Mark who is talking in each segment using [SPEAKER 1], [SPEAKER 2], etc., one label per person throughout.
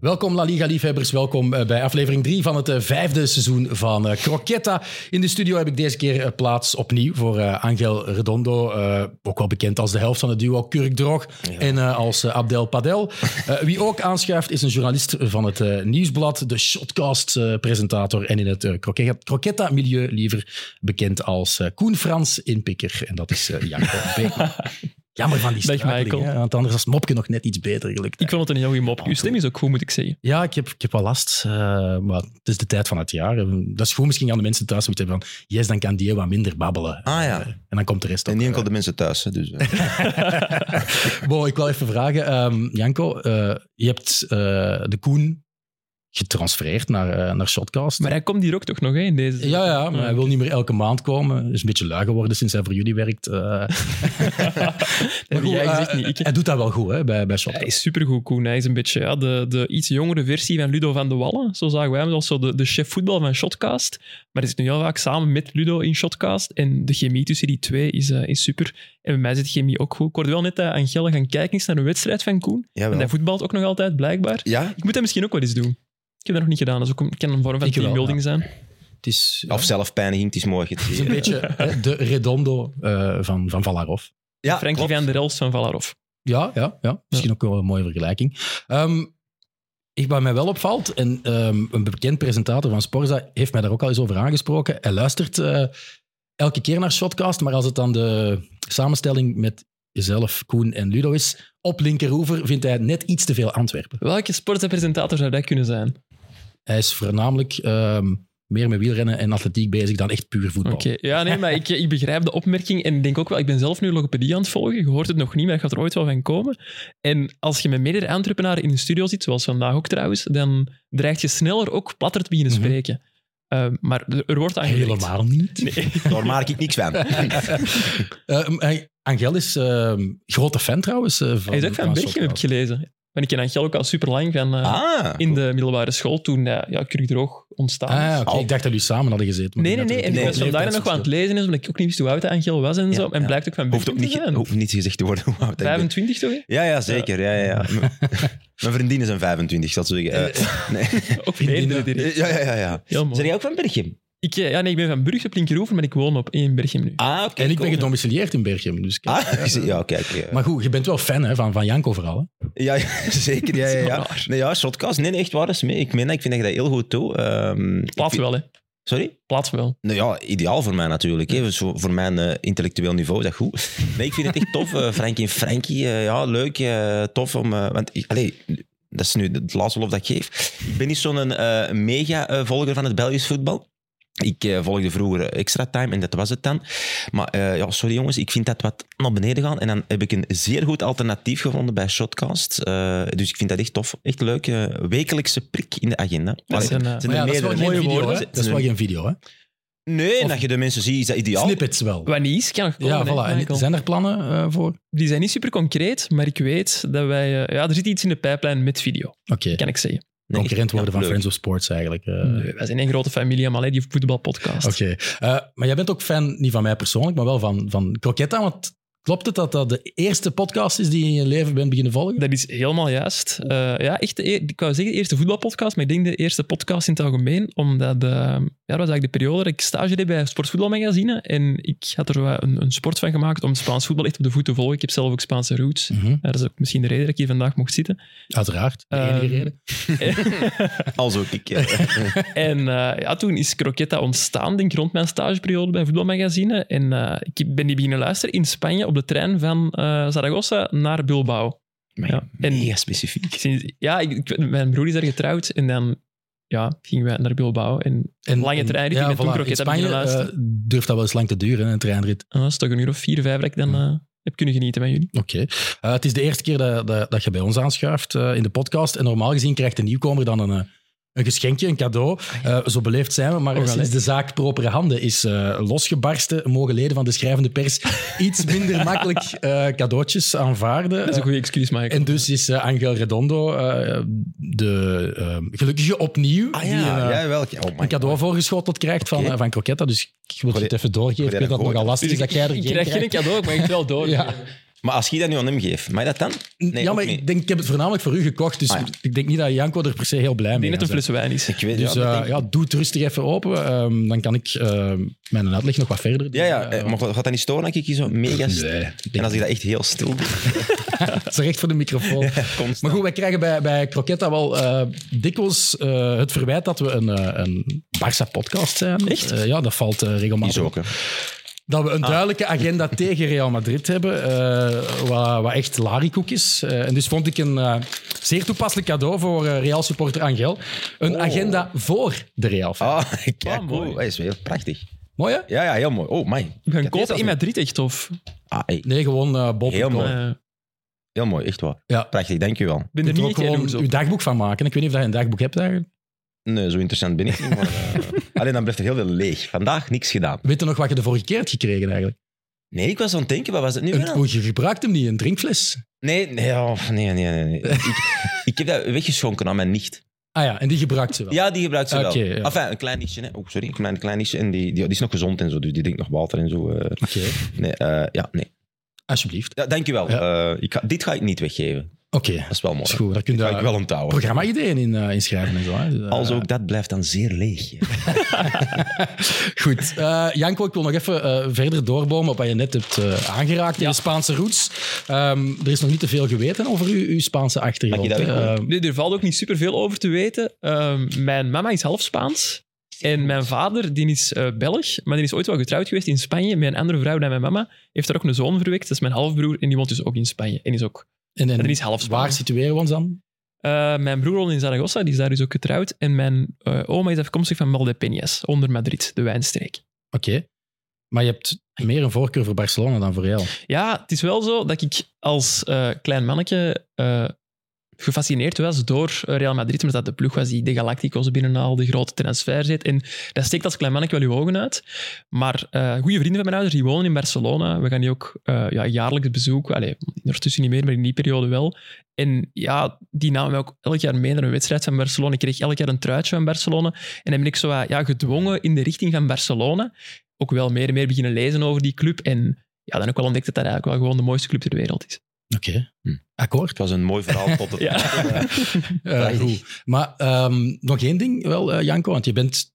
[SPEAKER 1] Welkom La Liga-liefhebbers, welkom eh, bij aflevering 3 van het eh, vijfde seizoen van eh, Croquetta. In de studio heb ik deze keer eh, plaats opnieuw voor eh, Angel Redondo, eh, ook wel bekend als de helft van het duo Kurk Drog en eh, als eh, Abdel Padel. Eh, wie ook aanschuift is een journalist van het eh, Nieuwsblad, de Shotcast-presentator en in het eh, croque- Croquetta-milieu liever bekend als eh, Koen Frans Inpikker. En dat is eh Janko Beekman. Jammer van die
[SPEAKER 2] Dag,
[SPEAKER 1] struikeling,
[SPEAKER 2] Michael.
[SPEAKER 1] hè, want anders was het mopje nog net iets beter gelukt.
[SPEAKER 2] Ik vond het een heel goede mop.
[SPEAKER 1] Ah,
[SPEAKER 2] Uw stem is ook goed, moet ik zeggen.
[SPEAKER 1] Ja, ik heb, ik heb wel last. eh, maar het is de tijd van het jaar. En Dat is goed misschien aan de mensen thuis moeten hebben van... Yes, dan kan die wat minder babbelen.
[SPEAKER 3] Ah ja.
[SPEAKER 1] En dan komt de rest
[SPEAKER 3] En
[SPEAKER 1] op.
[SPEAKER 3] niet enkel de mensen thuis. hè, Dus, eh.
[SPEAKER 1] Bo, ik wil even vragen. ehm, Janko, eh, je hebt eh, de Koen getransfereerd naar, eh, naar Shotcast.
[SPEAKER 2] Maar hij komt hier ook toch nog hè, in deze.
[SPEAKER 1] ja, ja, maar hij wil niet meer elke maand komen. Hij is een beetje lui geworden sinds hij voor jullie werkt. Eh,
[SPEAKER 2] Maar
[SPEAKER 1] maar goed,
[SPEAKER 2] jij
[SPEAKER 1] eh,
[SPEAKER 2] zegt niet. Ik.
[SPEAKER 1] Hij doet dat wel goed hè, bij, bij Shotcast.
[SPEAKER 2] Hij is supergoed, Koen. Hij is een beetje ja, de, de iets jongere versie van Ludo van de Wallen. Zo zagen wij hem als zo de, de chef voetbal van Shotcast. Maar hij zit nu heel vaak samen met Ludo in Shotcast. En de chemie tussen die twee is, eh, is super. En bij mij zit de chemie ook goed. Ik hoorde wel net dat Angelle gaan kijken is naar een wedstrijd van Koen.
[SPEAKER 3] Jawel.
[SPEAKER 2] En hij voetbalt ook nog altijd, blijkbaar.
[SPEAKER 3] Ja?
[SPEAKER 2] Ik moet dat misschien ook wel eens doen. Ik heb dat nog niet gedaan. Dat is ook een, kan een vorm van
[SPEAKER 1] Ik wel, Ah,
[SPEAKER 2] teambuilding zijn.
[SPEAKER 1] Het is,
[SPEAKER 3] Of zelfpijniging, het is eh, mooi. Het
[SPEAKER 1] het is een beetje hè, de redondo eh, van, van Valarov.
[SPEAKER 3] Ja,
[SPEAKER 2] Frankie
[SPEAKER 3] klopt.
[SPEAKER 2] van der Elst van Valarov.
[SPEAKER 1] Ja, ja, ja. misschien ook wel een mooie vergelijking. Ehm, ik, wat mij wel opvalt, en ehm, een bekend presentator van Sporza heeft mij daar ook al eens over aangesproken. Hij luistert eh, elke keer naar Shotcast, maar als het dan de samenstelling met jezelf, Koen en Ludo is, op linkeroever vindt hij net iets te veel Antwerpen.
[SPEAKER 2] Welke sportpresentator zou dat kunnen zijn?
[SPEAKER 1] Hij is voornamelijk ehm, meer met wielrennen en atletiek bezig dan echt puur voetbal.
[SPEAKER 2] Oké, ja, nee, maar ik, ik begrijp de opmerking en ik denk ook wel, ik ben zelf nu logopedie aan het volgen, je hoort het nog niet, maar dat gaat er ooit wel van komen. En als je met meerdere entreprenaren in de studio zit, zoals vandaag ook trouwens, dan dreigt je sneller ook platter te beginnen
[SPEAKER 1] Mhm.
[SPEAKER 2] spreken. Eh, maar er, er wordt aan gewerkt.
[SPEAKER 1] Helemaal niet.
[SPEAKER 2] Nee,
[SPEAKER 3] Daar maak ik niks van.
[SPEAKER 1] Ehm, eh, Angel is ehm, grote fan trouwens. eh, van,
[SPEAKER 2] hij is ook van Berchem, heb ik
[SPEAKER 1] Shotcast.
[SPEAKER 2] gelezen. Want ik ken Angel ook al super lang van eh,
[SPEAKER 3] Ah,
[SPEAKER 2] in de middelbare school, toen eh, ja, Kurk Droog ontstaan
[SPEAKER 1] Ah,
[SPEAKER 2] is.
[SPEAKER 1] ja, oké.
[SPEAKER 3] Al-
[SPEAKER 1] Ik dacht dat jullie samen hadden gezeten.
[SPEAKER 2] Nee, nee, nee. En ik
[SPEAKER 3] Nee,
[SPEAKER 2] was vandaag nog wel aan het lezen, is, omdat ik ook niet wist hoe oud Angel was en zo. En
[SPEAKER 3] ja.
[SPEAKER 2] blijkt ook van
[SPEAKER 3] hoeft ook
[SPEAKER 2] Berchem
[SPEAKER 3] niet,
[SPEAKER 2] te zijn.
[SPEAKER 3] hoeft niet gezegd te worden. hoe oud ik ben.
[SPEAKER 2] 25 toch? hè?
[SPEAKER 3] Ja, ja, zeker. Ja, ja, ja. M- Mijn vriendin is een 25, dat zou ik. eh,
[SPEAKER 2] Ook meerdere direct.
[SPEAKER 3] ja, ja, ja. ja.
[SPEAKER 2] Heel mooi.
[SPEAKER 3] Eh, Zijn jij ook van Berchem?
[SPEAKER 2] Ik, eh, ja, nee, ik ben van Brugge op Linkeroever, maar ik woon op één Berchem nu.
[SPEAKER 3] Ah, oké.
[SPEAKER 1] En ik ben
[SPEAKER 3] cool.
[SPEAKER 1] gedomicileerd in Berchem. Dus kijk.
[SPEAKER 3] Ah, is- ja, oké. oké.
[SPEAKER 1] Maar goed, je bent wel fan hè, van, van Janko vooral. Hè?
[SPEAKER 3] Ja, ja, zeker. Ja, ja, ja. Nee, ja, shotcast. Nee, nee, echt waar. dat is mee. Ik meen dat. Ik vind dat je dat heel goed doet. Ehm, ik
[SPEAKER 2] Plaats
[SPEAKER 3] vind-
[SPEAKER 2] wel, hè.
[SPEAKER 3] Sorry?
[SPEAKER 2] Plaats wel.
[SPEAKER 3] Nou ja, ideaal voor mij natuurlijk. Hè. Dus voor, voor mijn eh, intellectueel niveau is dat goed. Nee, ik vind het echt tof. eh, Frankie en Frankie, eh, ja, leuk. eh, tof om... eh, want ik, allee, dat is nu het laatste lof dat ik geef. Ik ben niet zo'n eh, mega-volger van het Belgisch voetbal. Ik eh, volgde vroeger extra time en dat was het dan. Maar eh, ja, sorry jongens, ik vind dat wat naar beneden gaan. En dan heb ik een zeer goed alternatief gevonden bij Shotcast. Eh, dus ik vind dat echt tof. Echt leuk. eh, wekelijkse prik in de agenda.
[SPEAKER 2] Dat is
[SPEAKER 3] Allee,
[SPEAKER 2] een, eh,
[SPEAKER 3] het zijn
[SPEAKER 1] Maar
[SPEAKER 3] er
[SPEAKER 1] ja, dat is wel
[SPEAKER 3] meerdere.
[SPEAKER 1] geen
[SPEAKER 2] mooie
[SPEAKER 1] video.
[SPEAKER 2] woorden.
[SPEAKER 1] Hè? Dat is wel geen video. Hè?
[SPEAKER 3] Nee,
[SPEAKER 1] Of-
[SPEAKER 3] en dat je de mensen ziet, is dat ideaal.
[SPEAKER 1] Snippets wel.
[SPEAKER 2] Wat niet is, kan nog komen,
[SPEAKER 1] Ja,
[SPEAKER 2] hè,
[SPEAKER 1] voilà. En
[SPEAKER 2] Michael.
[SPEAKER 1] zijn er plannen eh, voor?
[SPEAKER 2] Die zijn niet super concreet, maar ik weet dat wij... eh, ja, er zit iets in de pijplijn met video,
[SPEAKER 1] Oké.
[SPEAKER 2] kan ik zeggen.
[SPEAKER 3] Nee,
[SPEAKER 1] Concurrent
[SPEAKER 3] echt,
[SPEAKER 1] worden
[SPEAKER 3] ja,
[SPEAKER 1] van
[SPEAKER 3] leuk.
[SPEAKER 1] Friends of Sports eigenlijk. eh.
[SPEAKER 2] Nee, wij zijn één grote familie, maar alleen die voetbalpodcast.
[SPEAKER 1] Oké. Eh, maar jij bent ook fan, niet van mij persoonlijk, maar wel van, van Croquetta. Want klopt het dat dat de eerste podcast is die je in je leven bent beginnen volgen?
[SPEAKER 2] Dat is helemaal juist. Eh, ja, echt de, e- ik wou zeggen de eerste voetbalpodcast, maar ik denk de eerste podcast in het algemeen, omdat de, ja, dat was eigenlijk de periode dat ik stage deed bij Sportvoetbalmagazine en ik had er wel een, een sport van gemaakt om Spaans voetbal echt op de voet te volgen. Ik heb zelf ook Spaanse roots.
[SPEAKER 1] Mhm,
[SPEAKER 2] Ja, dat is ook misschien de reden dat ik hier vandaag mocht zitten.
[SPEAKER 1] Uiteraard. De enige
[SPEAKER 2] Ehm,
[SPEAKER 1] reden.
[SPEAKER 3] Als ook ik. eh.
[SPEAKER 2] En eh, ja, toen is Croqueta ontstaan, denk ik, rond mijn stageperiode bij Voetbalmagazine. En eh, ik ben die beginnen luisteren in Spanje op de trein van eh, Zaragoza naar Bilbao. Ja, en-
[SPEAKER 3] mega specifiek.
[SPEAKER 2] Sinds- ja, ik, ik- mijn broer is daar getrouwd en dan ja, gingen wij naar Bilbao. En
[SPEAKER 1] En,
[SPEAKER 2] lange
[SPEAKER 1] en-
[SPEAKER 2] treinrit, ik
[SPEAKER 1] Ja,
[SPEAKER 2] ben toen
[SPEAKER 1] voilà. In
[SPEAKER 2] Croquetta
[SPEAKER 1] Spanje
[SPEAKER 2] beginnen luisteren.
[SPEAKER 1] eh, durft dat wel eens lang te duren, hè, een treinrit.
[SPEAKER 2] ah, dat is toch een uur of vier, vijf dat ik dan eh, heb kunnen genieten met jullie.
[SPEAKER 1] Oké. Eh, het is de eerste keer dat, dat, dat je bij ons aanschuift eh, in de podcast. En normaal gezien krijgt een nieuwkomer dan een, eh, een geschenkje, een cadeau. Eh, zo beleefd zijn we. Maar
[SPEAKER 2] Oh, Ah, wel,
[SPEAKER 1] sinds
[SPEAKER 2] hè.
[SPEAKER 1] de zaak propere handen is eh, losgebarsten, mogen leden van de schrijvende pers iets minder makkelijk eh, cadeautjes aanvaarden.
[SPEAKER 2] Dat is een goede excuus, Michael.
[SPEAKER 1] en dus is eh, Angel Redondo eh, de eh, gelukkige opnieuw
[SPEAKER 3] Ah
[SPEAKER 1] die een, eh,
[SPEAKER 3] ja, jij wel. Ja, Oh my
[SPEAKER 1] een cadeau voorgeschoteld krijgt van,
[SPEAKER 3] Oké.
[SPEAKER 1] eh, van Croquetta. Dus ik wil
[SPEAKER 3] Goeie-
[SPEAKER 1] het even doorgeven. Ik
[SPEAKER 3] Goeie
[SPEAKER 1] weet dat het
[SPEAKER 3] goeie.
[SPEAKER 1] nogal lastig
[SPEAKER 2] Dus
[SPEAKER 1] is
[SPEAKER 2] ik,
[SPEAKER 1] dat jij er
[SPEAKER 2] ik
[SPEAKER 1] geen
[SPEAKER 2] krijg geen
[SPEAKER 1] krijgt.
[SPEAKER 2] cadeau, maar ik mag het wel door.
[SPEAKER 1] Ja.
[SPEAKER 3] Maar als je dat nu aan hem geeft, mag je dat dan? Nee,
[SPEAKER 1] ja,
[SPEAKER 3] ook
[SPEAKER 1] maar
[SPEAKER 3] niet.
[SPEAKER 1] ik, denk, ik heb het voornamelijk voor u gekocht, dus
[SPEAKER 3] Ah, ja.
[SPEAKER 1] ik denk niet dat Janko er per se heel blij
[SPEAKER 2] Ik
[SPEAKER 1] mee
[SPEAKER 2] denk dat het een
[SPEAKER 1] gaat
[SPEAKER 2] fles wijn is.
[SPEAKER 3] Ik weet
[SPEAKER 1] zijn. Dus
[SPEAKER 3] ja, dat
[SPEAKER 1] eh,
[SPEAKER 3] denk ik.
[SPEAKER 1] ja, doe het rustig even open. ehm, dan kan ik ehm, mijn uitleg nog wat verder doen.
[SPEAKER 3] ja, ja,
[SPEAKER 1] Eh,
[SPEAKER 3] eh, maar gaat gaat dat niet storen dat ik hier zo mega... st-
[SPEAKER 1] Nee,
[SPEAKER 3] En als ik dat echt heel stil doe,
[SPEAKER 1] Het is recht voor de microfoon.
[SPEAKER 3] constant.
[SPEAKER 1] Maar goed, wij krijgen bij, bij Croquetta wel eh, dikwijls eh, het verwijt dat we een, eh, een Barça-podcast zijn.
[SPEAKER 2] Echt?
[SPEAKER 1] Eh, ja, dat valt eh,
[SPEAKER 3] is
[SPEAKER 1] regelmatig
[SPEAKER 3] ook, hè.
[SPEAKER 1] Dat
[SPEAKER 3] Ah.
[SPEAKER 1] we een duidelijke agenda tegen Real Madrid hebben, eh, wat, wat echt larikoek is. Eh, en dus vond ik een eh, zeer toepasselijk cadeau voor eh, Real supporter Angel. Een
[SPEAKER 3] Oh.
[SPEAKER 1] agenda voor de Real. fan.
[SPEAKER 3] Ah, kijk,
[SPEAKER 2] Ah, mooi.
[SPEAKER 3] mooi. Dat is heel prachtig.
[SPEAKER 1] Mooi hè?
[SPEAKER 3] Ja, ja, heel mooi. Oh, my.
[SPEAKER 2] We gaan
[SPEAKER 3] heb
[SPEAKER 2] kopen
[SPEAKER 3] deze
[SPEAKER 2] in Madrid echt, of?
[SPEAKER 3] Ah, hey,
[SPEAKER 1] Nee, gewoon eh Bob.
[SPEAKER 3] Heel mooi.
[SPEAKER 2] Eh,
[SPEAKER 3] heel mooi, echt waar.
[SPEAKER 1] Ja.
[SPEAKER 3] Prachtig, dankjewel.
[SPEAKER 2] Ik ben
[SPEAKER 1] Je
[SPEAKER 2] er
[SPEAKER 1] kunt
[SPEAKER 2] niet
[SPEAKER 1] er
[SPEAKER 2] echt
[SPEAKER 1] ook
[SPEAKER 2] jaloers
[SPEAKER 1] gewoon
[SPEAKER 2] op.
[SPEAKER 1] uw dagboek van maken. Ik weet niet of je een dagboek hebt eigenlijk.
[SPEAKER 3] Nee, zo interessant ben ik niet, maar, eh, Alleen dan blijft er heel veel leeg. Vandaag niks gedaan.
[SPEAKER 1] Weet je nog wat je de vorige keer hebt gekregen eigenlijk?
[SPEAKER 3] Nee, ik was aan het denken, wat was het nu weer
[SPEAKER 1] Een,
[SPEAKER 3] aan?
[SPEAKER 1] oh, je gebruikt hem niet, een drinkfles.
[SPEAKER 3] Nee, nee, oh, nee, nee. nee, nee. ik, ik heb dat weggeschonken aan mijn nicht.
[SPEAKER 1] Ah ja, en die gebruikt ze wel.
[SPEAKER 3] Ja, die gebruikt ze wel.
[SPEAKER 1] Oké, ja.
[SPEAKER 3] Enfin, een klein nichtje. Hè. Oh, sorry, een klein, klein nichtje. En die, die, die is nog gezond en zo, dus die drinkt nog water en zo. eh.
[SPEAKER 1] Oké,
[SPEAKER 3] nee, eh, ja, nee.
[SPEAKER 1] alsjeblieft.
[SPEAKER 3] Ja, dankjewel. Eh, ik ga, dit ga ik niet weggeven.
[SPEAKER 1] Oké,
[SPEAKER 3] Dat is wel mooi.
[SPEAKER 1] is goed. Daar kun
[SPEAKER 3] Dit
[SPEAKER 1] je
[SPEAKER 3] ga ik wel onthouden.
[SPEAKER 1] programma-ideeën in eh, inschrijven en zo. Hè. Dus, eh,
[SPEAKER 3] Als ook dat blijft dan zeer leeg.
[SPEAKER 1] Goed. Eh, Janko, ik wil nog even eh, verder doorbomen op wat je net hebt eh, aangeraakt in de Spaanse roots. Ehm, er is nog niet te veel geweten over uw, uw Spaanse achtergrond.
[SPEAKER 3] Mag je
[SPEAKER 1] hè.
[SPEAKER 3] dat wegdoen?
[SPEAKER 1] Ehm,
[SPEAKER 2] Nee, er valt ook niet superveel over te weten. Ehm, mijn mama is half Spaans. En mijn vader, die is eh Belg, maar die is ooit wel getrouwd geweest in Spanje. Met een andere vrouw dan mijn mama. Heeft daar ook een zoon verwekt. Dat is mijn halfbroer. En die woont dus ook in Spanje. En is ook...
[SPEAKER 1] en, en
[SPEAKER 2] En die is half
[SPEAKER 1] waar
[SPEAKER 2] Spaans.
[SPEAKER 1] situeren we ons dan?
[SPEAKER 2] Eh, mijn broer woont in Zaragoza. Die is daar dus ook getrouwd. En mijn eh, oma is afkomstig van Valdepeñas, onder Madrid, de wijnstreek.
[SPEAKER 1] Oké. Maar je hebt meer een voorkeur voor Barcelona dan voor Real.
[SPEAKER 2] Ja, het is wel zo dat ik als eh, klein mannetje eh, gefascineerd was door eh, Real Madrid, omdat dat de ploeg was die de Galacticos binnenhaalde, de grote transfer zit. En dat steekt als klein mannetje wel je ogen uit. Maar eh goede vrienden van mijn ouders, die wonen in Barcelona. We gaan die ook eh, ja, jaarlijks bezoeken. Allee, ondertussen niet meer, maar in die periode wel. En ja, die namen mij ook elk jaar mee naar een wedstrijd van Barcelona. Ik kreeg elk jaar een truitje van Barcelona. En dan ben ik zo wat, ja, gedwongen in de richting van Barcelona. Ook wel meer en meer beginnen lezen over die club. En ja, dan ook wel ontdekt dat dat eigenlijk wel gewoon de mooiste club ter wereld is.
[SPEAKER 1] Oké.
[SPEAKER 3] Hm.
[SPEAKER 1] Akkoord.
[SPEAKER 3] Het was een mooi verhaal tot het...
[SPEAKER 2] Ja.
[SPEAKER 1] Eh,
[SPEAKER 3] Prachtig.
[SPEAKER 1] goed. Maar ehm, nog één ding wel, eh, Janko, want je bent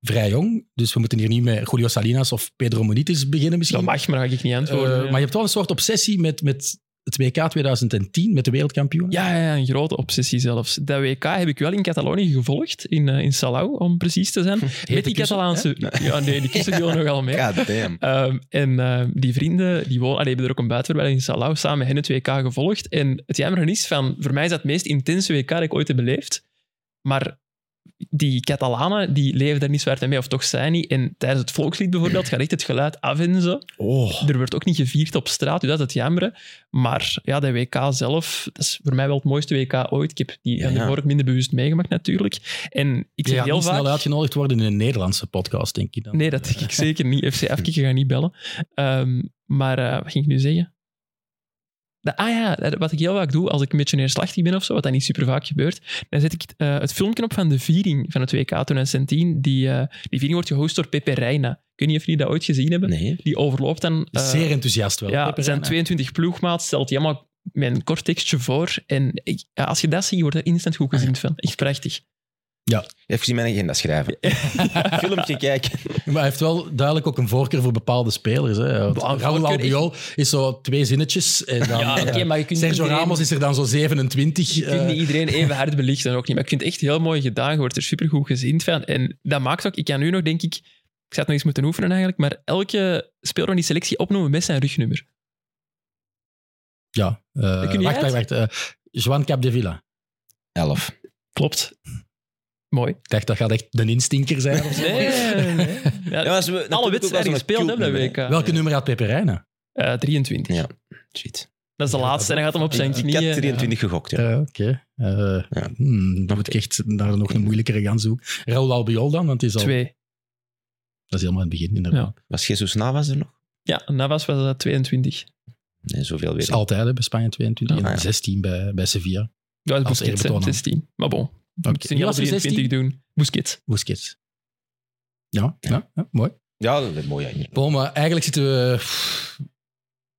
[SPEAKER 1] vrij jong, dus we moeten hier niet met Julio Salinas of Pedro Monitis beginnen misschien.
[SPEAKER 2] Dus Dat mag, maar daar ga ik niet
[SPEAKER 1] Eh,
[SPEAKER 2] antwoorden.
[SPEAKER 1] Maar je hebt wel een soort obsessie met, met het WK 2010, met de wereldkampioen.
[SPEAKER 2] ja, ja, ja, een grote obsessie zelfs. Dat WK heb ik wel in Catalonië gevolgd, in, eh, in Salau, om precies te zijn. Met die
[SPEAKER 1] kussen,
[SPEAKER 2] Catalaanse... Ja, nee, die kussen deel nogal mee.
[SPEAKER 3] God damn.
[SPEAKER 2] Ehm, en ehm, die vrienden die wonen, allee, hebben er ook een buitenverblijf in Salau, samen hen het WK gevolgd. En het jammer is van, voor mij is dat het meest intense WK dat ik ooit heb beleefd. Maar die Catalanen, die leven daar niet zo hard mee, of toch zijn niet. En tijdens het volkslied bijvoorbeeld gaat echt het geluid af en zo.
[SPEAKER 1] Oh.
[SPEAKER 2] Er wordt ook niet gevierd op straat, dus dat is het jammer. Maar ja, de WK zelf, dat is voor mij wel het mooiste WK ooit. Ik heb die
[SPEAKER 3] Ja,
[SPEAKER 2] van
[SPEAKER 3] ja.
[SPEAKER 2] daarvoor ook minder bewust meegemaakt natuurlijk. En ik
[SPEAKER 1] Je
[SPEAKER 2] zeg
[SPEAKER 1] gaat
[SPEAKER 2] heel
[SPEAKER 1] niet
[SPEAKER 2] vaak...
[SPEAKER 1] snel uitgenodigd worden in een Nederlandse podcast, denk ik dan.
[SPEAKER 2] Nee, dat denk ik zeker niet. FC Afkikken ga niet bellen. Ehm, maar eh, wat ging ik nu zeggen? De, ah ja, dat- wat ik heel vaak doe als ik een beetje neerslachtig ben of zo, wat dan niet super vaak gebeurt, dan zet ik eh, het filmpje op van de viering van het WK 2010. Die, eh, die viering wordt gehost door Pepe Reina. Ik weet niet of jullie dat ooit gezien hebben.
[SPEAKER 3] Nee.
[SPEAKER 2] Die overloopt dan... eh,
[SPEAKER 1] Zeer enthousiast wel.
[SPEAKER 2] ja,
[SPEAKER 1] Pepe
[SPEAKER 2] er zijn
[SPEAKER 1] Reina.
[SPEAKER 2] 22 ploegmaat, stelt die allemaal met een kort tekstje voor. En ik- ja, als je dat ziet, je wordt er instant
[SPEAKER 1] Ah
[SPEAKER 2] goed gezien van. Echt prachtig.
[SPEAKER 3] Even zien mijn agenda schrijven. Filmpje kijken.
[SPEAKER 1] Maar hij heeft wel duidelijk ook een voorkeur voor bepaalde spelers. Hè. Want
[SPEAKER 2] Wel, een
[SPEAKER 1] Raúl
[SPEAKER 2] voorkeur,
[SPEAKER 1] Albiol is zo twee zinnetjes. En dan,
[SPEAKER 2] Ja, oké,
[SPEAKER 1] eh,
[SPEAKER 2] maar je kunt
[SPEAKER 1] Sergio
[SPEAKER 2] iedereen-
[SPEAKER 1] Ramos is er dan zo 27.
[SPEAKER 2] Je kunt
[SPEAKER 1] eh,
[SPEAKER 2] niet iedereen even hard belichten, ook niet. Maar ik vind het echt heel mooi gedaan. Je wordt er supergoed gezien van. En dat maakt ook... Ik kan nu nog, denk ik... Ik zou het nog eens moeten oefenen eigenlijk, maar elke speler van die selectie opnoemen met zijn rugnummer.
[SPEAKER 1] Ja. eh,
[SPEAKER 2] kun je
[SPEAKER 1] wacht,
[SPEAKER 2] uit?
[SPEAKER 1] wacht, wacht. eh, Juan Capdevila.
[SPEAKER 3] Elf.
[SPEAKER 2] Klopt. Mooi.
[SPEAKER 1] Ik dacht, dat gaat echt de instinker zijn. of zo.
[SPEAKER 2] Nee, nee, nee. Ja,
[SPEAKER 3] Ja, maar ze- natuurlijk
[SPEAKER 2] alle
[SPEAKER 3] ook wel
[SPEAKER 2] wedstrijden
[SPEAKER 3] zo'n
[SPEAKER 2] gespeeld
[SPEAKER 3] cute
[SPEAKER 2] hebben dat
[SPEAKER 3] nummer,
[SPEAKER 2] WK.
[SPEAKER 3] hè.
[SPEAKER 1] Welke nummer had Pepe Reina?
[SPEAKER 2] Eh, 23.
[SPEAKER 3] Ja. Shit.
[SPEAKER 2] Dat is de
[SPEAKER 1] Ja,
[SPEAKER 2] laatste. En hij gaat hem op zijn
[SPEAKER 3] Ik
[SPEAKER 2] knieën.
[SPEAKER 3] had 23 gegokt, ja.
[SPEAKER 1] Eh, Oké. Eh
[SPEAKER 3] Ja.
[SPEAKER 1] hmm, dan moet ik echt daar nog een moeilijkere gaan zoeken. Raul Albiol dan, want die is al,
[SPEAKER 2] Twee.
[SPEAKER 1] dat is helemaal in het begin. Inderdaad.
[SPEAKER 2] Ja.
[SPEAKER 3] Was Jesus Navas er nog?
[SPEAKER 2] Ja, Navas was dat 22.
[SPEAKER 3] Nee, zoveel
[SPEAKER 1] Dat
[SPEAKER 3] weer.
[SPEAKER 1] is altijd hè, bij Spanje 22
[SPEAKER 3] Ah, Ja.
[SPEAKER 1] en 16 bij, bij Sevilla.
[SPEAKER 2] Dat
[SPEAKER 1] Als
[SPEAKER 2] was Busquets, hè,
[SPEAKER 1] eerbetoon aan.
[SPEAKER 2] 16. Maar bon,
[SPEAKER 1] Oké.
[SPEAKER 2] moet je
[SPEAKER 1] Wie
[SPEAKER 2] niet alle
[SPEAKER 1] was er
[SPEAKER 2] 23 doen. Busquets.
[SPEAKER 1] Busquets. Ja, ja. ja, mooi.
[SPEAKER 3] Ja, dat is mooi. Ja.
[SPEAKER 1] Ah, Bon, maar eigenlijk zitten we pff,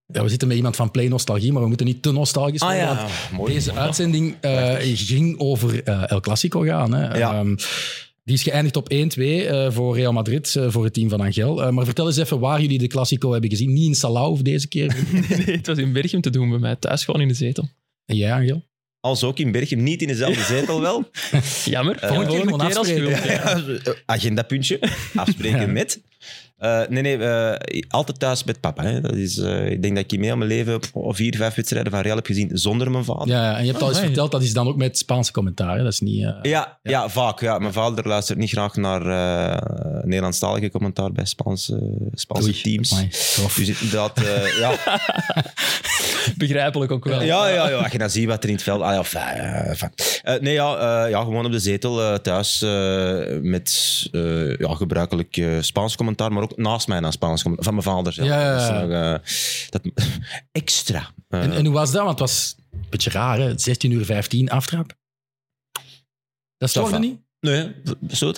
[SPEAKER 1] Ja, we zitten met iemand van Play Nostalgie, maar we moeten niet te nostalgisch worden. want
[SPEAKER 3] Ah, mooi.
[SPEAKER 1] Deze uitzending eh, ging over eh, El Clasico gaan. Hè.
[SPEAKER 3] Ja.
[SPEAKER 1] Ehm, die is geëindigd op 1-2 eh, voor Real Madrid, eh, voor het team van Angel. Eh, maar vertel eens even waar jullie de Clasico hebben gezien. Niet in Salau deze keer.
[SPEAKER 2] Nee, het was in Berchem te doen bij mij, thuis gewoon in de zetel.
[SPEAKER 1] en jij, Angel?
[SPEAKER 3] Als ook in Berchem, niet in dezelfde zetel wel.
[SPEAKER 2] Jammer, voor
[SPEAKER 1] moet
[SPEAKER 2] de
[SPEAKER 1] je gewoon
[SPEAKER 2] volgende keer als je wilt.
[SPEAKER 1] afspreken.
[SPEAKER 2] ja.
[SPEAKER 3] Ja, eh, agendapuntje. Afspreken met. Eh, nee, nee, eh, altijd thuis met papa. Hè. Dat is, eh, ik denk dat ik in heel mijn leven pff, vier, vijf wedstrijden van Real heb gezien zonder mijn vader. Ja,
[SPEAKER 1] Ja, en je hebt al eens
[SPEAKER 2] Ah, ja.
[SPEAKER 1] verteld, dat is dan ook met Spaanse commentaar. hè. Dat is niet... eh,
[SPEAKER 3] ja, vaak. Ja. Mijn vader luistert niet graag naar eh Nederlandstalige commentaar bij Spaanse, Spaanse
[SPEAKER 1] oei,
[SPEAKER 3] teams.
[SPEAKER 1] amai, tof.
[SPEAKER 3] Dus inderdaad, eh, ja,
[SPEAKER 2] Begrijpelijk ook wel.
[SPEAKER 3] Ja, ja, ja. Als je dan ziet wat er in het veld... Ah, ja, fijn, eh, fijn. Eh, nee, ja, eh, ja, gewoon op de zetel eh, thuis eh, met eh, ja, gebruikelijk eh, Spaans commentaar, maar ook naast mij naar Spaans commentaar. Van mijn vader zelf.
[SPEAKER 1] Ja, ja,
[SPEAKER 3] Dat is
[SPEAKER 1] ja.
[SPEAKER 3] nog, eh, dat, extra. Eh,
[SPEAKER 1] En, en hoe was dat? Want het was een beetje raar, hè? 16 uur 15 aftrap. Dat stoorde
[SPEAKER 3] Safa.
[SPEAKER 1] niet?
[SPEAKER 3] nee, zo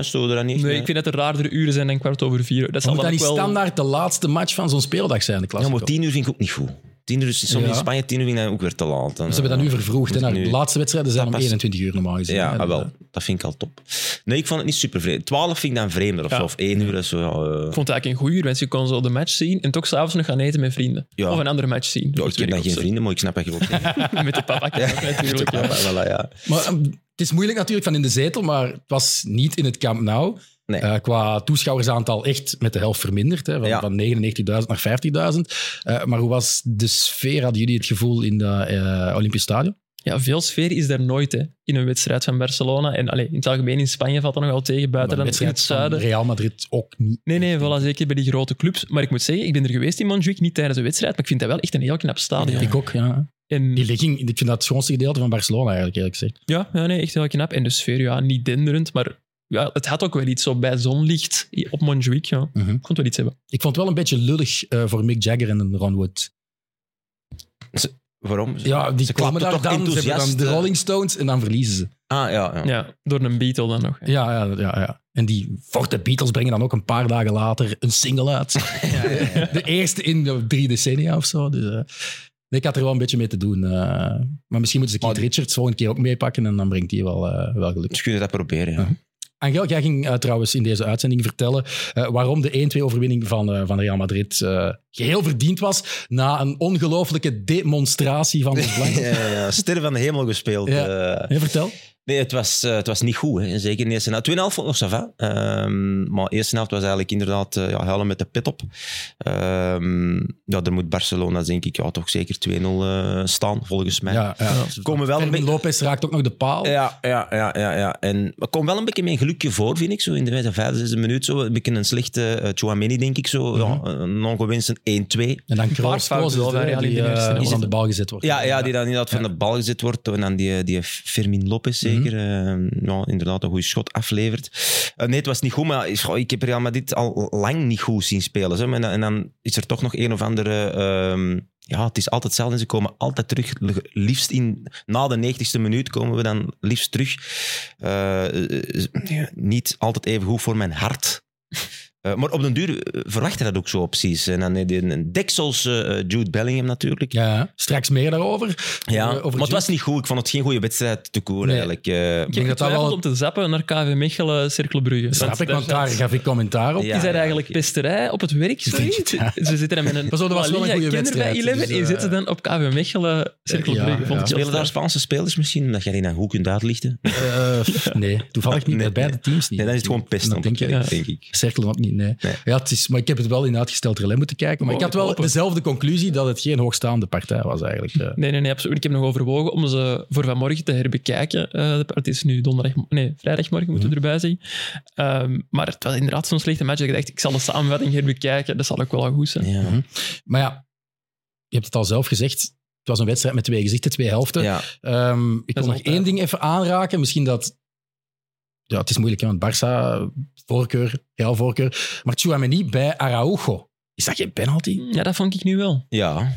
[SPEAKER 3] stoorde dat niet.
[SPEAKER 2] Nee, ik vind dat er raardere uren zijn dan kwart over vier. Dat zal
[SPEAKER 1] Moet
[SPEAKER 2] dan
[SPEAKER 1] dat
[SPEAKER 2] ook
[SPEAKER 1] niet
[SPEAKER 2] wel...
[SPEAKER 1] standaard de laatste match van zo'n speeldag zijn, de
[SPEAKER 3] ja,
[SPEAKER 1] Clasico?
[SPEAKER 3] maar tien uur vind ik ook niet goed. Tien uur is soms
[SPEAKER 1] Ja. Dus
[SPEAKER 3] in Spanje, tien uur vind ik dat ook weer te laat.
[SPEAKER 1] Ze hebben dat nu vervroegd. Hè?
[SPEAKER 3] Moet
[SPEAKER 1] Naar
[SPEAKER 3] ik
[SPEAKER 1] de
[SPEAKER 3] nu-
[SPEAKER 1] laatste wedstrijden zijn
[SPEAKER 3] Dat
[SPEAKER 1] om
[SPEAKER 3] past.
[SPEAKER 1] 21 uur normaal gezien.
[SPEAKER 3] Ja,
[SPEAKER 1] hè.
[SPEAKER 3] ah,
[SPEAKER 1] Dat-
[SPEAKER 3] wel. Dat vind ik al top. Nee, ik vond het niet super vreemd. Twaalf vind ik dan vreemder of
[SPEAKER 2] Ja.
[SPEAKER 3] zo. Of één uur is zo. Ja, eh,
[SPEAKER 2] Ik vond het eigenlijk een goede uur, want je kon zo de match zien en toch s'avonds nog gaan eten met vrienden.
[SPEAKER 3] Ja.
[SPEAKER 2] Of een andere match zien.
[SPEAKER 3] ja,
[SPEAKER 2] Dat
[SPEAKER 3] ik heb dan
[SPEAKER 2] werkt
[SPEAKER 3] geen
[SPEAKER 2] ook
[SPEAKER 3] vrienden, maar ik snap dat je wilt zeggen.
[SPEAKER 2] zo. Met de papa kan ook natuurlijk.
[SPEAKER 3] Ja,
[SPEAKER 2] ja.
[SPEAKER 3] voilà, ja.
[SPEAKER 1] Maar ehm, het is moeilijk natuurlijk van in de zetel, maar het was niet in het Camp Nou.
[SPEAKER 3] Nee.
[SPEAKER 1] Eh, qua toeschouwersaantal echt met de helft verminderd. Hè? Van,
[SPEAKER 3] Ja.
[SPEAKER 1] van 99.000 naar 50.000. Eh, maar hoe was de sfeer, hadden jullie het gevoel, in dat eh, Olympisch Stadion?
[SPEAKER 2] Ja, veel sfeer is daar nooit hè, in een wedstrijd van Barcelona. En allee, in het algemeen in Spanje valt dat nog wel tegen, buiten
[SPEAKER 1] Maar
[SPEAKER 2] dan
[SPEAKER 1] de
[SPEAKER 2] in het
[SPEAKER 1] wedstrijd van
[SPEAKER 2] zuiden.
[SPEAKER 1] Real Madrid ook niet.
[SPEAKER 2] Nee, nee, voilà, zeker bij die grote clubs. Maar ik moet zeggen, ik ben er geweest in Montjuïc, niet tijdens de wedstrijd, maar ik vind dat wel echt een heel knap stadion.
[SPEAKER 1] Ik ook, ja. Die
[SPEAKER 2] En,
[SPEAKER 1] ligging, ik vind dat het schoonste gedeelte van Barcelona eigenlijk, eerlijk gezegd.
[SPEAKER 2] ja, ja, nee, echt heel knap. En de sfeer, ja, niet denderend, maar ja, het had ook wel iets zo bij zonlicht op Montjuïc. Ja. Ik
[SPEAKER 1] Mhm.
[SPEAKER 2] kon het wel iets hebben.
[SPEAKER 1] Ik vond het wel een beetje lullig eh, voor Mick Jagger en Ron Wood.
[SPEAKER 3] Waarom?
[SPEAKER 1] Ja, die
[SPEAKER 3] Ze
[SPEAKER 1] komen
[SPEAKER 3] klapten
[SPEAKER 1] daar
[SPEAKER 3] toch
[SPEAKER 1] dan, ze hebben dan
[SPEAKER 3] enthousiast,
[SPEAKER 1] de
[SPEAKER 3] eh.
[SPEAKER 1] Rolling Stones en dan verliezen ze.
[SPEAKER 3] Ah, ja. ja.
[SPEAKER 2] Ja, door een Beatle dan nog. hè.
[SPEAKER 1] Ja, ja, ja, ja. En die forte Beatles brengen dan ook een paar dagen later een single uit. De eerste in de drie decennia of zo. Dus, eh, nee, ik had er wel een beetje mee te doen. eh. maar misschien moeten ze Keith
[SPEAKER 3] Maar die-
[SPEAKER 1] Richards volgende keer ook meepakken en dan brengt die wel, eh, wel geluk.
[SPEAKER 3] Dus kun je dat proberen. Ja.
[SPEAKER 1] Angel, jij ging eh, trouwens in deze uitzending vertellen eh, waarom de 1-2-overwinning van, eh, van Real Madrid eh, geheel verdiend was na een ongelofelijke demonstratie van de belang.
[SPEAKER 3] Ja, ja, ja. Sterren van de hemel gespeeld.
[SPEAKER 1] Ja.
[SPEAKER 3] eh.
[SPEAKER 1] Ja, vertel.
[SPEAKER 3] nee, het was, eh, het was niet goed. Hè. Zeker in de eerste helft. Tweede helft oh, vond ik nog Sava. Ehm, maar de eerste helft was eigenlijk inderdaad eh, ja, huilen met de pit op. Ehm ja, er moet Barcelona, denk ik, ja, toch zeker 2-0 eh, staan, volgens mij.
[SPEAKER 1] Ja, ja.
[SPEAKER 3] Komen wel een
[SPEAKER 1] Fermin
[SPEAKER 3] beetje...
[SPEAKER 1] Lopez raakt ook nog de paal.
[SPEAKER 3] Ja, ja, ja, ja, ja. En er komt wel een beetje mijn gelukje voor, vind ik. Zo in de vijfde, vijfde, zesde minuut. Zo een beetje een slechte eh Chouameni, denk ik. Zo, ja, een ongewenste 1-2.
[SPEAKER 1] En dan
[SPEAKER 2] paar
[SPEAKER 1] Kroos,
[SPEAKER 2] fouten
[SPEAKER 1] Kroos is
[SPEAKER 2] wel
[SPEAKER 1] het,
[SPEAKER 2] bij
[SPEAKER 1] hè,
[SPEAKER 2] Real
[SPEAKER 1] die
[SPEAKER 2] in de eerste
[SPEAKER 1] eh,
[SPEAKER 2] helft.
[SPEAKER 1] aan de bal gezet wordt.
[SPEAKER 3] Ja, ja, die dan inderdaad van
[SPEAKER 1] Ja. Mhm.
[SPEAKER 3] de bal gezet wordt. En dan die, die Firmin Lopez zeker. eh, ja, inderdaad, een goede schot aflevert. Eh, nee, het was niet goed, maar is- goh, ik heb Real Madrid al lang niet goed zien spelen. Zo. En, dan, en dan is er toch nog een of andere... ehm, ja, het is altijd hetzelfde. en Ze komen altijd terug. Liefst in, na de 90ste minuut komen we dan liefst terug. Eh, eh, eh, niet altijd even goed voor mijn hart. Eh, maar op den duur eh, verwacht je dat ook zo precies. En dan eh, die- een deksels eh, Jude Bellingham natuurlijk.
[SPEAKER 1] Ja, straks meer daarover. eh,
[SPEAKER 2] Eh,
[SPEAKER 3] Ja,
[SPEAKER 1] Over- over
[SPEAKER 3] maar het
[SPEAKER 1] Jude.
[SPEAKER 3] was niet goed. Ik vond het geen goede wedstrijd te koer
[SPEAKER 1] Nee.
[SPEAKER 3] eigenlijk. Eh,
[SPEAKER 2] Ik
[SPEAKER 1] denk dat
[SPEAKER 2] heb
[SPEAKER 1] dat wel-
[SPEAKER 2] getwijfeld om te zappen naar KV Mechelen, Cirkelbrugge.
[SPEAKER 1] Snap ik, want daar gaf ik commentaar op.
[SPEAKER 3] Ja.
[SPEAKER 2] is dat eigenlijk pesterij op het werk? Zoiets?
[SPEAKER 1] Ja.
[SPEAKER 2] Ze zitten dan met een,
[SPEAKER 1] Pas op, dat was wel een
[SPEAKER 2] La Liga
[SPEAKER 1] goede
[SPEAKER 2] kinder bij
[SPEAKER 1] wedstrijd,
[SPEAKER 2] 11
[SPEAKER 1] dus,
[SPEAKER 2] en
[SPEAKER 1] eh,
[SPEAKER 2] zitten dan op KV Mechelen, Cirkelbrugge.
[SPEAKER 1] ja,
[SPEAKER 2] Vond
[SPEAKER 1] ja.
[SPEAKER 2] ik heel
[SPEAKER 3] spelen daar
[SPEAKER 2] sterk.
[SPEAKER 3] Spaanse spelers misschien? Omdat jij die dan goed kunt uitlichten? Nee,
[SPEAKER 1] Eh, pff, nee, toevallig niet.
[SPEAKER 3] Nee,
[SPEAKER 1] bij beide
[SPEAKER 3] nee.
[SPEAKER 1] teams niet.
[SPEAKER 3] dan is het gewoon pest.
[SPEAKER 1] Dan
[SPEAKER 3] op
[SPEAKER 1] denk
[SPEAKER 3] het
[SPEAKER 1] je,
[SPEAKER 3] werk,
[SPEAKER 2] ja.
[SPEAKER 3] denk ik.
[SPEAKER 1] Cirkelen ook niet, nee.
[SPEAKER 3] Nee.
[SPEAKER 1] Ja, het is, maar ik heb het wel in uitgesteld relais moeten kijken. Maar
[SPEAKER 2] Oh,
[SPEAKER 1] ik had wel
[SPEAKER 2] hopen.
[SPEAKER 1] dezelfde conclusie dat het geen hoogstaande partij was eigenlijk. eh.
[SPEAKER 2] Nee, nee, nee, absoluut. Ik heb nog overwogen om ze voor vanmorgen te herbekijken. Eh, het is nu donderdag, nee, vrijdagmorgen moeten we
[SPEAKER 1] Mhm.
[SPEAKER 2] erbij zeggen. Ehm, maar het was inderdaad zo'n slechte match. dat Ik dacht, ik zal de samenvatting herbekijken. Dat zal ook wel al goed zijn.
[SPEAKER 3] Ja.
[SPEAKER 1] Maar ja, je hebt het al zelf gezegd. Het was een wedstrijd met twee gezichten, twee helften.
[SPEAKER 3] Ja.
[SPEAKER 1] Ehm, ik wil
[SPEAKER 2] Dat is
[SPEAKER 1] nog
[SPEAKER 2] altijd.
[SPEAKER 1] één ding even aanraken. Misschien dat... Ja, het is moeilijk, hè, want Barça, voorkeur, heel voorkeur. Maar Chouameni bij Araujo. Is dat geen penalty?
[SPEAKER 2] Ja, dat vond ik nu wel.
[SPEAKER 3] ja.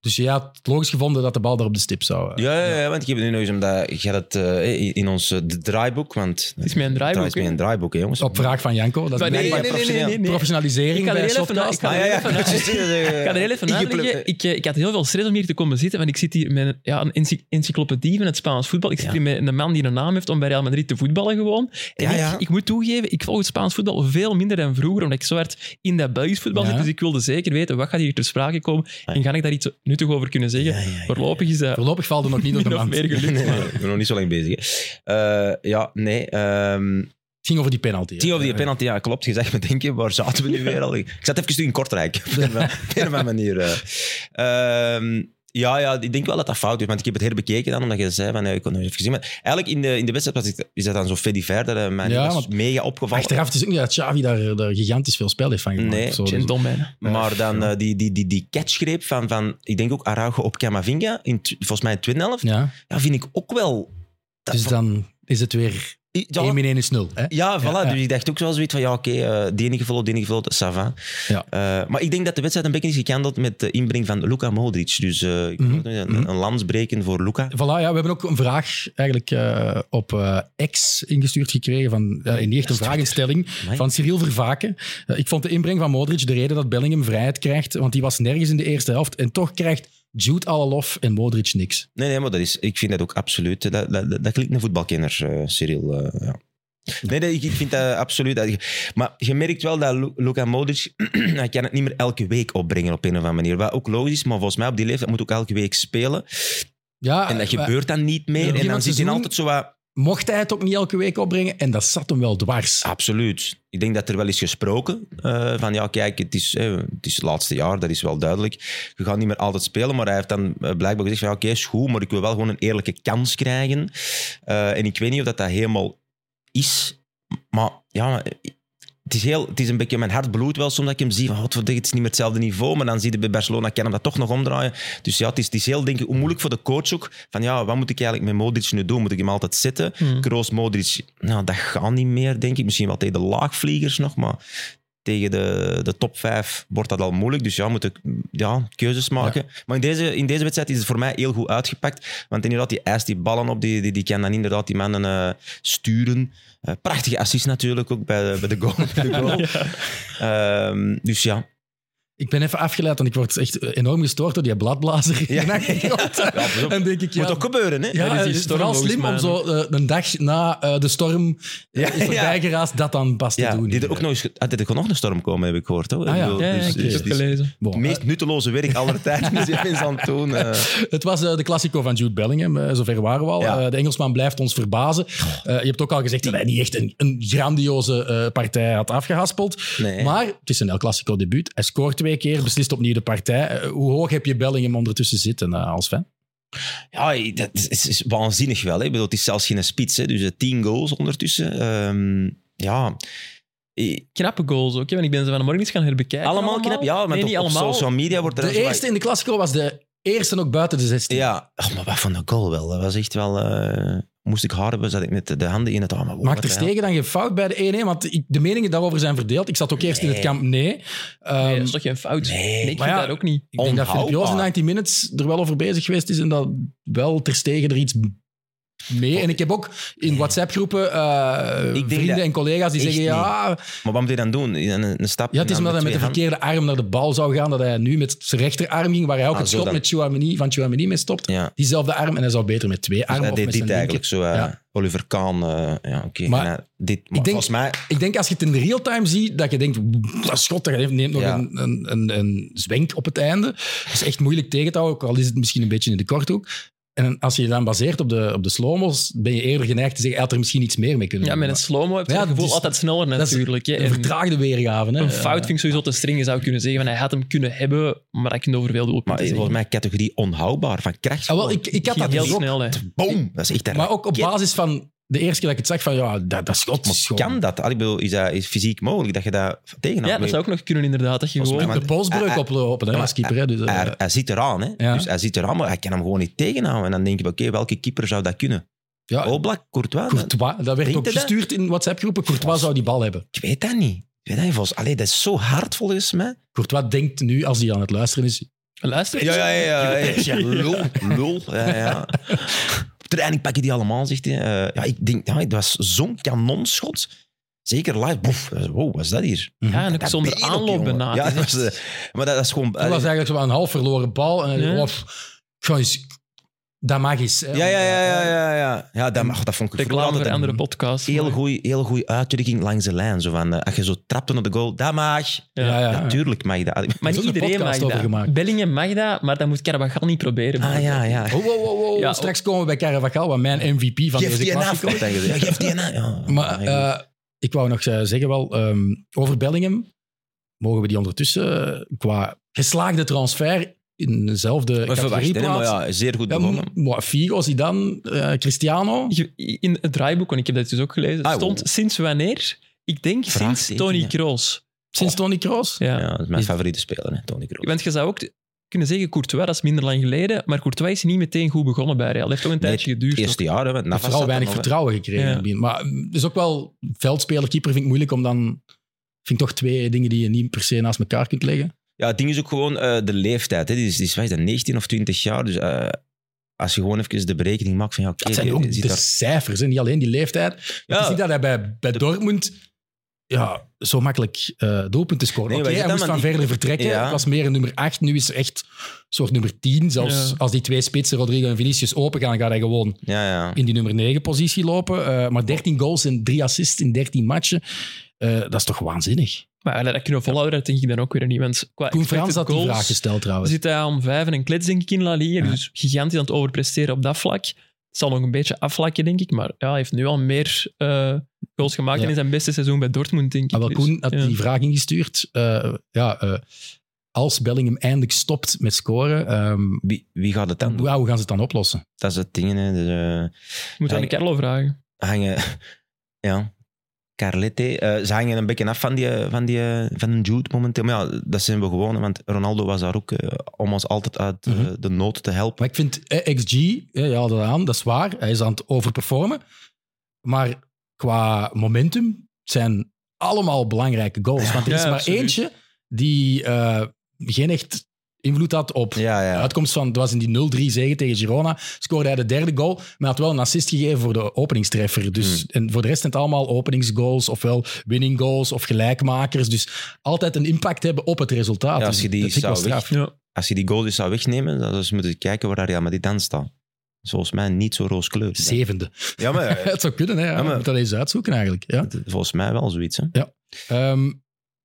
[SPEAKER 1] Dus je had het logisch gevonden dat de bal daar op de stip zou. eh.
[SPEAKER 3] Ja, ja, ja, want ik heb nu nog eens omdat je had het eh, in- in ons eh, de draaiboek, want
[SPEAKER 2] Het is mijn draaiboek.
[SPEAKER 3] het is mijn draaiboek, hè, jongens.
[SPEAKER 1] Op vraag van Janko. Dat is
[SPEAKER 2] Maar nee,
[SPEAKER 1] blijkbaar
[SPEAKER 3] nee, nee,
[SPEAKER 1] professioneel-
[SPEAKER 2] nee, nee.
[SPEAKER 1] professionalisering
[SPEAKER 2] Ik ga er
[SPEAKER 1] bij
[SPEAKER 2] heel even
[SPEAKER 1] Softcast.
[SPEAKER 2] naar- ik ga
[SPEAKER 3] Ah,
[SPEAKER 2] er
[SPEAKER 3] ja,
[SPEAKER 2] heel
[SPEAKER 3] ja.
[SPEAKER 2] even naar- Ik ga er heel even uitleggen. Ik, eh, ik had heel veel stress om hier te komen zitten, want ik zit hier met een- ja, een ency- encyclopedie van het Spaans voetbal. Ik zit
[SPEAKER 3] Ja.
[SPEAKER 2] hier met een man die een naam heeft om bij Real Madrid te voetballen gewoon. En
[SPEAKER 3] Ja,
[SPEAKER 2] ik,
[SPEAKER 3] ja.
[SPEAKER 2] ik moet toegeven, ik volg het Spaans voetbal veel minder dan vroeger, omdat ik zo hard in dat Belgisch voetbal
[SPEAKER 1] Ja.
[SPEAKER 2] zit. Dus ik wilde zeker weten, wat gaat hier ter sprake komen? En ga ik daar iets nuttig over kunnen zeggen?
[SPEAKER 3] Ja, ja, ja, ja.
[SPEAKER 2] Voorlopig is dat
[SPEAKER 1] Voorlopig valt er nog niet door
[SPEAKER 2] min
[SPEAKER 1] de
[SPEAKER 2] of
[SPEAKER 1] mand.
[SPEAKER 2] meer gelukt.
[SPEAKER 3] Nee,
[SPEAKER 2] maar-
[SPEAKER 3] ik ben nog niet zo lang bezig. hè. Eh, ja, nee. ehm
[SPEAKER 1] Het ging over die penalty. hè.
[SPEAKER 3] tien over die penalty, ja, klopt. Je zegt me denken, waar zaten we nu weer al? Ik zat even in Kortrijk, op een of andere manier. eh. Ehm, ja, ja, ik denk wel dat dat fout is, want ik heb het heel bekeken dan, omdat je zei, van, eh, ik kon nog even gezien. Maar eigenlijk in de, in de wedstrijd was ik, is dat dan zo Freddy verder, eh, mij
[SPEAKER 1] Ja,
[SPEAKER 3] was
[SPEAKER 1] want-
[SPEAKER 3] mega opgevallen.
[SPEAKER 1] Achteraf het is ook niet dat Xavi daar, eh, daar gigantisch veel spel heeft van gemaakt.
[SPEAKER 3] Nee,
[SPEAKER 1] of zo. Dus-
[SPEAKER 2] Gentleman. hè.
[SPEAKER 3] Maar dan eh, die, die, die, die catchgreep van, van, ik denk ook Araujo op Camavinga, in, tw- volgens mij in tweede helft, ja.
[SPEAKER 1] Ja,
[SPEAKER 3] vind ik ook wel... dat-
[SPEAKER 1] dus dan is het weer
[SPEAKER 3] Ja,
[SPEAKER 1] 1 in 1 is 0. Hè?
[SPEAKER 3] Ja, voilà.
[SPEAKER 1] Ja, ja.
[SPEAKER 3] Dus ik dacht ook wel zoiets van, ja, oké, eh de enige gevuld, de enige gevuld, ça va.
[SPEAKER 1] Ja.
[SPEAKER 3] Eh, maar ik denk dat de wedstrijd een beetje is gekendeld met de inbreng van Luka Modric. Dus eh, ik
[SPEAKER 1] Mhm.
[SPEAKER 3] wil een,
[SPEAKER 1] Mhm.
[SPEAKER 3] een lans breken voor Luka.
[SPEAKER 1] Voilà, ja, we hebben ook een vraag eigenlijk eh, op eh, X ingestuurd gekregen. Van, eh, in die echte vragenstelling
[SPEAKER 3] Amai.
[SPEAKER 1] van Cyril Vervaken. Eh, ik vond de inbreng van Modric de reden dat Bellingham vrijheid krijgt. Want die was nergens in de eerste helft. En toch krijgt Jude alle lof en Modric niks.
[SPEAKER 3] Nee, nee, maar dat is, ik vind dat ook absoluut... eh, Dat, dat, dat, dat klinkt een voetbalkenner, eh, Cyril. eh, ja. Nee, nee, ik, ik vind dat absoluut... dat- maar je merkt wel dat Lu- Luka Modric... hij kan het niet meer elke week opbrengen op een of andere manier. Wat ook logisch is, maar volgens mij op die leeftijd moet ook elke week spelen.
[SPEAKER 1] Ja,
[SPEAKER 3] En dat
[SPEAKER 1] Ah, maar
[SPEAKER 3] gebeurt dan niet
[SPEAKER 1] Ja.
[SPEAKER 3] meer. En
[SPEAKER 1] Iemand
[SPEAKER 3] dan zit hij
[SPEAKER 1] seizoen-
[SPEAKER 3] altijd zo wat...
[SPEAKER 1] mocht hij het ook niet elke week opbrengen. En dat zat hem wel dwars.
[SPEAKER 3] Absoluut. Ik denk dat er wel is gesproken eh, van ja, kijk, het is, eh, het is het laatste jaar, dat is wel duidelijk. Je gaat niet meer altijd spelen, maar hij heeft dan eh, blijkbaar gezegd van ja, oké, is goed, maar ik wil wel gewoon een eerlijke kans krijgen. Eh, en ik weet niet of dat dat helemaal is, maar ja, maar, eh, het is, heel, het is een beetje mijn hart bloedt wel soms dat ik hem zie van godverdikke, het is niet meer hetzelfde niveau, maar dan zie je bij Barcelona, kan hem dat toch nog omdraaien. Dus ja, het is, het is heel denk ik moeilijk voor de coach ook, van ja, wat moet ik eigenlijk met Modric nu doen? Moet ik hem altijd zetten?
[SPEAKER 2] Hmm.
[SPEAKER 3] Kroos, Modric, nou, dat gaat niet meer, denk ik. Misschien wel tegen de laagvliegers nog, maar tegen de, de top 5 wordt dat al moeilijk. Dus ja, we moeten ja, keuzes maken. Maar in deze, in deze wedstrijd is het voor mij heel goed uitgepakt. Want inderdaad, die eist die ballen op, die, die, die kan dan inderdaad die mannen eh, sturen. Eh, prachtige assist natuurlijk, ook bij de, bij de goal. Bij de goal. Ehm, dus ja.
[SPEAKER 1] Ik ben even afgeleid, want ik word echt enorm gestoord door die bladblazer.
[SPEAKER 3] Ja.
[SPEAKER 1] in de achtergrond.
[SPEAKER 3] pas op.
[SPEAKER 1] en denk ik, ja,
[SPEAKER 3] Moet ook gebeuren, hè?
[SPEAKER 1] Ja,
[SPEAKER 2] Ja, dus die
[SPEAKER 1] het is
[SPEAKER 2] storm
[SPEAKER 1] vooral
[SPEAKER 2] volgens
[SPEAKER 1] slim om
[SPEAKER 2] mij,
[SPEAKER 1] zo eh, een dag na eh, de storm eh,
[SPEAKER 3] Ja,
[SPEAKER 1] is voorbij
[SPEAKER 3] ja.
[SPEAKER 1] geraasd, dat dan pas te
[SPEAKER 3] Ja,
[SPEAKER 1] doen.
[SPEAKER 3] die er ook nog eens... Ah, er kon nog een storm komen, heb ik gehoord. Hoor.
[SPEAKER 1] Ah, ja.
[SPEAKER 3] Ik bedoel,
[SPEAKER 2] Ja, ja,
[SPEAKER 3] dus-
[SPEAKER 2] ik heb
[SPEAKER 3] dus
[SPEAKER 2] het
[SPEAKER 3] het is
[SPEAKER 2] gelezen.
[SPEAKER 1] Bon,
[SPEAKER 3] het meest nutteloze werk aller tijden is je eens aan het doen. eh.
[SPEAKER 1] eh, het was eh, de klassico van Jude Bellingham, eh, zover waren we al.
[SPEAKER 3] Ja.
[SPEAKER 1] Eh, de Engelsman blijft ons verbazen. Eh, je hebt ook al gezegd dat hij niet echt een, een grandioze eh, partij had afgehaspeld.
[SPEAKER 3] Nee.
[SPEAKER 1] Maar het is een El Clasico debuut. Hij scoort twee keer, beslist opnieuw de partij. Eh, hoe hoog heb je Bellingham ondertussen zitten eh, als fan?
[SPEAKER 3] Ja, dat is, is- is waanzinnig wel. Hè. Ik bedoel, het is zelfs geen spits. Hè. Dus eh, tien goals ondertussen. Ehm, ja. Eh,
[SPEAKER 2] Knappe goals ook, hè, want ik ben ze van de morgen eens gaan herbekijken.
[SPEAKER 3] Allemaal, knap. Ja, maar
[SPEAKER 2] nee,
[SPEAKER 3] op,
[SPEAKER 2] niet
[SPEAKER 3] op
[SPEAKER 2] allemaal.
[SPEAKER 3] social media wordt er...
[SPEAKER 1] De
[SPEAKER 3] zo wat-
[SPEAKER 1] eerste in de Clasico was de eerste ook buiten de 16.
[SPEAKER 3] Ja. Oh, maar wat van de goal wel. Dat was echt wel... eh, moest ik hard hebben, zat ik met de handen in het... Oh, maar wow,
[SPEAKER 1] Maakt
[SPEAKER 3] wat
[SPEAKER 1] Ter
[SPEAKER 3] de hel.
[SPEAKER 1] Stegen dan geen fout bij de 1-1? Want ik- de meningen daarover zijn verdeeld. Ik zat ook eerst in het
[SPEAKER 3] Nee.
[SPEAKER 1] kamp nee. Ehm,
[SPEAKER 2] Nee, dat is toch geen fout?
[SPEAKER 3] Nee,
[SPEAKER 2] ik
[SPEAKER 1] maar
[SPEAKER 2] vind
[SPEAKER 1] ja,
[SPEAKER 2] dat ook niet.
[SPEAKER 1] ik denk dat Filip Joos in
[SPEAKER 3] onhoudbaar.
[SPEAKER 1] 90 Minutes er wel over bezig geweest is en dat wel Ter Stegen er iets mee... En ik heb ook in WhatsApp-groepen eh,
[SPEAKER 3] denk
[SPEAKER 1] vrienden
[SPEAKER 3] dat
[SPEAKER 1] en collega's die
[SPEAKER 3] echt
[SPEAKER 1] zeggen... Ja,
[SPEAKER 3] Maar wat moet je dan doen? Een, een- een stap
[SPEAKER 1] ja, het is
[SPEAKER 3] en
[SPEAKER 1] omdat
[SPEAKER 3] dan
[SPEAKER 1] hij met de
[SPEAKER 3] twee
[SPEAKER 1] verkeerde arm naar de bal zou gaan, dat hij nu met zijn rechterarm ging, waar hij ook
[SPEAKER 3] Ah,
[SPEAKER 1] het
[SPEAKER 3] zo
[SPEAKER 1] schot
[SPEAKER 3] dan.
[SPEAKER 1] met Chouamini, van Chouamini mee stopt.
[SPEAKER 3] handen. Ja.
[SPEAKER 1] Diezelfde arm, en hij zou beter met twee
[SPEAKER 3] Dus
[SPEAKER 1] armen
[SPEAKER 3] hij
[SPEAKER 1] of
[SPEAKER 3] deed
[SPEAKER 1] met
[SPEAKER 3] dit
[SPEAKER 1] zijn
[SPEAKER 3] eigenlijk
[SPEAKER 1] linker.
[SPEAKER 3] zo. eh,
[SPEAKER 1] Ja.
[SPEAKER 3] Oliver Kahn. eh, ja, oké.
[SPEAKER 1] Maar
[SPEAKER 3] En hij- dit, maar
[SPEAKER 1] denk-
[SPEAKER 3] volgens mij...
[SPEAKER 1] Ik denk als je het in real-time ziet, dat je denkt, dat schot, dat je neemt nog
[SPEAKER 3] Ja.
[SPEAKER 1] een, een, een, een zwenk op het einde. Dat is echt moeilijk tegen te houden, ook al is het misschien een beetje in de korthoek. En als je je dan baseert op de, op de slow-mo's, ben je eerder geneigd te zeggen, hij had er misschien iets meer mee kunnen
[SPEAKER 2] Ja,
[SPEAKER 1] doen.
[SPEAKER 2] met een slow-mo heb je
[SPEAKER 1] Ja,
[SPEAKER 2] het gevoel
[SPEAKER 1] dus-
[SPEAKER 2] altijd sneller
[SPEAKER 1] is
[SPEAKER 2] natuurlijk. hè.
[SPEAKER 1] Maar een
[SPEAKER 2] En
[SPEAKER 1] vertraagde weergave. Hè.
[SPEAKER 2] een fout vind ik sowieso te streng. Je zou kunnen zeggen, van, hij had hem kunnen hebben, maar hij kunnen overveelde ook
[SPEAKER 3] Maar eh,
[SPEAKER 2] niet.
[SPEAKER 3] volgens mij categorie onhoudbaar. Van kracht.
[SPEAKER 1] Ah, wel, ik, ik had dat
[SPEAKER 2] heel
[SPEAKER 1] dus ook.
[SPEAKER 2] snel. Hè.
[SPEAKER 3] Boom! Dat is echt een
[SPEAKER 1] Maar ook op
[SPEAKER 3] raket.
[SPEAKER 1] basis van de eerste keer dat ik het zag, van ja, dat, dat schot is
[SPEAKER 3] Maar
[SPEAKER 1] gewoon...
[SPEAKER 3] kan dat? Allee, Ik bedoel, is dat is fysiek mogelijk dat je dat tegenhoudt?
[SPEAKER 2] Ja, dat zou ook nog kunnen inderdaad. Dat je
[SPEAKER 3] Volgens
[SPEAKER 2] gewoon...
[SPEAKER 3] mij-
[SPEAKER 1] De polsbreuk
[SPEAKER 3] Ah, ah,
[SPEAKER 1] oplopen hè,
[SPEAKER 3] maar-
[SPEAKER 1] als keeper. Hè, dus, eh,
[SPEAKER 3] hij, hij zit eraan, hè?
[SPEAKER 1] Ja.
[SPEAKER 3] Dus hij zit eraan, maar hij kan hem gewoon niet tegenhouden. En dan denk ik, oké, welke keeper zou dat kunnen?
[SPEAKER 1] ja,
[SPEAKER 3] Oblak, Courtois? Dat-
[SPEAKER 1] Ah, Courtois, dat werd
[SPEAKER 3] Denkt
[SPEAKER 1] ook
[SPEAKER 3] je dat?
[SPEAKER 1] gestuurd in WhatsApp-groepen. Courtois zou die bal hebben.
[SPEAKER 3] ik weet dat niet. Ik weet dat niet volgens. Allee, dat is zo hard volgens mij.
[SPEAKER 1] Courtois denkt nu, als hij aan het luisteren is,
[SPEAKER 2] Luister.
[SPEAKER 3] Ja, ja, ja. ja, ja. Lul, lul. Ja, ja. Op Training pakken die allemaal, zegt hij. Eh, ja, ik denk, ja, dat was zo'n kanonschot. Zeker live. Boef, eh, wow, wat is dat hier?
[SPEAKER 2] Ja, en ook
[SPEAKER 3] Dat
[SPEAKER 2] zonder
[SPEAKER 3] been op,
[SPEAKER 2] aanloop
[SPEAKER 3] jongen.
[SPEAKER 2] bijna.
[SPEAKER 3] Ja,
[SPEAKER 2] Het is
[SPEAKER 3] dat
[SPEAKER 2] echt-
[SPEAKER 3] was, eh, maar dat, dat is gewoon... eh,
[SPEAKER 1] Dat was eigenlijk zo een half verloren bal. En
[SPEAKER 2] Ja.
[SPEAKER 1] oh, pff, gewoon eens- dat mag eens. hè.
[SPEAKER 3] ja, ja, ja, ja, ja. Ja, ja dat, mag, dat vond ik vroeger
[SPEAKER 2] reclame voor
[SPEAKER 3] altijd
[SPEAKER 2] een
[SPEAKER 3] een
[SPEAKER 2] andere podcast.
[SPEAKER 3] heel goeie, heel goeie uitdrukking langs de lijn. Zo van, eh, als je zo trapt op de goal, dat mag.
[SPEAKER 1] Ja, ja, ja.
[SPEAKER 3] Natuurlijk mag dat. Ah,
[SPEAKER 2] Maar
[SPEAKER 1] Er is
[SPEAKER 2] niet
[SPEAKER 1] ook een
[SPEAKER 2] iedereen mag
[SPEAKER 1] podcast over
[SPEAKER 2] dat.
[SPEAKER 1] gemaakt.
[SPEAKER 2] Bellingen mag dat, maar dat moet Carabachal niet proberen.
[SPEAKER 3] Ah ja, ja.
[SPEAKER 1] Wow, Oh, wow, wow, wow.
[SPEAKER 2] Ja, oh.
[SPEAKER 1] Straks komen we bij Caravacal, wat mijn MVP van
[SPEAKER 3] Geef
[SPEAKER 1] deze
[SPEAKER 3] die Ah, een
[SPEAKER 1] klassico
[SPEAKER 3] af. wordt dan gezegd. Ja, geef die een af. Ja.
[SPEAKER 1] Maar
[SPEAKER 3] Ja,
[SPEAKER 1] eh, ik wou nog eh, zeggen wel, ehm, over Bellingham mogen we die ondertussen eh, qua geslaagde transfer in dezelfde categorie
[SPEAKER 3] verwacht, hè, maar
[SPEAKER 1] plaatsen.
[SPEAKER 3] ja, zeer goed
[SPEAKER 1] Ja,
[SPEAKER 3] begonnen.
[SPEAKER 1] m- maar Figo, Zidane, eh, Cristiano.
[SPEAKER 2] Je- In het draaiboek, want ik heb dat dus ook gelezen,
[SPEAKER 3] Ah,
[SPEAKER 2] stond
[SPEAKER 3] wow.
[SPEAKER 2] sinds wanneer? Ik denk sinds
[SPEAKER 3] Vraagteken,
[SPEAKER 2] Tony
[SPEAKER 3] ja.
[SPEAKER 2] Kroos.
[SPEAKER 1] Sinds Tony Kroos.
[SPEAKER 2] Ja.
[SPEAKER 3] Ja, dat is mijn favoriete speler, hè, Tony Kroos.
[SPEAKER 2] Want je zou ook kunnen zeggen, Courtois, dat is minder lang geleden, maar Courtois is niet meteen goed begonnen bij Real. Dat heeft toch een
[SPEAKER 3] Nee,
[SPEAKER 2] tijdje geduurd.
[SPEAKER 3] Het eerste jaar, hè, want
[SPEAKER 1] Hij heeft
[SPEAKER 3] Navas
[SPEAKER 1] vooral
[SPEAKER 3] zat er
[SPEAKER 1] weinig
[SPEAKER 3] nog, hè.
[SPEAKER 1] vertrouwen gekregen.
[SPEAKER 2] Ja.
[SPEAKER 1] in het begin. Maar mm, het is ook wel veldspeler, keeper vind ik moeilijk om dan. Vind ik toch twee dingen die je niet per se naast elkaar kunt leggen.
[SPEAKER 3] Ja, het ding is ook gewoon eh, de leeftijd. Hè. Die is, die is, wat is dat, 19 of 20 jaar. Dus eh, als je gewoon even de berekening maakt van... Ja, oké,
[SPEAKER 1] Dat zijn ook dus-
[SPEAKER 3] je zit
[SPEAKER 1] de
[SPEAKER 3] daar-
[SPEAKER 1] cijfers, en niet alleen die leeftijd.
[SPEAKER 3] Ja.
[SPEAKER 1] Het is niet dat hij bij, bij Dortmund ja, zo makkelijk eh, doelpunten scoort.
[SPEAKER 3] Nee,
[SPEAKER 1] Oké,
[SPEAKER 3] maar is
[SPEAKER 1] hij
[SPEAKER 3] dat
[SPEAKER 1] moest van
[SPEAKER 3] dan-
[SPEAKER 1] verder vertrekken.
[SPEAKER 3] Ja.
[SPEAKER 1] Het was meer een nummer 8. Nu is er echt een soort nummer 10. Zelfs
[SPEAKER 2] Ja.
[SPEAKER 1] als die twee spitsen, Rodrigo en Vinicius, open gaan, gaat hij gewoon
[SPEAKER 3] Ja, ja.
[SPEAKER 1] in die nummer 9 positie lopen. Eh, maar 13 goals en 3 assists in 13 matchen. Eh, dat is toch waanzinnig?
[SPEAKER 2] Maar ja, dat kunnen we volhouden, dat denk ik dan ook weer niet. Want qua
[SPEAKER 1] Koen
[SPEAKER 2] expected
[SPEAKER 1] Frans had die
[SPEAKER 2] goals
[SPEAKER 1] vraag gesteld trouwens.
[SPEAKER 2] zit hij aan vijf en een klets, denk ik, in La Liga. Dus gigantisch aan het overpresteren op dat vlak. Het zal nog een beetje afvlakken, denk ik. Maar ja, hij heeft nu al meer eh, goals gemaakt
[SPEAKER 1] Ja.
[SPEAKER 2] dan in zijn beste seizoen bij Dortmund, denk ik.
[SPEAKER 1] Maar wel,
[SPEAKER 2] Dus,
[SPEAKER 1] Koen had
[SPEAKER 2] ja.
[SPEAKER 1] die vraag ingestuurd. Eh, ja, eh, als Bellingham eindelijk stopt met scoren, ehm,
[SPEAKER 3] Wie, wie gaat het dan doen?
[SPEAKER 1] ja, hoe gaan ze het dan oplossen?
[SPEAKER 3] Dat is het ding. Hè. Dus, eh,
[SPEAKER 2] Moet aan
[SPEAKER 3] Hij-
[SPEAKER 2] de Carlo vragen.
[SPEAKER 3] hangen... Ja. Carlette. eh, ze hangen een beetje af van, die, eh, van, die, van Jude momenteel. Maar ja, dat zijn we gewoon. hè, Want Ronaldo was daar ook eh, om ons altijd uit eh,
[SPEAKER 1] Mhm.
[SPEAKER 3] de nood te helpen.
[SPEAKER 1] Maar ik vind eh, XG, eh, ja, dat aan, dat is waar. Hij is aan het overperformen. Maar qua momentum zijn allemaal belangrijke goals. want er is
[SPEAKER 2] Ja,
[SPEAKER 1] maar
[SPEAKER 2] absoluut.
[SPEAKER 1] eentje die eh, geen echt invloed had op
[SPEAKER 3] Ja,
[SPEAKER 1] de
[SPEAKER 3] ja.
[SPEAKER 1] uitkomst van. Het was in die 0-3 zege tegen Girona. Scoorde hij de derde goal, maar hij had wel een assist gegeven voor de openingstreffer.
[SPEAKER 3] Hmm.
[SPEAKER 1] Dus, En voor de rest zijn het allemaal openingsgoals, ofwel winning goals of gelijkmakers. Dus altijd een impact hebben op het resultaat.
[SPEAKER 3] Ja, als
[SPEAKER 1] Dus
[SPEAKER 3] je die
[SPEAKER 1] dat vind ik wel
[SPEAKER 3] zou
[SPEAKER 1] straf.
[SPEAKER 2] Ja.
[SPEAKER 3] Als je die goal dus zou wegnemen, dan zou je moeten kijken waar Real Madrid dan staat. Is Volgens mij niet zo rooskleurig.
[SPEAKER 1] Zevende.
[SPEAKER 3] Ja, maar eh,
[SPEAKER 1] Het zou kunnen, hè. Ja,
[SPEAKER 3] maar-
[SPEAKER 1] Je moet dat eens uitzoeken eigenlijk. Ja.
[SPEAKER 3] volgens mij wel zoiets. Hè.
[SPEAKER 1] Ehm,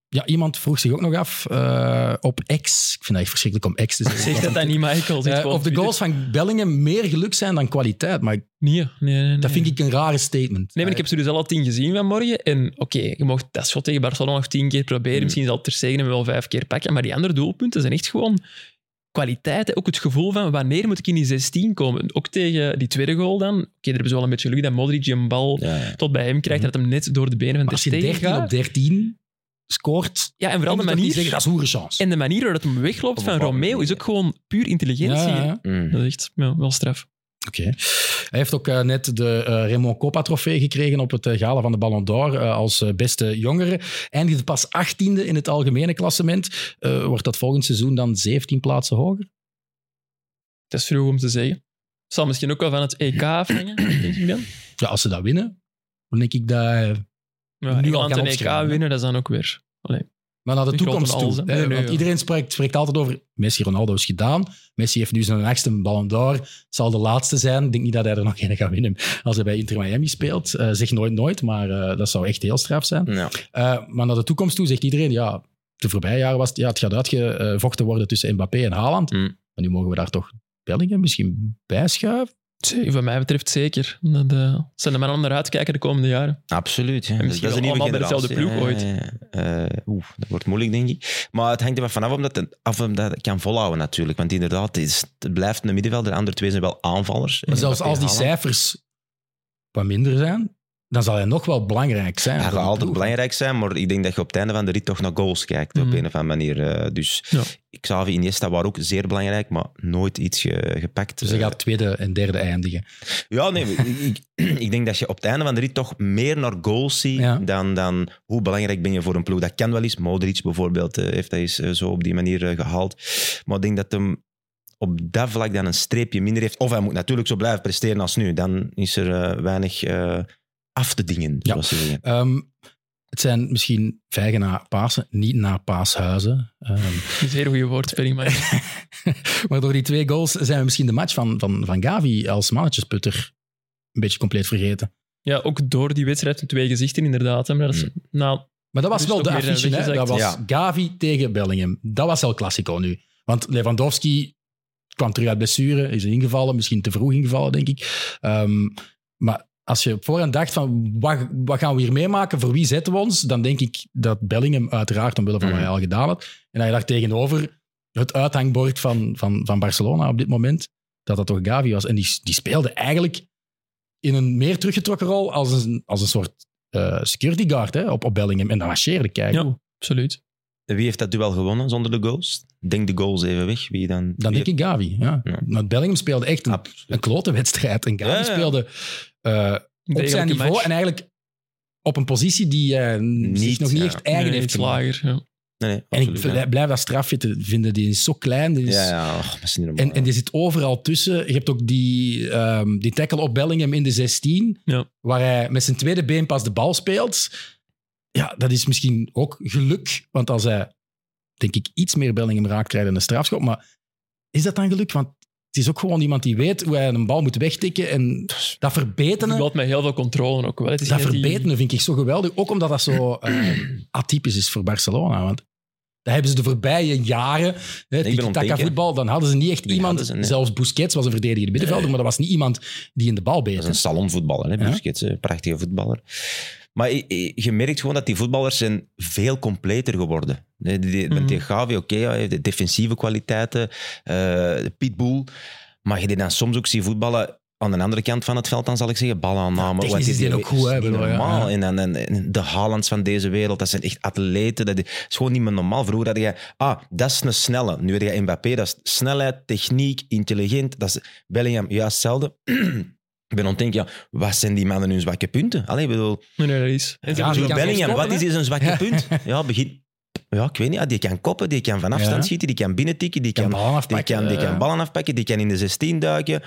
[SPEAKER 1] ja, iemand vroeg zich ook nog af eh, op X. Ik vind het echt verschrikkelijk om X te zeggen.
[SPEAKER 2] Zeg dat dat niet, Michael. Zeg
[SPEAKER 1] Eh,
[SPEAKER 2] gewoon
[SPEAKER 1] of de
[SPEAKER 2] Twitter.
[SPEAKER 1] goals van Bellingham meer geluk zijn dan kwaliteit. Maar
[SPEAKER 2] Nee, nee, nee, nee.
[SPEAKER 1] dat vind ik een rare statement.
[SPEAKER 2] Nee, maar ik heb ze dus al al tien gezien vanmorgen. En oké, je mocht dat schot tegen Barcelona nog tien keer proberen.
[SPEAKER 3] Mm.
[SPEAKER 2] Misschien zal het er zeggen wel vijf keer pakken. Maar die andere doelpunten zijn echt gewoon kwaliteit. hè. Ook het gevoel van wanneer moet ik in die 16 komen. Ook tegen die tweede goal dan. Oké, daar hebben ze wel een beetje geluk dat Modric een bal
[SPEAKER 3] Ja, ja.
[SPEAKER 2] tot bij hem krijgt. Dat hem net door de benen van
[SPEAKER 1] Mm. Maar
[SPEAKER 2] Ter
[SPEAKER 1] als je
[SPEAKER 2] Stegen
[SPEAKER 1] 13 op
[SPEAKER 2] gaat.
[SPEAKER 1] 13 scoort,
[SPEAKER 2] Ja, en
[SPEAKER 1] dan
[SPEAKER 2] vooral de
[SPEAKER 1] moet je toch niet zeggen
[SPEAKER 2] manier...
[SPEAKER 1] dat is hoere chance.
[SPEAKER 2] En de manier waarop hem wegloopt
[SPEAKER 3] Op
[SPEAKER 2] van
[SPEAKER 3] een bepaalde
[SPEAKER 2] Romeo
[SPEAKER 3] manier,
[SPEAKER 2] is ook gewoon puur intelligentie.
[SPEAKER 1] Ja, ja.
[SPEAKER 3] Mm.
[SPEAKER 2] Dat is echt ja, Mhm. wel straf.
[SPEAKER 1] Oké. Hij heeft ook eh, net de eh Raymond Coppa-trofee gekregen op het eh, gala van de Ballon d'Or eh, als eh, beste jongere. Eindigde pas 18e in het algemene klassement. Eh, wordt dat volgend seizoen dan 17 plaatsen hoger?
[SPEAKER 2] Dat is vroeg om te zeggen. Zal misschien ook wel van het EK afhangen, denk ik dan.
[SPEAKER 1] Ja, als ze dat winnen, dan denk ik dat... eh,
[SPEAKER 2] Ja,
[SPEAKER 1] Nu
[SPEAKER 2] nu
[SPEAKER 1] al
[SPEAKER 2] al
[SPEAKER 1] kan
[SPEAKER 2] een EK
[SPEAKER 1] opschrijven, hè?
[SPEAKER 2] winnen, dat is dan ook weer. Allee.
[SPEAKER 1] Maar naar de
[SPEAKER 2] Ik wil
[SPEAKER 1] toekomst
[SPEAKER 2] van
[SPEAKER 1] toe.
[SPEAKER 2] alles, hè.
[SPEAKER 1] hè,
[SPEAKER 2] Nee, nee,
[SPEAKER 1] want
[SPEAKER 2] ja.
[SPEAKER 1] iedereen spreekt, spreekt altijd over Messi, Ronaldo is gedaan. Messi heeft nu zijn achtste Ballon d'Or. Het zal de laatste zijn. Ik denk niet dat hij er nog een gaat winnen als hij bij Inter Miami speelt. Eh, zeg nooit nooit, maar eh, dat zou echt heel straf zijn.
[SPEAKER 3] Ja.
[SPEAKER 1] Eh, maar naar de toekomst toe zegt iedereen, ja, de voorbije jaren was het, ja, het gaat uitgevochten worden tussen Mbappé en Haaland.
[SPEAKER 3] Mm.
[SPEAKER 1] Maar nu mogen we daar toch Bellingham misschien bijschuiven?
[SPEAKER 2] Zee, Wat mij betreft zeker. Dat eh, zijn de mannen om naar uit te kijken de komende jaren.
[SPEAKER 3] Absoluut. Ja. Dus
[SPEAKER 2] En
[SPEAKER 3] Dat-
[SPEAKER 2] misschien
[SPEAKER 3] dat is een
[SPEAKER 2] wel
[SPEAKER 3] nieuwe
[SPEAKER 2] allemaal bij dezelfde
[SPEAKER 3] generatie,
[SPEAKER 2] ploeg
[SPEAKER 3] hè. Ja, ja, ja. Eh, oeh, dat wordt moeilijk, denk ik. Maar het hangt er wel vanaf omdat het, af of dat het kan volhouden, natuurlijk. Want inderdaad, het, is, het blijft een middenvelder. De andere twee zijn wel aanvallers.
[SPEAKER 1] Maar zelfs
[SPEAKER 3] Mbappé,
[SPEAKER 1] als die
[SPEAKER 3] Haaland.
[SPEAKER 1] cijfers wat minder zijn, dan zal hij nog wel belangrijk zijn.
[SPEAKER 3] Hij
[SPEAKER 1] voor
[SPEAKER 3] gaat
[SPEAKER 1] de
[SPEAKER 3] altijd
[SPEAKER 1] ploeg.
[SPEAKER 3] belangrijk zijn, maar ik denk dat je op het einde van de rit toch naar goals kijkt, op
[SPEAKER 2] Mhm.
[SPEAKER 3] een of andere manier. Eh, Dus
[SPEAKER 2] Ja.
[SPEAKER 3] Xavi Iniesta waren ook zeer belangrijk, maar nooit iets ge- gepakt.
[SPEAKER 1] Dus hij
[SPEAKER 3] Eh,
[SPEAKER 1] gaat tweede en derde eindigen.
[SPEAKER 3] Ja, nee, ik, ik, ik denk dat je op het einde van de rit toch meer naar goals ziet
[SPEAKER 1] Ja.
[SPEAKER 3] dan, dan hoe belangrijk ben je voor een ploeg. Dat kan wel eens. Modric bijvoorbeeld eh, heeft dat eens eh, zo op die manier eh, gehaald. Maar ik denk dat hem op dat vlak dan een streepje minder heeft. Of hij moet natuurlijk zo blijven presteren als nu. Dan is er eh, weinig eh, af te dingen,
[SPEAKER 1] Ja.
[SPEAKER 3] zoals ze zeggen.
[SPEAKER 1] Ehm, het zijn misschien vijgen na Pasen, niet na Paashuizen. Ehm,
[SPEAKER 2] Een zeer goede woordspeling, maar
[SPEAKER 1] maar door die twee goals zijn we misschien de match van, van, van Gavi als mannetjesputter een beetje compleet vergeten.
[SPEAKER 2] ja, ook door die wedstrijd met twee gezichten inderdaad. hè, Maar dat is, nou,
[SPEAKER 1] Maar dat was
[SPEAKER 2] Dus
[SPEAKER 1] wel
[SPEAKER 2] ook
[SPEAKER 1] de
[SPEAKER 2] meer dan
[SPEAKER 1] affiche, hè? Dat
[SPEAKER 2] weggezakt.
[SPEAKER 1] was
[SPEAKER 3] Ja.
[SPEAKER 1] Gavi tegen Bellingham. Dat was El Clasico nu. Want Lewandowski kwam terug uit blessure, is ingevallen, misschien te vroeg ingevallen, denk ik. Ehm, maar als je op voorhand dacht van wat, wat gaan we hier meemaken, voor wie zetten we ons, dan denk ik dat Bellingham uiteraard omwille van wat
[SPEAKER 2] Mhm.
[SPEAKER 1] hij al gedaan had. En dan je daar tegenover het uithangbord van, van, van Barcelona op dit moment, dat dat toch Gavi was. En die, die speelde eigenlijk in een meer teruggetrokken rol als een, als een soort eh, security guard hè, op, op Bellingham. En dat marcheerde kijken.
[SPEAKER 2] ja, absoluut.
[SPEAKER 3] Wie heeft dat duel gewonnen zonder de goals? Denk de goals even weg. Wie dan?
[SPEAKER 1] Dan
[SPEAKER 3] wie
[SPEAKER 1] denk ik Gavi. Ja.
[SPEAKER 3] Ja.
[SPEAKER 1] Want Bellingham speelde echt een,
[SPEAKER 3] Absoluut.
[SPEAKER 1] een klote wedstrijd. En Gavi
[SPEAKER 3] Ja, ja.
[SPEAKER 1] speelde eh,
[SPEAKER 2] De
[SPEAKER 1] op zijn
[SPEAKER 2] eigenlijke
[SPEAKER 1] niveau
[SPEAKER 2] match.
[SPEAKER 1] en eigenlijk op een positie die hij zich
[SPEAKER 3] Niet,
[SPEAKER 1] nog niet
[SPEAKER 3] ja.
[SPEAKER 1] echt eigen
[SPEAKER 2] Nee,
[SPEAKER 1] heeft
[SPEAKER 2] iets
[SPEAKER 1] gemaakt.
[SPEAKER 2] lager. Ja.
[SPEAKER 3] Nee, nee,
[SPEAKER 1] En ik
[SPEAKER 3] absoluut, ja.
[SPEAKER 1] blij- blijf dat strafje te vinden. Die is zo klein. Die is,
[SPEAKER 3] Ja, ja, och, dat is niet normaal.
[SPEAKER 1] En, en die zit overal tussen. Je hebt ook die, ehm, die tackle op Bellingham in de 16,
[SPEAKER 2] Ja.
[SPEAKER 1] waar hij met zijn tweede been pas de bal speelt. Ja, dat is misschien ook geluk, want als hij, denk ik, iets meer Bellingham raakt, krijgt hij een strafschop. Maar is dat dan geluk? Want het is ook gewoon iemand die weet hoe hij een bal moet wegtikken. En dat verbeteren,
[SPEAKER 2] Voetbalt met heel veel controle ook wel. Het is
[SPEAKER 1] dat
[SPEAKER 2] niet die-
[SPEAKER 1] verbeteren vind ik zo geweldig. Ook omdat dat zo ehm, atypisch is voor Barcelona. Want dat hebben ze de voorbije jaren. hè,
[SPEAKER 3] ben
[SPEAKER 1] Tiki-taka
[SPEAKER 3] ontkeken.
[SPEAKER 1] voetbal. Dan hadden ze niet echt
[SPEAKER 3] Die
[SPEAKER 1] iemand.
[SPEAKER 3] hadden ze, nee.
[SPEAKER 1] Zelfs Busquets was een verdedigende middenvelder. Maar dat was niet iemand die in de bal
[SPEAKER 3] Dat
[SPEAKER 1] beet.
[SPEAKER 3] is een salonvoetballer, hè,
[SPEAKER 1] Ja.
[SPEAKER 3] Busquets. hè. Prachtige voetballer. Maar je- je je merkt gewoon dat die voetballers zijn veel completer geworden. Nee, die- die-
[SPEAKER 2] Mhm.
[SPEAKER 3] Want die Gavi, oké, ja, hij heeft de defensieve kwaliteiten, eh, de pitbull. Maar je die dan soms ook ziet voetballen aan de andere kant van het veld, dan zal ik zeggen, balaanname.
[SPEAKER 1] technisch
[SPEAKER 3] want
[SPEAKER 1] is die ook goed, hè,
[SPEAKER 3] is niet
[SPEAKER 1] bedoel, ja.
[SPEAKER 3] normaal.
[SPEAKER 1] Ja.
[SPEAKER 3] En, dan- en, en de Haalands van deze wereld, dat zijn echt atleten. Dat is gewoon niet meer normaal. Vroeger had je, ah, dat is een snelle. Nu heb je Mbappé, dat is snelheid, techniek, intelligent. Dat is Bellingham, juist hetzelfde. Ik ben aan het denken, ja, wat zijn die mannen hun zwakke punten? Allee, ik bedoel,
[SPEAKER 2] Nee, nee, dat is. En ze
[SPEAKER 1] Ja,
[SPEAKER 2] hebben
[SPEAKER 1] die
[SPEAKER 2] zo-
[SPEAKER 1] kan
[SPEAKER 3] Bellingham,
[SPEAKER 1] soms
[SPEAKER 3] wat
[SPEAKER 1] koppen,
[SPEAKER 3] is hier zijn zwakke punt? Ja, begin... Ja, ik weet niet. Ja, die kan koppen, die kan van afstand
[SPEAKER 1] Ja.
[SPEAKER 3] schieten, die kan binnentikken, die
[SPEAKER 1] kan
[SPEAKER 3] kan,
[SPEAKER 1] ballen
[SPEAKER 3] die
[SPEAKER 1] afpakken,
[SPEAKER 3] kan, die
[SPEAKER 1] eh.
[SPEAKER 3] kan ballen afpakken, die kan in de 16 duiken.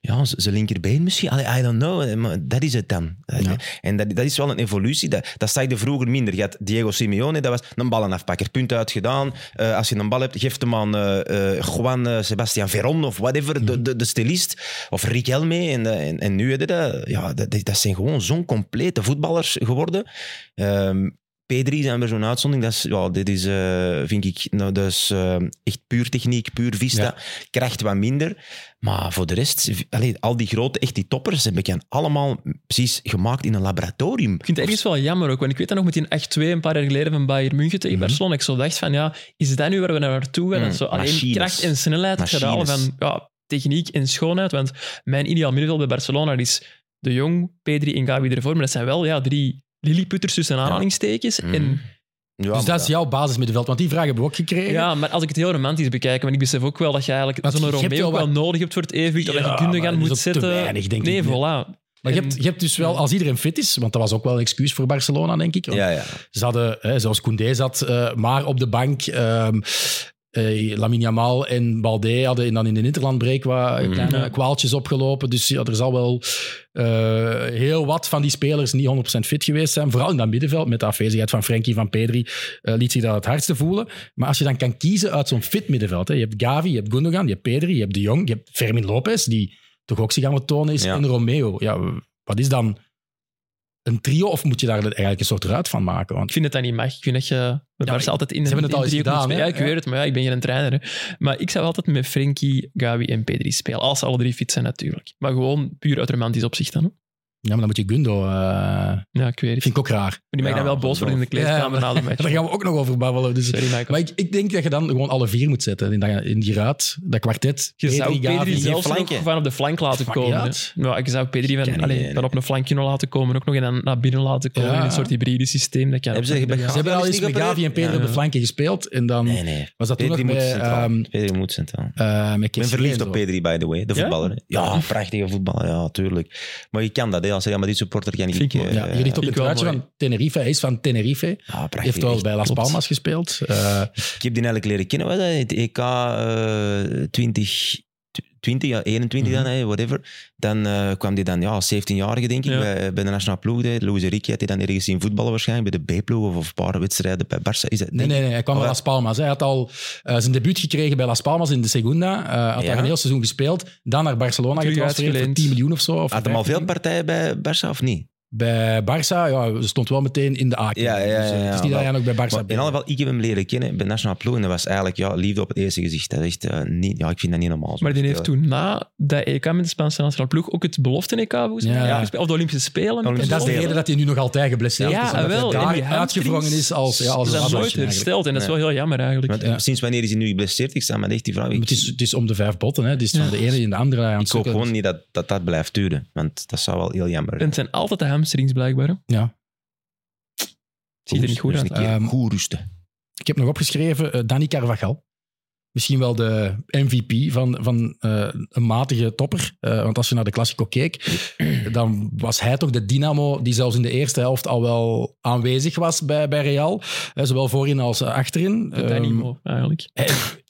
[SPEAKER 3] Ja, z- zijn linkerbeen misschien. Allee, I don't know. eh, Maar dat is het dan. Eh,
[SPEAKER 1] Ja.
[SPEAKER 3] En dat, dat is wel een evolutie. Dat, dat zag je vroeger minder. Je had Diego Simeone, dat was een ballenafpakker. Punt uitgedaan. Eh, als je een bal hebt, geef hem aan eh, eh, Juan eh, Sebastian Veron of whatever, de, de, de stilist. Of Riquelme. En, eh, en, en nu hebben dat, ja, dat, dat zijn gewoon zo'n complete voetballers geworden. Ehm, P3 zijn weer zo'n uitzondering. Dat is, ja, dit is, eh, vind ik, nou, dat is eh, echt puur techniek, puur vista.
[SPEAKER 1] Ja.
[SPEAKER 3] Kracht wat minder. Maar voor de rest, v- allee, al die grote, echt die toppers, heb ik hen allemaal precies gemaakt in een laboratorium.
[SPEAKER 2] Ik vind het ergens wel jammer ook, want ik weet dat nog met die 8-2 een paar jaar geleden van Bayern München tegen
[SPEAKER 1] Mhm.
[SPEAKER 2] Barcelona. Ik zo dacht van, ja, is dat nu waar we naar naartoe gaan?
[SPEAKER 3] Mm,
[SPEAKER 2] Dat zo alleen
[SPEAKER 3] machines.
[SPEAKER 2] kracht en snelheid het verhaal
[SPEAKER 3] Machines.
[SPEAKER 2] van ja, techniek en schoonheid. Want mijn ideaal middenveld bij Barcelona is De Jong, P3 en Gavi ervoor. Maar dat zijn wel ja, drie lilliputters tussen aanhalingstekens.
[SPEAKER 1] Mhm.
[SPEAKER 3] Mm.
[SPEAKER 2] En
[SPEAKER 3] Ja,
[SPEAKER 1] Dus
[SPEAKER 3] maar
[SPEAKER 1] dat is jouw basismiddenveld. Want die vraag hebben we ook gekregen.
[SPEAKER 2] Ja, maar als ik het heel romantisch bekijk, want ik besef ook wel dat je eigenlijk
[SPEAKER 1] Want
[SPEAKER 2] zo'n
[SPEAKER 1] je hebt
[SPEAKER 2] Romeo
[SPEAKER 1] wel
[SPEAKER 2] wel
[SPEAKER 1] wat-
[SPEAKER 2] nodig hebt voor het evenwicht, dat
[SPEAKER 1] Ja,
[SPEAKER 2] je kunde
[SPEAKER 1] maar
[SPEAKER 2] gaan
[SPEAKER 1] dat is
[SPEAKER 2] moet
[SPEAKER 1] ook te
[SPEAKER 2] zetten.
[SPEAKER 1] weinig, denk ik,
[SPEAKER 2] nee,
[SPEAKER 1] nee.
[SPEAKER 2] voilà.
[SPEAKER 1] maar je
[SPEAKER 2] En-
[SPEAKER 1] hebt, je hebt dus wel, als iedereen fit is, want dat was ook wel een excuus voor Barcelona, denk ik. want
[SPEAKER 3] ja, ja.
[SPEAKER 1] Ze hadden, hè, zoals Koundé zat, eh, maar op de bank. ehm eh, Lamine Yamal en Balde hadden dan in de interlandbreek wat
[SPEAKER 3] Mhm.
[SPEAKER 1] kleine
[SPEAKER 2] Ja.
[SPEAKER 1] kwaaltjes opgelopen. Dus ja, er zal wel eh, heel wat van die spelers niet 100% fit geweest zijn. Vooral in dat middenveld, met de afwezigheid van Frenkie van Pedri, eh, liet zich dat het hardste voelen. Maar als je dan kan kiezen uit zo'n fit middenveld. Hè, je hebt Gavi, je hebt Gundogan, je hebt Pedri, je hebt De Jong, je hebt Fermin Lopez, die toch ook zich aan het tonen is,
[SPEAKER 3] Ja.
[SPEAKER 1] en Romeo. Ja, wat is dan een trio of moet je daar eigenlijk een soort ruit van maken? Want
[SPEAKER 2] Ik vind dat dat niet mag. Ik vind dat je met
[SPEAKER 1] maar
[SPEAKER 2] Barca altijd in een
[SPEAKER 1] ze hebben het al
[SPEAKER 2] in
[SPEAKER 1] eens
[SPEAKER 2] driehoek
[SPEAKER 1] gedaan,
[SPEAKER 2] moet
[SPEAKER 1] hè?
[SPEAKER 2] spelen.
[SPEAKER 1] Ja.
[SPEAKER 2] Ja, ik weet het, maar ja, ik ben geen trainer. Hè. Maar ik zou altijd met Frenkie, Gavi en Pedri spelen. Als ze alle drie fit zijn natuurlijk. Maar gewoon puur uit romantisch opzicht dan. hè.
[SPEAKER 1] Ja, maar dan moet je Gundo... eh
[SPEAKER 2] Ja, ik weet het.
[SPEAKER 1] vind ik ook raar.
[SPEAKER 2] Maar die mag
[SPEAKER 3] Ja,
[SPEAKER 2] dan wel boos worden in de kleedkamer
[SPEAKER 1] Ja,
[SPEAKER 2] na de match.
[SPEAKER 1] Daar gaan we ook nog over babbelen. Dus.
[SPEAKER 2] Sorry, Michael.
[SPEAKER 1] Maar ik, ik denk dat je dan gewoon alle vier moet zetten. In, dat- in die ruit, dat kwartet.
[SPEAKER 2] Je zou
[SPEAKER 1] Pedri, Gavi.
[SPEAKER 2] Pedri zelfs
[SPEAKER 3] flankje.
[SPEAKER 2] nog van op de flank laten
[SPEAKER 1] Maakt niet
[SPEAKER 2] komen.
[SPEAKER 1] uit.
[SPEAKER 2] hè. Ja, ik zou Pedri
[SPEAKER 3] Kan
[SPEAKER 2] van,
[SPEAKER 3] niet,
[SPEAKER 2] allee,
[SPEAKER 3] nee, nee.
[SPEAKER 2] dan op een flankje nog laten komen. Ook nog en dan naar binnen laten komen.
[SPEAKER 1] Ja.
[SPEAKER 2] In een soort hybride systeem. Dat kan
[SPEAKER 3] Hebben ze
[SPEAKER 2] ook
[SPEAKER 3] dat
[SPEAKER 2] nog,
[SPEAKER 3] bij
[SPEAKER 1] Ze
[SPEAKER 2] ja.
[SPEAKER 1] hebben al eens met Gavi en Pedri
[SPEAKER 2] Ja.
[SPEAKER 1] op de flanken gespeeld. En dan
[SPEAKER 3] Nee, nee.
[SPEAKER 1] was dat toen nog
[SPEAKER 3] Pedri moet
[SPEAKER 1] bij...
[SPEAKER 3] centraal.
[SPEAKER 1] ehm
[SPEAKER 3] Pedri moet centraal.
[SPEAKER 1] eh met
[SPEAKER 3] Ik ben
[SPEAKER 1] Kessie
[SPEAKER 3] verliefd
[SPEAKER 1] en
[SPEAKER 3] op
[SPEAKER 1] zo.
[SPEAKER 3] Pedri, by the way. De
[SPEAKER 2] Ja?
[SPEAKER 3] voetballer. hè. Ja, prachtige voetballer. Ja, tuurlijk. Maar je kan dat, hè. Als Real Madrid supporter kan ik...
[SPEAKER 2] Vind ik mooi.
[SPEAKER 3] eh,
[SPEAKER 1] Ja, je ligt op
[SPEAKER 2] ik
[SPEAKER 1] het
[SPEAKER 2] wel
[SPEAKER 1] truitje
[SPEAKER 2] mooi.
[SPEAKER 1] van Tenerife. Hij is van Tenerife. Hij
[SPEAKER 3] ja, prachtig.
[SPEAKER 1] heeft wel
[SPEAKER 3] Echt,
[SPEAKER 1] bij Las
[SPEAKER 3] klopt.
[SPEAKER 1] Palmas gespeeld. Eh,
[SPEAKER 3] Ik heb die eigenlijk leren kennen. Wat, is dat? het EK eh 20... 20, ja, 21 dan, hè, whatever. Dan eh, kwam die dan, ja, als 17-jarige denk ik,
[SPEAKER 2] Ja.
[SPEAKER 3] bij, bij de nationale ploeg. hè. Luis Enrique had die dan ergens zien voetballen waarschijnlijk, bij de B-ploeg of, of een paar wedstrijden bij Barça. Is dat,
[SPEAKER 1] Nee, nee, nee, hij kwam
[SPEAKER 3] Oh,
[SPEAKER 1] bij
[SPEAKER 3] ja.
[SPEAKER 1] Las Palmas. Hij had al eh, zijn debuut gekregen bij Las Palmas in de Segunda. eh had
[SPEAKER 3] Ja.
[SPEAKER 1] daar een heel seizoen gespeeld. Dan naar Barcelona
[SPEAKER 2] Terug
[SPEAKER 1] getransfereerd voor
[SPEAKER 2] uitgeleend.
[SPEAKER 1] 10 miljoen of zo. Of
[SPEAKER 3] Had hem
[SPEAKER 1] 15
[SPEAKER 3] al veel
[SPEAKER 1] miljoen.
[SPEAKER 3] partijen bij Barça of niet?
[SPEAKER 1] Bij Barça, ja, ze stond wel meteen in de A.
[SPEAKER 3] Ja, ja, ja,
[SPEAKER 1] Dus, eh, het is
[SPEAKER 3] ja,
[SPEAKER 1] niet dat
[SPEAKER 3] wel.
[SPEAKER 1] hij ook bij Barça
[SPEAKER 3] Maar in alle geval, ik heb hem leren kennen bij Nationaal Ploeg. En dat was eigenlijk ja, liefde op het eerste gezicht. Dat is echt, eh, niet, ja, ik vind dat niet normaal.
[SPEAKER 2] Maar die
[SPEAKER 3] Zo'n
[SPEAKER 2] heeft
[SPEAKER 3] speler.
[SPEAKER 2] toen na dat EK met de Spaanse nationale ploeg ook het belofte-EK volgens mij
[SPEAKER 1] Ja.
[SPEAKER 2] gespeeld. Of de Olympische Spelen.
[SPEAKER 3] Olympische
[SPEAKER 1] En dat is de
[SPEAKER 3] Spelen.
[SPEAKER 1] reden dat hij nu nog altijd geblesseerd
[SPEAKER 2] Ja,
[SPEAKER 1] is. omdat hij
[SPEAKER 2] wel. En
[SPEAKER 1] daar
[SPEAKER 2] die hamstrings
[SPEAKER 1] uitgevrongen is als, ja, als
[SPEAKER 2] Ze
[SPEAKER 1] een
[SPEAKER 2] zijn nooit
[SPEAKER 1] waswasje eigenlijk.
[SPEAKER 2] hersteld en dat is wel heel jammer eigenlijk.
[SPEAKER 3] Want, eh, Sinds wanneer is hij nu geblesseerd? Ik sta met echt die vraag. Ik,
[SPEAKER 1] Het is, het is om de vijf botten. Hè. Het is van
[SPEAKER 2] Ja.
[SPEAKER 1] de ene in de andere aan het
[SPEAKER 3] ik hoop
[SPEAKER 1] sukkelen.
[SPEAKER 3] gewoon niet dat, dat dat blijft duren. Want dat zou wel heel jammer
[SPEAKER 2] En het zijn altijd de hamstrings blijkbaar. hè.
[SPEAKER 1] Ja.
[SPEAKER 2] Ziet er niet goed
[SPEAKER 3] Dus
[SPEAKER 2] uit.
[SPEAKER 3] een keer
[SPEAKER 1] Ehm,
[SPEAKER 3] goed rusten.
[SPEAKER 1] Ik heb nog opgeschreven eh, Dani Carvajal. Misschien wel de MVP van, van eh, een matige topper. Eh, want als je naar de Classico keek, dan was hij toch de dynamo die zelfs in de eerste helft al wel aanwezig was bij, bij Real. Eh, zowel voorin als eh, achterin.
[SPEAKER 2] Dat
[SPEAKER 1] Ehm,
[SPEAKER 2] Dynamo, eigenlijk.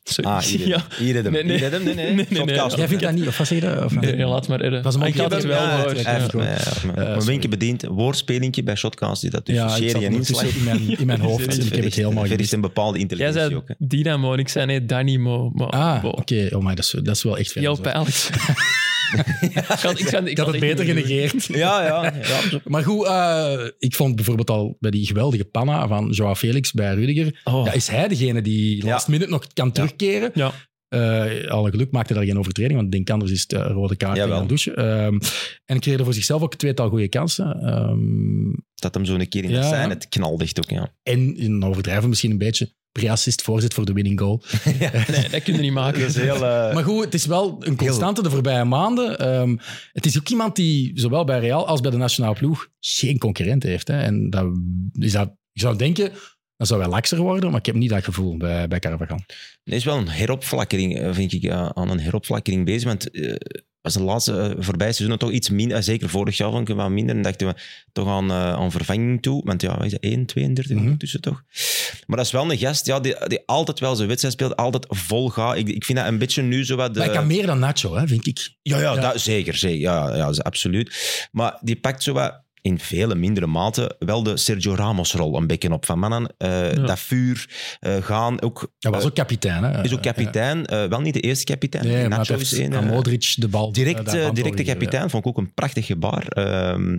[SPEAKER 2] Sorry.
[SPEAKER 3] Ah, hier
[SPEAKER 2] ja.
[SPEAKER 3] hier redden
[SPEAKER 2] Nee,
[SPEAKER 3] hem.
[SPEAKER 2] nee.
[SPEAKER 3] Hier redden hem. Nee, nee.
[SPEAKER 2] Nee, nee, nee.
[SPEAKER 3] Shotcast.
[SPEAKER 1] Jij vindt dat niet? Of wat zeg je dat? Of-
[SPEAKER 2] Nee, laat maar erren.
[SPEAKER 1] Dat is een
[SPEAKER 2] ik had
[SPEAKER 1] mopje.
[SPEAKER 2] het wel
[SPEAKER 1] Ja,
[SPEAKER 2] gehoord.
[SPEAKER 1] het
[SPEAKER 3] Hij heeft
[SPEAKER 2] ja.
[SPEAKER 3] mij- hij heeft mij-
[SPEAKER 1] Eh,
[SPEAKER 3] Mijn
[SPEAKER 1] sorry.
[SPEAKER 3] winkje bediend. Woordspelinkje bij Shotcast. Die dat tussen
[SPEAKER 1] ja, ik
[SPEAKER 3] serie
[SPEAKER 1] zat
[SPEAKER 3] en
[SPEAKER 1] ondertussen
[SPEAKER 3] inslag.
[SPEAKER 1] in mijn, in mijn hoofd en ik heb het helemaal
[SPEAKER 3] Er
[SPEAKER 1] gemist.
[SPEAKER 3] is een bepaalde
[SPEAKER 2] Jij
[SPEAKER 3] intelligentie
[SPEAKER 2] zei
[SPEAKER 3] ook. hè.
[SPEAKER 2] Dynamo en ik zei nee, Dynamo. Maar,
[SPEAKER 1] Ah,
[SPEAKER 2] wow.
[SPEAKER 1] oké. Oh my, dat, is, dat is wel echt
[SPEAKER 2] Heel
[SPEAKER 1] veel.
[SPEAKER 2] pijnlijk. ik had, ik had,
[SPEAKER 1] Ik had het beter genegeerd.
[SPEAKER 3] Ja, ja. ja.
[SPEAKER 1] Maar goed, eh, ik vond bijvoorbeeld al bij die geweldige panna van Joao Felix bij Rudiger,
[SPEAKER 2] Oh.
[SPEAKER 1] ja, is hij degene die last minute nog kan terugkeren.
[SPEAKER 2] Ja.
[SPEAKER 1] Eh, alle geluk maakte daar geen overtreding, want ik denk anders is het eh, rode kaart en
[SPEAKER 3] Jawel.
[SPEAKER 1] een douche. Ehm, en kreeg er voor zichzelf ook een tweetal goede kansen. Ehm,
[SPEAKER 3] Dat hem zo een keer in de
[SPEAKER 1] Ja.
[SPEAKER 3] scène. Het knaldicht ook, ja.
[SPEAKER 1] en, in overdrijven misschien een beetje, pre-assist, voorzet voor de winning goal.
[SPEAKER 2] Nee, dat kun je niet maken.
[SPEAKER 3] eh,
[SPEAKER 1] Maar goed, het is wel een constante de voorbije maanden. Ehm, het is ook iemand die zowel bij Real als bij de nationale ploeg geen concurrent heeft. Hè. En dat is dat, je zou denken, dat zou wel lakser worden, maar ik heb niet dat gevoel bij, bij Carvajal.
[SPEAKER 3] Er is wel een heropflakkering, eh, vind ik, eh, aan een heropflakkering bezig. Want eh was de laatste eh, voorbije seizoenen toch iets minder, eh, zeker vorig jaar vond ik het wel minder, en dachten we toch aan, eh, aan vervanging toe. Want ja, wat is dat, 1, 32
[SPEAKER 1] Mhm.
[SPEAKER 3] tussen toch? Maar dat is wel een gast ja, die, die altijd wel zijn wedstrijd speelt, altijd vol gaat. Ik, ik vind dat een beetje nu zo wat...
[SPEAKER 1] Maar
[SPEAKER 3] eh,
[SPEAKER 1] hij kan meer dan Nacho, hè, vind ik.
[SPEAKER 3] ja, ja,
[SPEAKER 1] Ja.
[SPEAKER 3] Dat, zeker. zeker. Ja, ja, ja, dat is absoluut. Maar die pakt zo wat, in vele mindere mate wel de Sergio Ramos-rol een beetje op. Van mannen, eh,
[SPEAKER 2] Ja.
[SPEAKER 3] dat vuur, eh, gaan. Ook,
[SPEAKER 1] Hij was
[SPEAKER 3] eh,
[SPEAKER 1] ook kapitein. Hè.
[SPEAKER 3] is ook kapitein, eh, wel niet de eerste kapitein.
[SPEAKER 1] Nee, maar
[SPEAKER 3] Nacho
[SPEAKER 1] het
[SPEAKER 3] is
[SPEAKER 1] heeft
[SPEAKER 3] één.
[SPEAKER 1] aan
[SPEAKER 3] eh,
[SPEAKER 1] Modric de bal. eh,
[SPEAKER 3] direct,
[SPEAKER 1] daar
[SPEAKER 3] eh,
[SPEAKER 1] aan
[SPEAKER 3] directe
[SPEAKER 1] doorgegeven.
[SPEAKER 3] kapitein vond ik ook een prachtig gebaar. Ehm,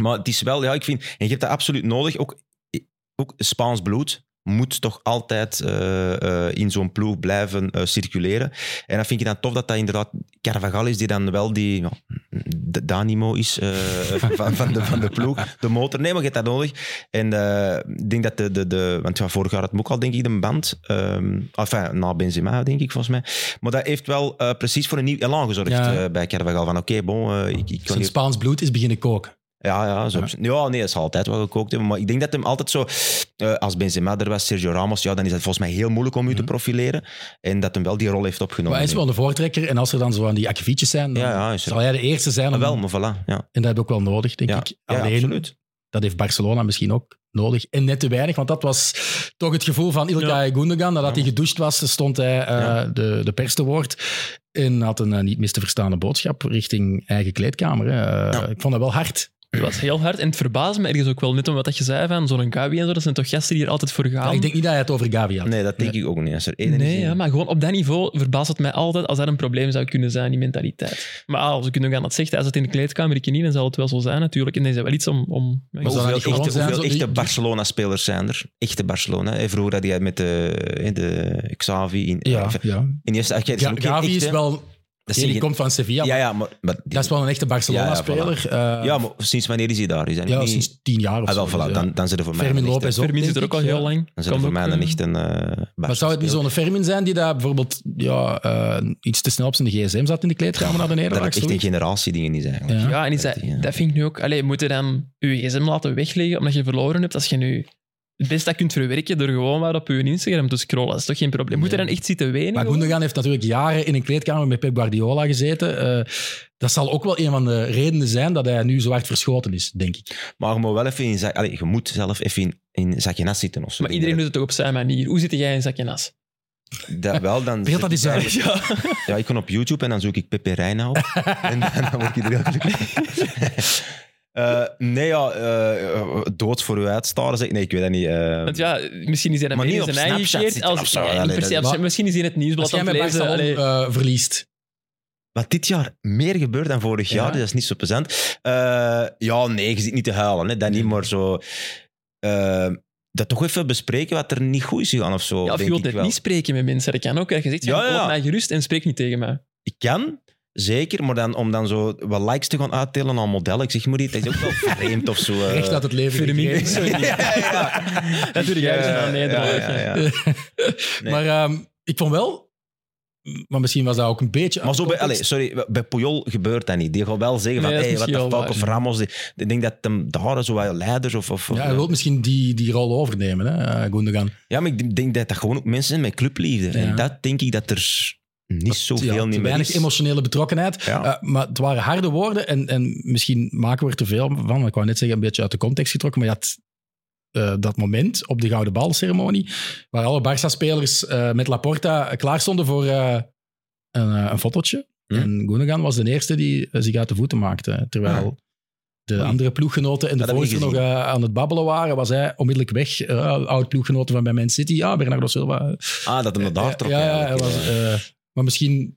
[SPEAKER 3] maar het is wel, ja, ik vind, en je hebt dat absoluut nodig. Ook, eh, ook Spaans bloed moet toch altijd eh, eh, in zo'n ploeg blijven eh, circuleren. En dan vind je dan tof dat dat inderdaad Carvajal is, die dan wel die ja, de Danimo is eh, van, van, de, van de ploeg. De motor, nee, maar je hebt dat nodig. En eh, ik denk dat de... de, de want ja, vorig jaar had Moek al, denk ik, de band. Ehm enfin, na Benzema, denk ik, volgens mij. Maar dat heeft wel eh, precies voor een nieuw elan gezorgd
[SPEAKER 1] Ja.
[SPEAKER 3] eh, bij Carvajal. Van oké, bon, eh, ik, ik kan
[SPEAKER 1] Zijn
[SPEAKER 3] hier...
[SPEAKER 1] Spaans bloed is beginnen koken.
[SPEAKER 3] Ja, ja, zo. ja, nee, dat zal altijd wel gekookt hebben. Maar ik denk dat hem altijd zo... eh, als Benzema er was, Sergio Ramos, ja, dan is het volgens mij heel moeilijk om u te profileren. En dat hem wel die rol heeft opgenomen.
[SPEAKER 1] Mhm. Maar hij is wel een voortrekker. En als er dan zo aan die akkefietjes zijn, dan
[SPEAKER 3] Ja, ja, is er.
[SPEAKER 1] zal hij de eerste zijn.
[SPEAKER 3] Ah,
[SPEAKER 1] om-
[SPEAKER 3] wel, maar voilà. Ja,
[SPEAKER 1] En dat heb ik ook wel nodig, denk
[SPEAKER 3] ja.
[SPEAKER 1] ik.
[SPEAKER 3] Ja,
[SPEAKER 1] Alleen,
[SPEAKER 3] absoluut.
[SPEAKER 1] Dat heeft Barcelona misschien ook nodig. En net te weinig, want dat was toch het gevoel van Ilkay Gundogan. Nadat
[SPEAKER 3] Ja.
[SPEAKER 1] hij gedoucht was, stond hij eh,
[SPEAKER 3] Ja.
[SPEAKER 1] de, de pers te woord. En had een eh, niet mis te verstaande boodschap richting eigen kleedkamer. hè. Eh, Ik vond dat wel hard.
[SPEAKER 2] Het was heel hard. En het verbaasde me ergens ook wel net om wat dat je zei van zo'n Gabi en zo. Dat zijn toch gasten die er altijd voor gaan.
[SPEAKER 1] Maar ik denk niet dat hij het over Gavi had.
[SPEAKER 3] Nee, dat denk ik ook niet. Als er één is
[SPEAKER 2] Nee,
[SPEAKER 3] die-
[SPEAKER 2] ja, maar gewoon op dat niveau verbaast het mij altijd als dat een probleem zou kunnen zijn, die mentaliteit. Maar ah, als ik nu gaan dat zegt, als het in de kleedkamer ik niet, dan zal het wel zo zijn natuurlijk. En dan is dat wel iets om... om
[SPEAKER 3] Maar
[SPEAKER 1] zou dat
[SPEAKER 3] hoeveel
[SPEAKER 1] niet
[SPEAKER 3] echte,
[SPEAKER 1] gewoon zijn,
[SPEAKER 3] hoeveel
[SPEAKER 1] zo die-
[SPEAKER 3] echte
[SPEAKER 1] die-
[SPEAKER 3] Barcelona-spelers zijn er? Echte Barcelona. hè. Vroeger had hij met de, eh, hè, de Xavi in... Ah,
[SPEAKER 1] Ja,
[SPEAKER 3] enfin,
[SPEAKER 1] ja.
[SPEAKER 3] in eerste, hij is
[SPEAKER 1] Ga-
[SPEAKER 3] ook geen
[SPEAKER 1] Gavi
[SPEAKER 3] echte.
[SPEAKER 1] is wel
[SPEAKER 3] Dat
[SPEAKER 1] Die
[SPEAKER 3] zijn geen-
[SPEAKER 1] komt van Sevilla.
[SPEAKER 3] ja, ja, maar, maar die-
[SPEAKER 1] Dat is wel een echte Barcelona-speler. Eh,
[SPEAKER 3] ja, maar sinds wanneer is hij daar? Is hij
[SPEAKER 1] ja,
[SPEAKER 3] niet-
[SPEAKER 1] sinds tien jaar of
[SPEAKER 3] Ah, wel,
[SPEAKER 1] zo.
[SPEAKER 3] voilà,
[SPEAKER 1] Dus, ja.
[SPEAKER 3] dan, dan zit er voor mij
[SPEAKER 1] Fermin
[SPEAKER 3] een echte-
[SPEAKER 1] Lopez ook.
[SPEAKER 2] Fermin
[SPEAKER 1] denk
[SPEAKER 2] zit er ook
[SPEAKER 1] ik,
[SPEAKER 2] al
[SPEAKER 1] ja.
[SPEAKER 2] heel lang.
[SPEAKER 3] Dan zit
[SPEAKER 2] Kan
[SPEAKER 3] er voor
[SPEAKER 2] ook,
[SPEAKER 3] mij dan
[SPEAKER 2] eh,
[SPEAKER 3] echt een... eh
[SPEAKER 1] Maar zou het niet zo'n Fermin zijn die daar bijvoorbeeld ja, eh, iets te snel op zijn gsm zat in de kleedkamer naar de
[SPEAKER 3] Dat
[SPEAKER 1] nederlaag?
[SPEAKER 3] het echt een
[SPEAKER 1] zoiets?
[SPEAKER 3] generatiedingen is eigenlijk.
[SPEAKER 1] Ja.
[SPEAKER 2] Ja, en is dat,
[SPEAKER 3] eh, Ja.
[SPEAKER 2] dat vind ik nu ook. Allee, moet je dan je gsm laten wegleggen omdat je verloren hebt? Als je nu het beste dat kunt verwerken door gewoon maar op je Instagram te scrollen, dat is toch geen probleem? Moet je dan echt zitten wenen?
[SPEAKER 1] Maar
[SPEAKER 2] gewoon?
[SPEAKER 1] Gundogan heeft natuurlijk jaren in een kleedkamer met Pep Guardiola gezeten. Eh, dat zal ook wel een van de redenen zijn dat hij nu zo hard verschoten is, denk ik.
[SPEAKER 3] Maar je moet wel even in... za- Allee, je moet zelf even in, in zakje nas zitten of zo.
[SPEAKER 2] Maar iedereen doet het toch op zijn manier. Hoe zit jij in zakje nas?
[SPEAKER 3] Dat wel, dan...
[SPEAKER 1] Beeld dat eens uit.
[SPEAKER 2] Ja.
[SPEAKER 3] Ja, ik kon op YouTube en dan zoek ik Pepe Reina op. en dan, dan word ik er heel gelukkig van. Eh, nee, ja, eh, dood voor uw uitstaren. zeg ik. Nee, ik weet dat niet. eh.
[SPEAKER 2] Want ja, misschien is hij dan
[SPEAKER 3] Maar
[SPEAKER 2] mee
[SPEAKER 3] niet
[SPEAKER 2] in
[SPEAKER 3] op
[SPEAKER 2] zijn eigen
[SPEAKER 3] Snapchat
[SPEAKER 2] keer.
[SPEAKER 3] zitten of
[SPEAKER 2] Als,
[SPEAKER 3] zo.
[SPEAKER 2] ja, niet
[SPEAKER 3] Allee,
[SPEAKER 2] per
[SPEAKER 3] dat-
[SPEAKER 2] se op-
[SPEAKER 1] maar-
[SPEAKER 2] misschien is hij het nieuwsblad
[SPEAKER 1] Als jij
[SPEAKER 2] aan
[SPEAKER 1] met
[SPEAKER 2] het lezen.
[SPEAKER 1] Barcelona
[SPEAKER 3] oh,
[SPEAKER 2] allee.
[SPEAKER 1] eh, verliest.
[SPEAKER 3] Wat dit jaar meer gebeurt dan vorig
[SPEAKER 1] Ja.
[SPEAKER 3] jaar, dus dat is niet zo plezant. Eh, ja, nee, je zit niet te huilen. Hè. Dat niet, maar zo... eh, dat toch even bespreken wat er niet goed is gegaan of zo,
[SPEAKER 2] Ja, of je
[SPEAKER 3] denk
[SPEAKER 2] wilt
[SPEAKER 3] ik
[SPEAKER 2] net
[SPEAKER 3] wel.
[SPEAKER 2] niet spreken met mensen. Dat kan ook. Dat je zegt,
[SPEAKER 3] Ja,
[SPEAKER 2] ja,
[SPEAKER 3] ja, ja.
[SPEAKER 2] mij gerust en spreek niet tegen mij.
[SPEAKER 3] Ik kan, zeker, maar dan, om dan zo wat likes te gaan uittelen aan modellen, ik zeg maar niet, dat is ook wel vreemd of zo. eh.
[SPEAKER 1] Recht uit het leven.
[SPEAKER 2] Fermin
[SPEAKER 1] gekregen.
[SPEAKER 2] is zo niet.
[SPEAKER 3] Ja, ja, ja.
[SPEAKER 2] Dat doe jij dus eh.
[SPEAKER 3] Ja,
[SPEAKER 2] aan Nederland.
[SPEAKER 3] ja, ja, ja. Nee.
[SPEAKER 1] Maar ehm, ik vond wel, maar misschien was dat ook een beetje.
[SPEAKER 3] Maar zo bij,
[SPEAKER 1] context.
[SPEAKER 3] allez, sorry, bij Puyol gebeurt dat niet. Die gaat wel zeggen van,
[SPEAKER 2] Nee, dat is
[SPEAKER 3] hey, wat de
[SPEAKER 2] misschien wel
[SPEAKER 3] fuck, of
[SPEAKER 2] waar.
[SPEAKER 3] Ramos. die- Ik denk dat hem daar zo wat leiders of... of
[SPEAKER 1] ja, hij wil misschien die, die rol overnemen, hè, eh, Gundogan.
[SPEAKER 3] Ja, maar ik denk dat dat gewoon ook mensen zijn met clubliefde.
[SPEAKER 1] Ja.
[SPEAKER 3] En dat denk ik dat er niet
[SPEAKER 1] Ja,
[SPEAKER 3] zoveel
[SPEAKER 1] te
[SPEAKER 3] niet meer
[SPEAKER 1] weinig
[SPEAKER 3] is.
[SPEAKER 1] emotionele betrokkenheid.
[SPEAKER 3] Ja.
[SPEAKER 1] Eh, maar het waren harde woorden en, en misschien maken we er te veel van. want Ik wou net zeggen, een beetje uit de context getrokken. Maar je had eh, dat moment op de Gouden Balceremonie, waar alle Barça-spelers eh, met Laporta klaar stonden voor eh, een, eh, een fotootje.
[SPEAKER 3] Hm.
[SPEAKER 1] En Gundogan was de eerste die eh, zich uit de voeten maakte. Terwijl
[SPEAKER 3] Ah.
[SPEAKER 1] de andere ploeggenoten en de
[SPEAKER 3] Dat heb ik
[SPEAKER 1] voorzitter nog
[SPEAKER 3] gezien.
[SPEAKER 1] eh, aan het babbelen waren, was hij onmiddellijk weg. Eh, oud ploeggenoten van bij Man City. Ja, Bernardo Silva.
[SPEAKER 3] Ah, dat hem dat daar
[SPEAKER 1] Eh,
[SPEAKER 3] trok.
[SPEAKER 1] Ja, ja,
[SPEAKER 3] eigenlijk.
[SPEAKER 1] hij was, eh, maar misschien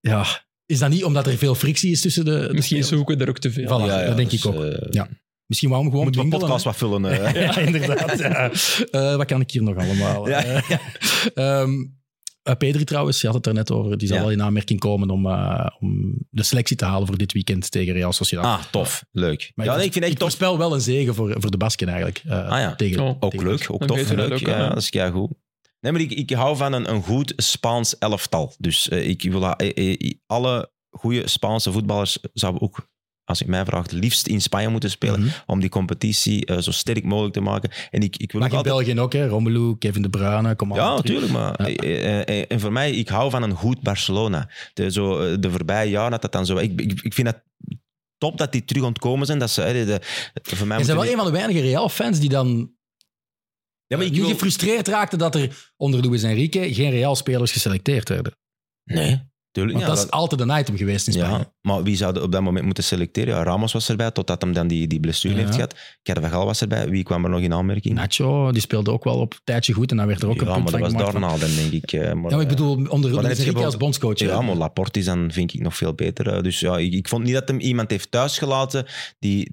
[SPEAKER 1] ja, is dat niet omdat er veel frictie is tussen de. de
[SPEAKER 2] Misschien
[SPEAKER 1] spelers?
[SPEAKER 2] zoeken we er ook te veel.
[SPEAKER 1] Voilà.
[SPEAKER 3] Ja, ja,
[SPEAKER 1] dat denk
[SPEAKER 3] dus,
[SPEAKER 1] ik ook.
[SPEAKER 3] eh,
[SPEAKER 1] Ja. Misschien waarom gewoon
[SPEAKER 3] Moeten we een
[SPEAKER 1] dwingelen,
[SPEAKER 3] podcast wat vullen? eh.
[SPEAKER 1] hè? Ja, inderdaad. ja. Eh, wat kan ik hier nog allemaal?
[SPEAKER 3] Ja,
[SPEAKER 1] Eh, ehm, eh, Pedri trouwens, je had het er net over. Die zal
[SPEAKER 3] Ja.
[SPEAKER 1] wel in aanmerking komen om, eh, om de selectie te halen voor dit weekend tegen Real Sociedad.
[SPEAKER 3] Ah, tof. Leuk.
[SPEAKER 1] Maar
[SPEAKER 3] ja,
[SPEAKER 1] ik-
[SPEAKER 3] nee, ik vind het echt
[SPEAKER 1] Ik
[SPEAKER 3] tof.
[SPEAKER 1] voorspel wel een zegen voor, voor de Basken eigenlijk. eh,
[SPEAKER 3] Ah ja.
[SPEAKER 1] tegen,
[SPEAKER 2] Oh.
[SPEAKER 3] Ook
[SPEAKER 1] tegen-
[SPEAKER 3] leuk, ook
[SPEAKER 2] Dan
[SPEAKER 3] tof.
[SPEAKER 2] weten we dat
[SPEAKER 3] Leuk.
[SPEAKER 2] ook,
[SPEAKER 3] ja,
[SPEAKER 1] eh,
[SPEAKER 2] hè.
[SPEAKER 3] dat is kei goed. Nee, maar ik, ik hou van een, een goed Spaans elftal. Dus eh, ik wil dat- eh, eh, alle goede Spaanse voetballers zouden ook, als ik mij vraagt, liefst in Spanje moeten spelen.
[SPEAKER 1] Mhm.
[SPEAKER 3] Om die competitie eh, zo sterk mogelijk te maken. En ik, ik wil
[SPEAKER 1] Maar
[SPEAKER 3] ook
[SPEAKER 1] in
[SPEAKER 3] altijd-
[SPEAKER 1] België ook, hè? Romelu, Kevin De Bruyne, kom maar.
[SPEAKER 3] ja,
[SPEAKER 1] terug.
[SPEAKER 3] natuurlijk. Maar,
[SPEAKER 1] Ja.
[SPEAKER 3] eh, eh, eh, en voor mij, ik hou van een goed Barcelona. De, zo, eh, de voorbije jaren had dat dan zo. Ik, ik, ik vind dat top dat die terug ontkomen zijn. Dat ze, eh, de, de- voor mij
[SPEAKER 1] Er zijn
[SPEAKER 3] moeten
[SPEAKER 1] wel
[SPEAKER 3] die-
[SPEAKER 1] een van de weinige Real-fans die dan
[SPEAKER 3] Ja, maar ik
[SPEAKER 1] Eh, nu
[SPEAKER 3] wil-
[SPEAKER 1] gefrustreerd raakte dat er onder Luis Enrique geen Real-spelers geselecteerd werden.
[SPEAKER 3] Nee, tuurlijk.
[SPEAKER 1] Want
[SPEAKER 3] ja,
[SPEAKER 1] dat is altijd een item geweest in Spanje.
[SPEAKER 3] Ja, maar wie zou er op dat moment moeten selecteren? Ja, Ramos was erbij, totdat hem dan die, die blessure
[SPEAKER 1] Ja.
[SPEAKER 3] heeft gehad. Carvajal was erbij. Wie kwam er nog in aanmerking?
[SPEAKER 1] Nacho, die speelde ook wel op een tijdje goed en dan werd er ook
[SPEAKER 3] ja,
[SPEAKER 1] een punt
[SPEAKER 3] maar dat
[SPEAKER 1] van
[SPEAKER 3] was
[SPEAKER 1] gemaakt. van-
[SPEAKER 3] daarna dan, denk ik. eh, Maar,
[SPEAKER 1] Ja, maar ik
[SPEAKER 3] eh,
[SPEAKER 1] bedoel, onder
[SPEAKER 3] dan
[SPEAKER 1] Luis
[SPEAKER 3] heb je
[SPEAKER 1] Enrique als
[SPEAKER 3] bijvoorbeeld-
[SPEAKER 1] bondscoach.
[SPEAKER 3] Ja,
[SPEAKER 1] hè.
[SPEAKER 3] maar Laporte is dan, vind ik, nog veel beter. eh. Dus ja, ik, ik vond niet dat hem iemand heeft thuisgelaten die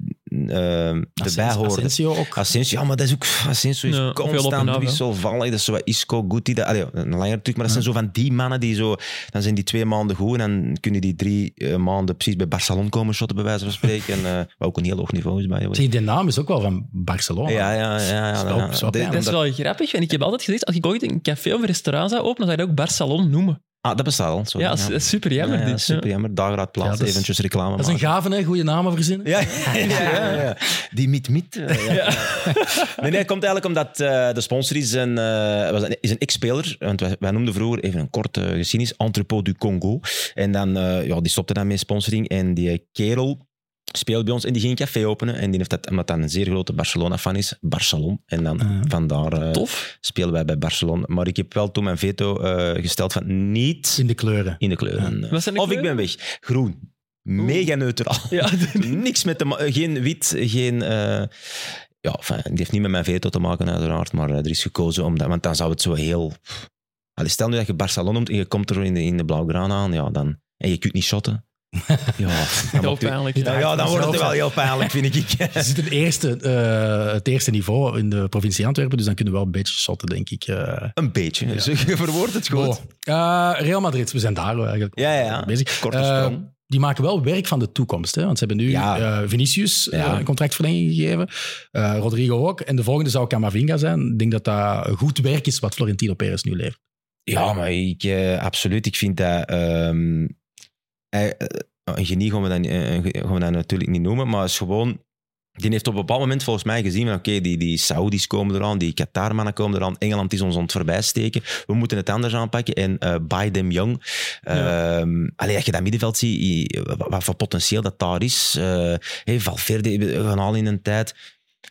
[SPEAKER 3] eh
[SPEAKER 1] Asensio-
[SPEAKER 3] erbij hoorde.
[SPEAKER 1] Asensio ook.
[SPEAKER 3] Asensio, ja, maar dat is ook... Asensio is
[SPEAKER 2] Ja, veel op en af,
[SPEAKER 3] constant
[SPEAKER 2] hè.
[SPEAKER 3] wisselvallig. Dat is zo wat Isco, Guti... Dat, allee, een langer terug, maar dat zijn zo van die mannen die zo... Dan zijn die twee maanden goed en dan kunnen die drie eh, maanden precies bij Barcelona komen shotten, bij wijze van spreken. en, eh, wat ook een heel hoog niveau is bij je.
[SPEAKER 1] Zeg, de naam is ook wel van Barcelona.
[SPEAKER 3] Ja, ja, ja. ja,
[SPEAKER 1] Is
[SPEAKER 3] ja,
[SPEAKER 1] wel- is wel
[SPEAKER 3] Dit-
[SPEAKER 1] pijnlijk.
[SPEAKER 2] Dat is wel grappig. En ik heb altijd gezegd, als ik ooit een café of een restaurant zou openen, dan zou ik dat ook Barcelon noemen.
[SPEAKER 3] Ah, dat bestaat al. Sorry,
[SPEAKER 2] ja, dat is- dat is super
[SPEAKER 3] Ja,
[SPEAKER 2] jammer.
[SPEAKER 3] ja,
[SPEAKER 2] dit.
[SPEAKER 3] super jammer. Dagraad
[SPEAKER 1] Ja,
[SPEAKER 3] plaats,
[SPEAKER 1] dat is-
[SPEAKER 3] eventjes reclame
[SPEAKER 1] Dat is een gave, hè? Goede namen verzinnen.
[SPEAKER 3] Ja, ja, ja, ja, ja. Die mit-mit. eh, ja. Nee, nee, het komt eigenlijk omdat eh, de sponsor is een, eh, was een, is een ex-speler. Want wij, wij noemden vroeger, even een korte geschiedenis, Entrepot du Congo. En dan, eh, ja, die stopte dan met sponsoring. En die kerel speelt bij ons en die ging een café openen. En die heeft dat, omdat dat een zeer grote Barcelona-fan is, Barcelona. En dan
[SPEAKER 1] Ah.
[SPEAKER 3] vandaar eh,
[SPEAKER 2] Tof.
[SPEAKER 3] spelen wij bij Barcelona. Maar ik heb wel toen mijn veto eh, gesteld van niet
[SPEAKER 1] In de kleuren.
[SPEAKER 3] in de kleuren.
[SPEAKER 2] Wat zijn de
[SPEAKER 3] of ik ben
[SPEAKER 2] kleuren?
[SPEAKER 3] weg. Groen. Mega neutraal.
[SPEAKER 2] Ja,
[SPEAKER 3] Niks met de ma- eh, Geen wit, geen... eh, ja, enfin, die heeft niet met mijn veto te maken, uiteraard. Maar eh, er is gekozen om dat... Want dan zou het zo heel... Allee, stel nu dat je Barcelona noemt en je komt er in de, in de Blauw-Graan aan, ja, dan... En je kunt niet shotten. Ja, dan
[SPEAKER 2] Heel
[SPEAKER 3] moet je-
[SPEAKER 2] pijnlijk.
[SPEAKER 3] Nou ja, dan wordt het wel heel pijnlijk, vind ik.
[SPEAKER 1] Ze zit in eerste, eh, het eerste niveau in de provincie Antwerpen, dus dan kunnen we wel een beetje shotten, denk ik. eh.
[SPEAKER 3] Een beetje. Dus je verwoordt het goed.
[SPEAKER 1] Oh. Eh, Real Madrid, we zijn daar eigenlijk
[SPEAKER 3] Ja, ja.
[SPEAKER 1] bezig.
[SPEAKER 3] Korte
[SPEAKER 1] Eh,
[SPEAKER 3] sprong.
[SPEAKER 1] die maken wel werk van de toekomst. Hè? Want ze hebben nu
[SPEAKER 3] Ja.
[SPEAKER 1] eh, Vinicius eh,
[SPEAKER 3] Ja.
[SPEAKER 1] een contractverlenging gegeven. Eh, Rodrigo ook. En de volgende zou Camavinga zijn. Ik denk dat dat goed werk is wat Florentino Perez nu levert.
[SPEAKER 3] Ja, maar ik, eh, absoluut. Ik vind dat... ehm, hij- eh, een genie gaan we, dat, eh, eh, gaan we dat natuurlijk niet noemen, maar het is gewoon... Die heeft op een bepaald moment volgens mij gezien van oké, die, die Saoedi's komen eraan, die Qatarmannen komen eraan, Engeland is ons aan het voorbij steken, we moeten het anders aanpakken en eh buy them young. Ehm, allee, als je dat middenveld ziet, i- wat, wat voor potentieel dat daar is. eh hey, Valverde we gaan al in een tijd.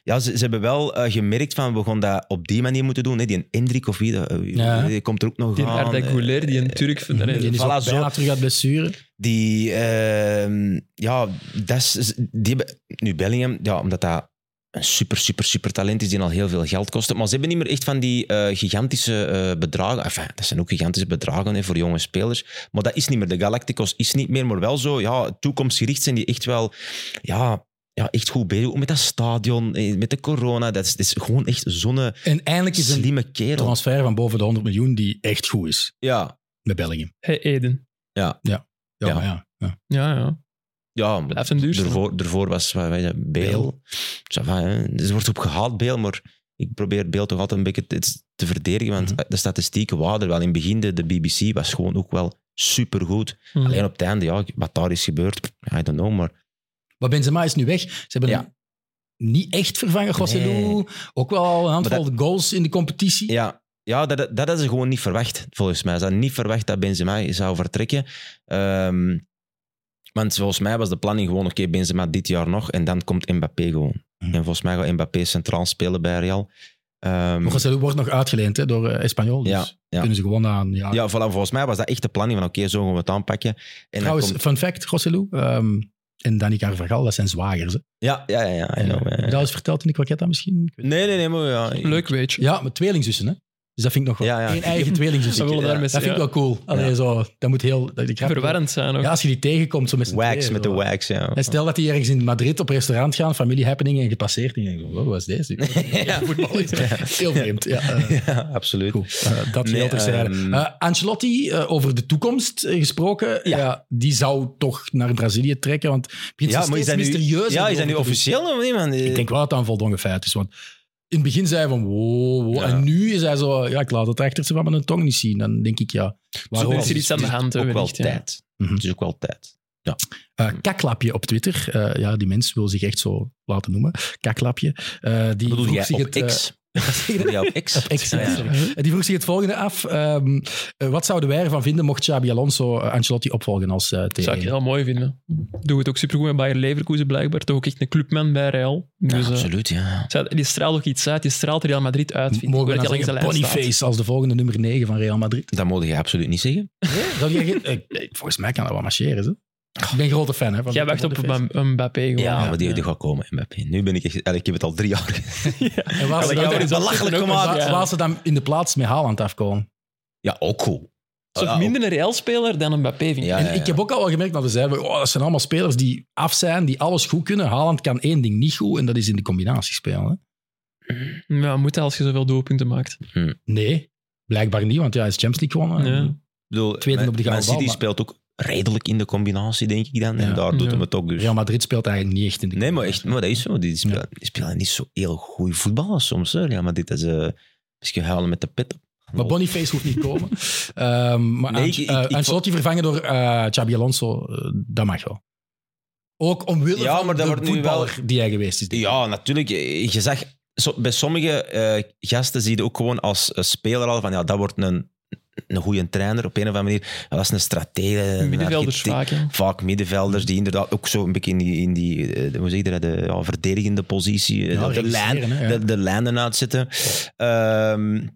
[SPEAKER 3] Ja, ze, ze hebben wel eh, gemerkt van we gaan dat op die manier moeten doen. Hè. Die Hendrik of wie, eh, wie-
[SPEAKER 1] Ja.
[SPEAKER 3] die komt er ook nog
[SPEAKER 2] Die
[SPEAKER 3] aan.
[SPEAKER 2] Arda
[SPEAKER 3] Eh,
[SPEAKER 2] Güler, die een Turk van de
[SPEAKER 1] die is
[SPEAKER 3] voilà,
[SPEAKER 1] ook
[SPEAKER 3] zo.
[SPEAKER 1] bijna terug uit blessure.
[SPEAKER 3] die, ehm, ja, dat is, die hebben, nu Bellingham, ja, omdat dat een super, super, super talent is die al heel veel geld kostte. Maar ze hebben niet meer echt van die eh, gigantische eh, bedragen. Enfin, dat zijn ook gigantische bedragen hè, voor jonge spelers. Maar dat is niet meer. De Galacticos is niet meer, maar wel zo, ja, toekomstgericht zijn die echt wel, ja... Ja, echt goed bezig. Ook met dat stadion, eh, met de corona. Dat is, dat is gewoon echt zo'n
[SPEAKER 1] En eindelijk is een
[SPEAKER 3] slimme kerel.
[SPEAKER 1] transfer van boven de 100 miljoen die echt goed is.
[SPEAKER 3] Ja,
[SPEAKER 1] Met Bellingham.
[SPEAKER 2] Hey, Eden.
[SPEAKER 1] Ja,
[SPEAKER 3] Ja.
[SPEAKER 1] maar ja. ja.
[SPEAKER 2] Ja, ja.
[SPEAKER 3] ja maar
[SPEAKER 2] Blijft een duurste.
[SPEAKER 3] Daarvoor, daarvoor was wat wij Beel. Ça va, hè. Dus er wordt op gehaald, Beel, maar ik probeer Beel toch altijd een beetje te, te verdedigen, want de statistieken waren er wel. In het begin, de, de BBC was gewoon ook wel supergoed.
[SPEAKER 2] Hm.
[SPEAKER 3] Alleen op het einde, ja, wat daar is gebeurd, I don't know, maar...
[SPEAKER 1] Maar Benzema is nu weg. Ze hebben
[SPEAKER 3] Ja.
[SPEAKER 1] hem niet echt vervangen. José
[SPEAKER 3] Nee.
[SPEAKER 1] Lu, ook wel al een handvol
[SPEAKER 3] Maar
[SPEAKER 1] goals in de competitie.
[SPEAKER 3] Ja, ja dat, dat hadden ze gewoon niet verwacht, volgens mij. Ze hadden niet verwacht dat Benzema zou vertrekken. Ehm, want volgens mij was de planning gewoon, oké, Benzema dit jaar nog, en dan komt Mbappé gewoon.
[SPEAKER 1] Mhm.
[SPEAKER 3] En volgens mij gaat Mbappé centraal spelen bij Real. Ehm,
[SPEAKER 1] Maar José Lu wordt nog uitgeleend hè, door eh, Espanyol. Dus
[SPEAKER 3] Ja, ja.
[SPEAKER 1] kunnen ze gewoon aan. Ja.
[SPEAKER 3] Ja, voilà, volgens mij was dat echt de planning van oké, zo gaan we het aanpakken. En
[SPEAKER 1] Trouwens,
[SPEAKER 3] dan komt...
[SPEAKER 1] fun fact, José Lu ehm, en Dani Carvajal, dat zijn zwagers. Hè.
[SPEAKER 3] Ja, ja, ja. ja, I
[SPEAKER 1] Eh,
[SPEAKER 3] know,
[SPEAKER 1] heb
[SPEAKER 3] ja,
[SPEAKER 1] je
[SPEAKER 3] ja.
[SPEAKER 1] dat eens verteld in de kwartetta misschien? Ik weet
[SPEAKER 3] Nee, nee, nee, maar ja.
[SPEAKER 2] Leuk weet je.
[SPEAKER 1] het. Ja, maar tweelingzussen, hè? Dus dat vind ik nog wel.
[SPEAKER 3] Ja, ja.
[SPEAKER 1] Eén eigen tweelingzus.
[SPEAKER 2] We willen daarmee
[SPEAKER 1] Dat vind ik
[SPEAKER 2] ja,
[SPEAKER 1] wel cool. Allee,
[SPEAKER 3] Ja.
[SPEAKER 1] zo, dat moet heel... Dat, ik heb-
[SPEAKER 2] verwarrend zijn. Ook.
[SPEAKER 1] Ja, als je die tegenkomt, zo met z'n
[SPEAKER 3] Wax
[SPEAKER 1] tweeën,
[SPEAKER 3] met
[SPEAKER 1] zo.
[SPEAKER 3] de wax, ja.
[SPEAKER 1] En stel dat die ergens in Madrid op restaurant gaan, familie happening, en gepasseerd. En je denkt, wow, wat is deze?
[SPEAKER 3] ja,
[SPEAKER 1] voetbal is heel vreemd. Ja, eh,
[SPEAKER 3] ja, absoluut.
[SPEAKER 1] goed. Eh, dat
[SPEAKER 3] Nee,
[SPEAKER 1] heel terzijde.
[SPEAKER 3] ehm,
[SPEAKER 1] Eh, Ancelotti, eh, over de toekomst eh, gesproken, ja.
[SPEAKER 3] Ja.
[SPEAKER 1] die zou toch naar Brazilië trekken, want het begint
[SPEAKER 3] Ja,
[SPEAKER 1] steeds
[SPEAKER 3] maar is dat nu,
[SPEAKER 1] mysterieuzer
[SPEAKER 3] ja,
[SPEAKER 1] erover
[SPEAKER 3] is dat nu
[SPEAKER 1] te doen.
[SPEAKER 3] officieel of niet? man?
[SPEAKER 1] Ik denk wel dat dat een voldongen feit is, want in het begin zei hij van wow, wow.
[SPEAKER 3] Ja.
[SPEAKER 1] en nu is hij zo, ja, ik laat het achterste van mijn tong niet zien. Dan denk ik, ja, waarom?
[SPEAKER 2] er is hier iets aan de hand, hè,
[SPEAKER 3] ook wel
[SPEAKER 2] wellicht, ja.
[SPEAKER 3] tijd.
[SPEAKER 1] Mhm.
[SPEAKER 3] Het is ook wel tijd.
[SPEAKER 1] Eh, kaklapje op Twitter, eh, ja, die mens wil zich echt zo laten noemen, kaklapje. Eh, die
[SPEAKER 3] Bedoel
[SPEAKER 1] vroeg
[SPEAKER 3] jij
[SPEAKER 1] zich
[SPEAKER 3] op
[SPEAKER 1] het, eh,
[SPEAKER 3] X?
[SPEAKER 1] zeg je dat?
[SPEAKER 3] Bedoel jij op X?
[SPEAKER 1] Op X, ja,
[SPEAKER 3] Ja, ja.
[SPEAKER 1] sorry. Die vroeg zich het volgende af. Ehm, eh, wat zouden wij ervan vinden mocht Xabi Alonso eh, Ancelotti opvolgen als eh
[SPEAKER 2] Dat zou ik
[SPEAKER 1] trainer?
[SPEAKER 2] heel mooi vinden. Doe het ook supergoed met Bayer Leverkusen blijkbaar. Toch ook echt een clubman bij Real.
[SPEAKER 3] Ja,
[SPEAKER 2] Dus, eh,
[SPEAKER 3] absoluut, ja.
[SPEAKER 2] zij- die straalt ook iets uit. Die straalt Real Madrid uit. vind ik.
[SPEAKER 1] Mogen we
[SPEAKER 2] Waar
[SPEAKER 1] dan
[SPEAKER 2] die al
[SPEAKER 1] zeggen
[SPEAKER 2] langs de lijn staat.
[SPEAKER 1] Boniface als de volgende nummer 9 van Real Madrid?
[SPEAKER 3] Dat mogen jij absoluut niet zeggen.
[SPEAKER 1] Zou jij geen- eh, nee, volgens mij kan dat wel marcheren. Ze. Ik ben een grote fan. Hè, van
[SPEAKER 2] Jij
[SPEAKER 1] van
[SPEAKER 2] wacht op
[SPEAKER 1] Boniface.
[SPEAKER 2] een- een Mbappé gewoon.
[SPEAKER 3] Ja, maar die,
[SPEAKER 2] Ja.
[SPEAKER 3] die gaat komen, Mbappé. Nu ben ik echt... eh, Ik heb het al drie jaar gezegd.
[SPEAKER 1] En waar,
[SPEAKER 2] Ja,
[SPEAKER 1] ze
[SPEAKER 2] maar
[SPEAKER 1] dan,
[SPEAKER 3] dat
[SPEAKER 2] dat is
[SPEAKER 3] is belachelijk
[SPEAKER 2] ook een
[SPEAKER 3] gemaakt.
[SPEAKER 2] vraag.
[SPEAKER 1] waar-
[SPEAKER 2] ja.
[SPEAKER 1] waar ze dan in de plaats met Haaland afkomen.
[SPEAKER 3] Ja, ook cool.
[SPEAKER 2] Het is
[SPEAKER 3] Ja,
[SPEAKER 2] ook minder een Real-speler dan een Mbappé, vind ik.
[SPEAKER 3] Oh, Ja,
[SPEAKER 1] en
[SPEAKER 3] ja, ja.
[SPEAKER 1] ik heb ook al wel gemerkt dat we zeiden, oh, dat zijn allemaal spelers die af zijn, die alles goed kunnen. Haaland kan één ding niet goed en dat is in de combinatie spelen. Hè?
[SPEAKER 2] Ja, moet dat als je zoveel doelpunten maakt.
[SPEAKER 1] Nee, blijkbaar niet, want ja, hij is Champions League gewonnen.
[SPEAKER 2] Ja.
[SPEAKER 3] Ik bedoel,
[SPEAKER 1] Tweede
[SPEAKER 3] Man-
[SPEAKER 1] op de gouden
[SPEAKER 3] Man
[SPEAKER 1] bal,
[SPEAKER 3] City
[SPEAKER 1] maar-
[SPEAKER 3] speelt ook redelijk in de combinatie, denk ik dan.
[SPEAKER 1] Ja.
[SPEAKER 3] En daar doet
[SPEAKER 2] Ja.
[SPEAKER 3] hem het ook dus.
[SPEAKER 1] Real Madrid speelt eigenlijk niet echt in de
[SPEAKER 3] Nee, maar echt, maar dat is zo. Die spelen, die spelen niet zo heel goed voetbal soms. Hè. Ja, maar dit is... eh misschien huilen met de pit op.
[SPEAKER 1] Maar Boniface hoeft niet komen. Ehm maar
[SPEAKER 3] Nee,
[SPEAKER 1] An-
[SPEAKER 3] ik- ik-
[SPEAKER 1] eh,
[SPEAKER 3] ik-
[SPEAKER 1] Ancelotti vervangen door eh Xabi Alonso, eh, dat mag wel. Ook omwille
[SPEAKER 3] Ja,
[SPEAKER 1] van
[SPEAKER 3] maar dat
[SPEAKER 1] de
[SPEAKER 3] wordt nu
[SPEAKER 1] voetballer die hij geweest is. denk ik.
[SPEAKER 3] Ja, natuurlijk. eh, Je zag... zo- bij sommige eh, gasten zie je ook gewoon als eh, speler al van... Ja, dat wordt een, een goede trainer op een of andere manier. Ja, dat is een stratege. een
[SPEAKER 2] Middenvelders
[SPEAKER 3] architect.
[SPEAKER 2] vaak, ja.
[SPEAKER 3] vaak middenvelders die inderdaad ook zo een beetje in die, in die eh, hoe zeg je dat, de ja, verdedigende positie, eh,
[SPEAKER 1] Ja,
[SPEAKER 3] de, lijn,
[SPEAKER 1] regisseren, hè, ja.
[SPEAKER 3] de, de lijnen uitzetten. Ehm,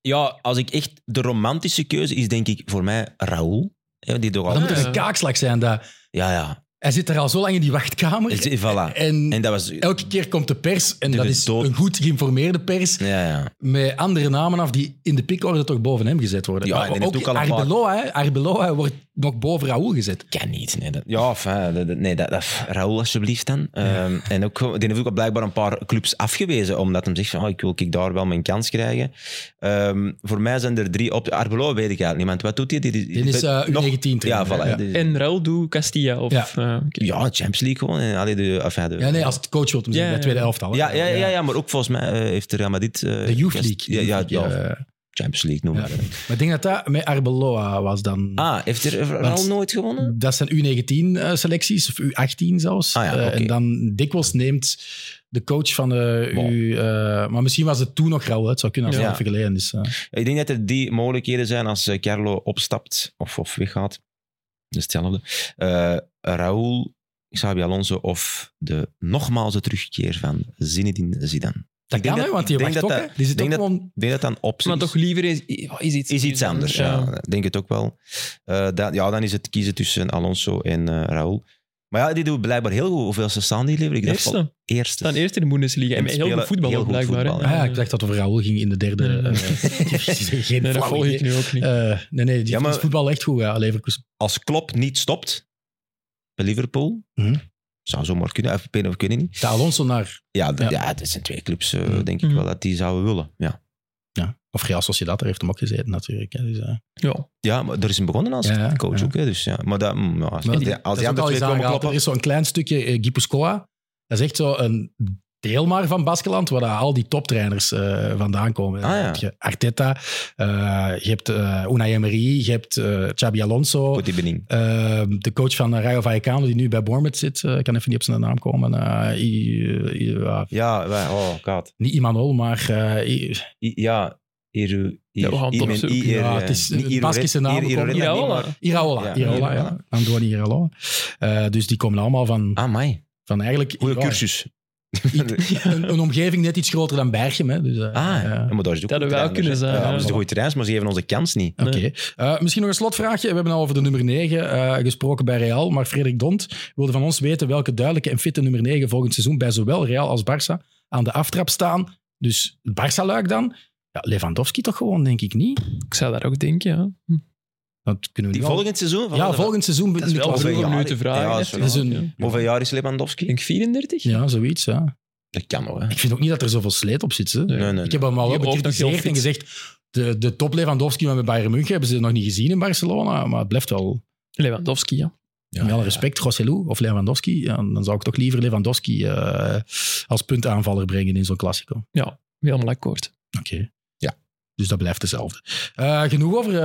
[SPEAKER 3] ja, als ik echt de romantische keuze is, denk ik voor mij Raoul. hè, Die toch
[SPEAKER 1] Maar
[SPEAKER 3] al,
[SPEAKER 1] dat moet
[SPEAKER 2] Ja,
[SPEAKER 1] toch
[SPEAKER 2] ja.
[SPEAKER 1] een kaakslag zijn dat
[SPEAKER 3] ja, ja.
[SPEAKER 1] Hij zit er al zo lang in die wachtkamer.
[SPEAKER 3] Dus, eh, voilà.
[SPEAKER 1] En,
[SPEAKER 3] En dat was... Ja,
[SPEAKER 1] elke keer komt de pers, en
[SPEAKER 3] De
[SPEAKER 1] dat is
[SPEAKER 3] dood-
[SPEAKER 1] een goed geïnformeerde pers,
[SPEAKER 3] ja.
[SPEAKER 1] met andere namen af die in de pickorde toch boven hem gezet worden.
[SPEAKER 3] Ja, en die heeft ook al een paar-
[SPEAKER 1] Arbeloa, hè. Arbeloa wordt nog boven Raoul gezet.
[SPEAKER 3] Kan niet. Nee, dat, ja, enfin, dat- dat- nee, dat, dat, Raoul alsjeblieft dan. Ehm, en ook, gewoon- die heeft ook al blijkbaar een paar clubs afgewezen, omdat hem zegt van, oh, ik wil ik daar wel mijn kans krijgen. Ehm, voor mij zijn er drie op. Arbeloa weet ik eigenlijk niet, want wat doet hij? Die,
[SPEAKER 1] Die is eh,
[SPEAKER 3] nog-
[SPEAKER 1] U19-trainer.
[SPEAKER 3] Ja, voilà.
[SPEAKER 1] Ja.
[SPEAKER 3] Die-
[SPEAKER 2] En Raul doe Castilla. Of,
[SPEAKER 1] Ja.
[SPEAKER 2] eh, oké.
[SPEAKER 3] ja, Champions League gewoon. En, allee, de, enfin, de,
[SPEAKER 1] Ja, nee, als het coach wilt hem zeggen,
[SPEAKER 2] Ja,
[SPEAKER 1] bij
[SPEAKER 2] ja.
[SPEAKER 1] tweede elftal. hè.
[SPEAKER 3] eh, ja, ja, ja, ja, maar ook volgens mij eh, heeft de Real Madrid... eh,
[SPEAKER 1] De Youth
[SPEAKER 3] gast-
[SPEAKER 1] League.
[SPEAKER 3] Ja, ja, ja,
[SPEAKER 1] Eh,
[SPEAKER 3] Champions League noem
[SPEAKER 1] ja.
[SPEAKER 3] maar.
[SPEAKER 1] Maar ik denk dat dat met Arbeloa was dan.
[SPEAKER 3] Ah, heeft er Raoul
[SPEAKER 1] Want-
[SPEAKER 3] nooit gewonnen?
[SPEAKER 1] Dat zijn U19-selecties, of U18 zelfs.
[SPEAKER 3] Ah ja,
[SPEAKER 1] Eh,
[SPEAKER 3] oké.
[SPEAKER 1] En dan dikwijls neemt de coach van de
[SPEAKER 3] Bon.
[SPEAKER 1] U... eh, maar misschien was het toen nog Raoul, hè. het zou kunnen als het
[SPEAKER 3] Ja.
[SPEAKER 1] even geleden is. eh.
[SPEAKER 3] Ik denk dat er die mogelijkheden zijn als eh, Carlo opstapt of, of weggaat. Dat is hetzelfde. Eh Raúl, Xabi Alonso of de nogmaals de terugkeer van Zinedine Zidane.
[SPEAKER 1] Dat
[SPEAKER 3] Ik denk
[SPEAKER 1] kan,
[SPEAKER 3] dat-
[SPEAKER 1] hè, want die
[SPEAKER 3] ik denk
[SPEAKER 1] wacht ook.
[SPEAKER 3] dat
[SPEAKER 1] hè.
[SPEAKER 3] dat-
[SPEAKER 1] Die zit ook
[SPEAKER 3] denk dat-
[SPEAKER 1] gewoon...
[SPEAKER 3] Ik denk dat dat een optie
[SPEAKER 2] Maar
[SPEAKER 3] is.
[SPEAKER 2] toch dus, liever is, oh, is iets,
[SPEAKER 3] is iets anders, ja. Ik denk het ook wel. Eh, dat, ja, dan is het kiezen tussen Alonso en eh Raúl. Maar ja, die doen blijkbaar heel goed. Hoeveel ze staan die liever? Ik dacht wel
[SPEAKER 2] Eerste.
[SPEAKER 3] eerste.
[SPEAKER 2] Dan eerst in de Bundesliga. En
[SPEAKER 3] En
[SPEAKER 2] met heel
[SPEAKER 3] spelen
[SPEAKER 2] goed voetbal
[SPEAKER 3] heel
[SPEAKER 2] ook,
[SPEAKER 3] goed
[SPEAKER 2] blijkbaar. hè.
[SPEAKER 3] voetbal,
[SPEAKER 1] Ah ja, ik dacht dat het over Raoul ging in de derde.
[SPEAKER 2] Nee, nee, nee.
[SPEAKER 1] eh, geen
[SPEAKER 2] Nee, dat
[SPEAKER 1] flauw
[SPEAKER 2] volg
[SPEAKER 1] idee.
[SPEAKER 2] ik nu ook niet.
[SPEAKER 1] Eh, nee, nee, die
[SPEAKER 3] Ja, maar-
[SPEAKER 1] is voetbal echt goed, ja, Leverkusen.
[SPEAKER 3] Als Klopp niet stopt bij Liverpool,
[SPEAKER 1] Mhm.
[SPEAKER 3] zou zomaar kunnen. Of kunnen of kunnen niet.
[SPEAKER 1] De Alonso naar...
[SPEAKER 3] Ja, d-
[SPEAKER 1] Ja.
[SPEAKER 3] ja. het zijn twee clubs, eh,
[SPEAKER 1] Mhm.
[SPEAKER 3] denk ik
[SPEAKER 2] Mhm.
[SPEAKER 3] wel, dat die zouden willen. Ja,
[SPEAKER 1] Ja. Of Real Sociedad, daar heeft hem ook gezeten natuurlijk. Hè. Dus, eh,
[SPEAKER 2] Ja.
[SPEAKER 3] ja maar er is een begonnen als
[SPEAKER 1] Ja,
[SPEAKER 3] coach
[SPEAKER 1] ja.
[SPEAKER 3] ook. Hè, dus, ja. Maar dat, mm, ja, als,
[SPEAKER 1] Maar
[SPEAKER 3] die-
[SPEAKER 1] die- dat
[SPEAKER 3] als
[SPEAKER 1] is
[SPEAKER 3] die
[SPEAKER 1] ook
[SPEAKER 3] andere
[SPEAKER 1] al
[SPEAKER 3] twee
[SPEAKER 1] eens
[SPEAKER 3] komen
[SPEAKER 1] aangehaald.
[SPEAKER 3] kloppen...
[SPEAKER 1] Er is zo'n klein stukje eh, Gipuzkoa. Dat is echt zo'n deel maar van Baskeland, waar daar al die toptrainers eh, vandaan komen.
[SPEAKER 3] Ah, ja.
[SPEAKER 1] Dan heb je Arteta, eh, je hebt eh Unai Emery, je hebt eh Xabi Alonso,
[SPEAKER 3] Goed, die bening.
[SPEAKER 1] eh, de coach van eh, Rayo Vallecano, die nu bij Bournemouth zit. eh, ik kan even niet op zijn naam komen. Eh, I- I- ja,
[SPEAKER 3] Ja, wij- oh god.
[SPEAKER 1] niet Imanol, maar... eh, I-
[SPEAKER 3] I- ja, Iru... eh,
[SPEAKER 2] Ja, we gaan het opzoeken.
[SPEAKER 1] Ja, het is een Baskische naam, we komen-
[SPEAKER 2] Ja, voilà.
[SPEAKER 1] Iraola,
[SPEAKER 3] Ja,
[SPEAKER 1] Iraola,
[SPEAKER 3] Iraola.
[SPEAKER 1] ja. Andoni Iraola. Eh, dus die komen allemaal van,
[SPEAKER 3] Ah, mij.
[SPEAKER 1] van eigenlijk...
[SPEAKER 3] Goeie
[SPEAKER 1] ja,
[SPEAKER 3] cursus.
[SPEAKER 1] een, een omgeving net iets groter dan Berchem. Hè. Dus, eh,
[SPEAKER 3] Ah,
[SPEAKER 1] eh,
[SPEAKER 3] ja, maar daar is ook goede
[SPEAKER 2] Dat hadden wij ook
[SPEAKER 3] trainers,
[SPEAKER 2] kunnen
[SPEAKER 3] hè.
[SPEAKER 2] zijn,
[SPEAKER 3] Ja,
[SPEAKER 2] ja.
[SPEAKER 3] dat is een goede trainers, maar ze geven onze kans niet.
[SPEAKER 1] Oké.
[SPEAKER 2] Nee.
[SPEAKER 1] Eh, misschien nog een slotvraagje. We hebben al over de nummer 9 eh, gesproken bij Real. Maar Frederik Dont wilde van ons weten welke duidelijke en fitte nummer 9 volgend seizoen bij zowel Real als Barça aan de aftrap staan. Dus het Barça-luik dan. Ja, Lewandowski toch gewoon, denk ik niet.
[SPEAKER 2] Ik zou dat ook denken, ja.
[SPEAKER 1] Dat kunnen we
[SPEAKER 3] Die
[SPEAKER 1] niet al-
[SPEAKER 3] volgend seizoen?
[SPEAKER 1] Ja, volgend seizoen.
[SPEAKER 2] Dat is wel
[SPEAKER 1] Niklas-
[SPEAKER 3] over-
[SPEAKER 2] vroeg om nu
[SPEAKER 3] jaar.
[SPEAKER 2] te vragen.
[SPEAKER 3] Ja,
[SPEAKER 2] hè.
[SPEAKER 3] is wel
[SPEAKER 1] Dat is Dus een-
[SPEAKER 2] Ik
[SPEAKER 3] Hoeveel jaar is Lewandowski?
[SPEAKER 2] denk 34?
[SPEAKER 1] ja, zoiets. Ja.
[SPEAKER 3] Dat kan nog, hè.
[SPEAKER 1] Ik vind ook niet dat er zoveel sleet op zit. hè.
[SPEAKER 2] Nee.
[SPEAKER 3] Nee, nee.
[SPEAKER 1] Ik heb hem al wel
[SPEAKER 2] Die oogt nog
[SPEAKER 1] bekritiseerd
[SPEAKER 2] heel
[SPEAKER 1] en
[SPEAKER 2] fit.
[SPEAKER 1] gezegd... De, de top Lewandowski van Bayern München hebben ze nog niet gezien in Barcelona. Maar het blijft wel
[SPEAKER 2] Lewandowski, ja.
[SPEAKER 3] Ja,
[SPEAKER 1] Met alle
[SPEAKER 3] ja.
[SPEAKER 1] respect, Rossellou of Lewandowski, ja, dan zou ik toch liever Lewandowski eh, als puntaanvaller brengen in zo'n Classico. Oké.
[SPEAKER 2] Helemaal akkoord.
[SPEAKER 1] Dus dat blijft hetzelfde. Eh, genoeg over eh,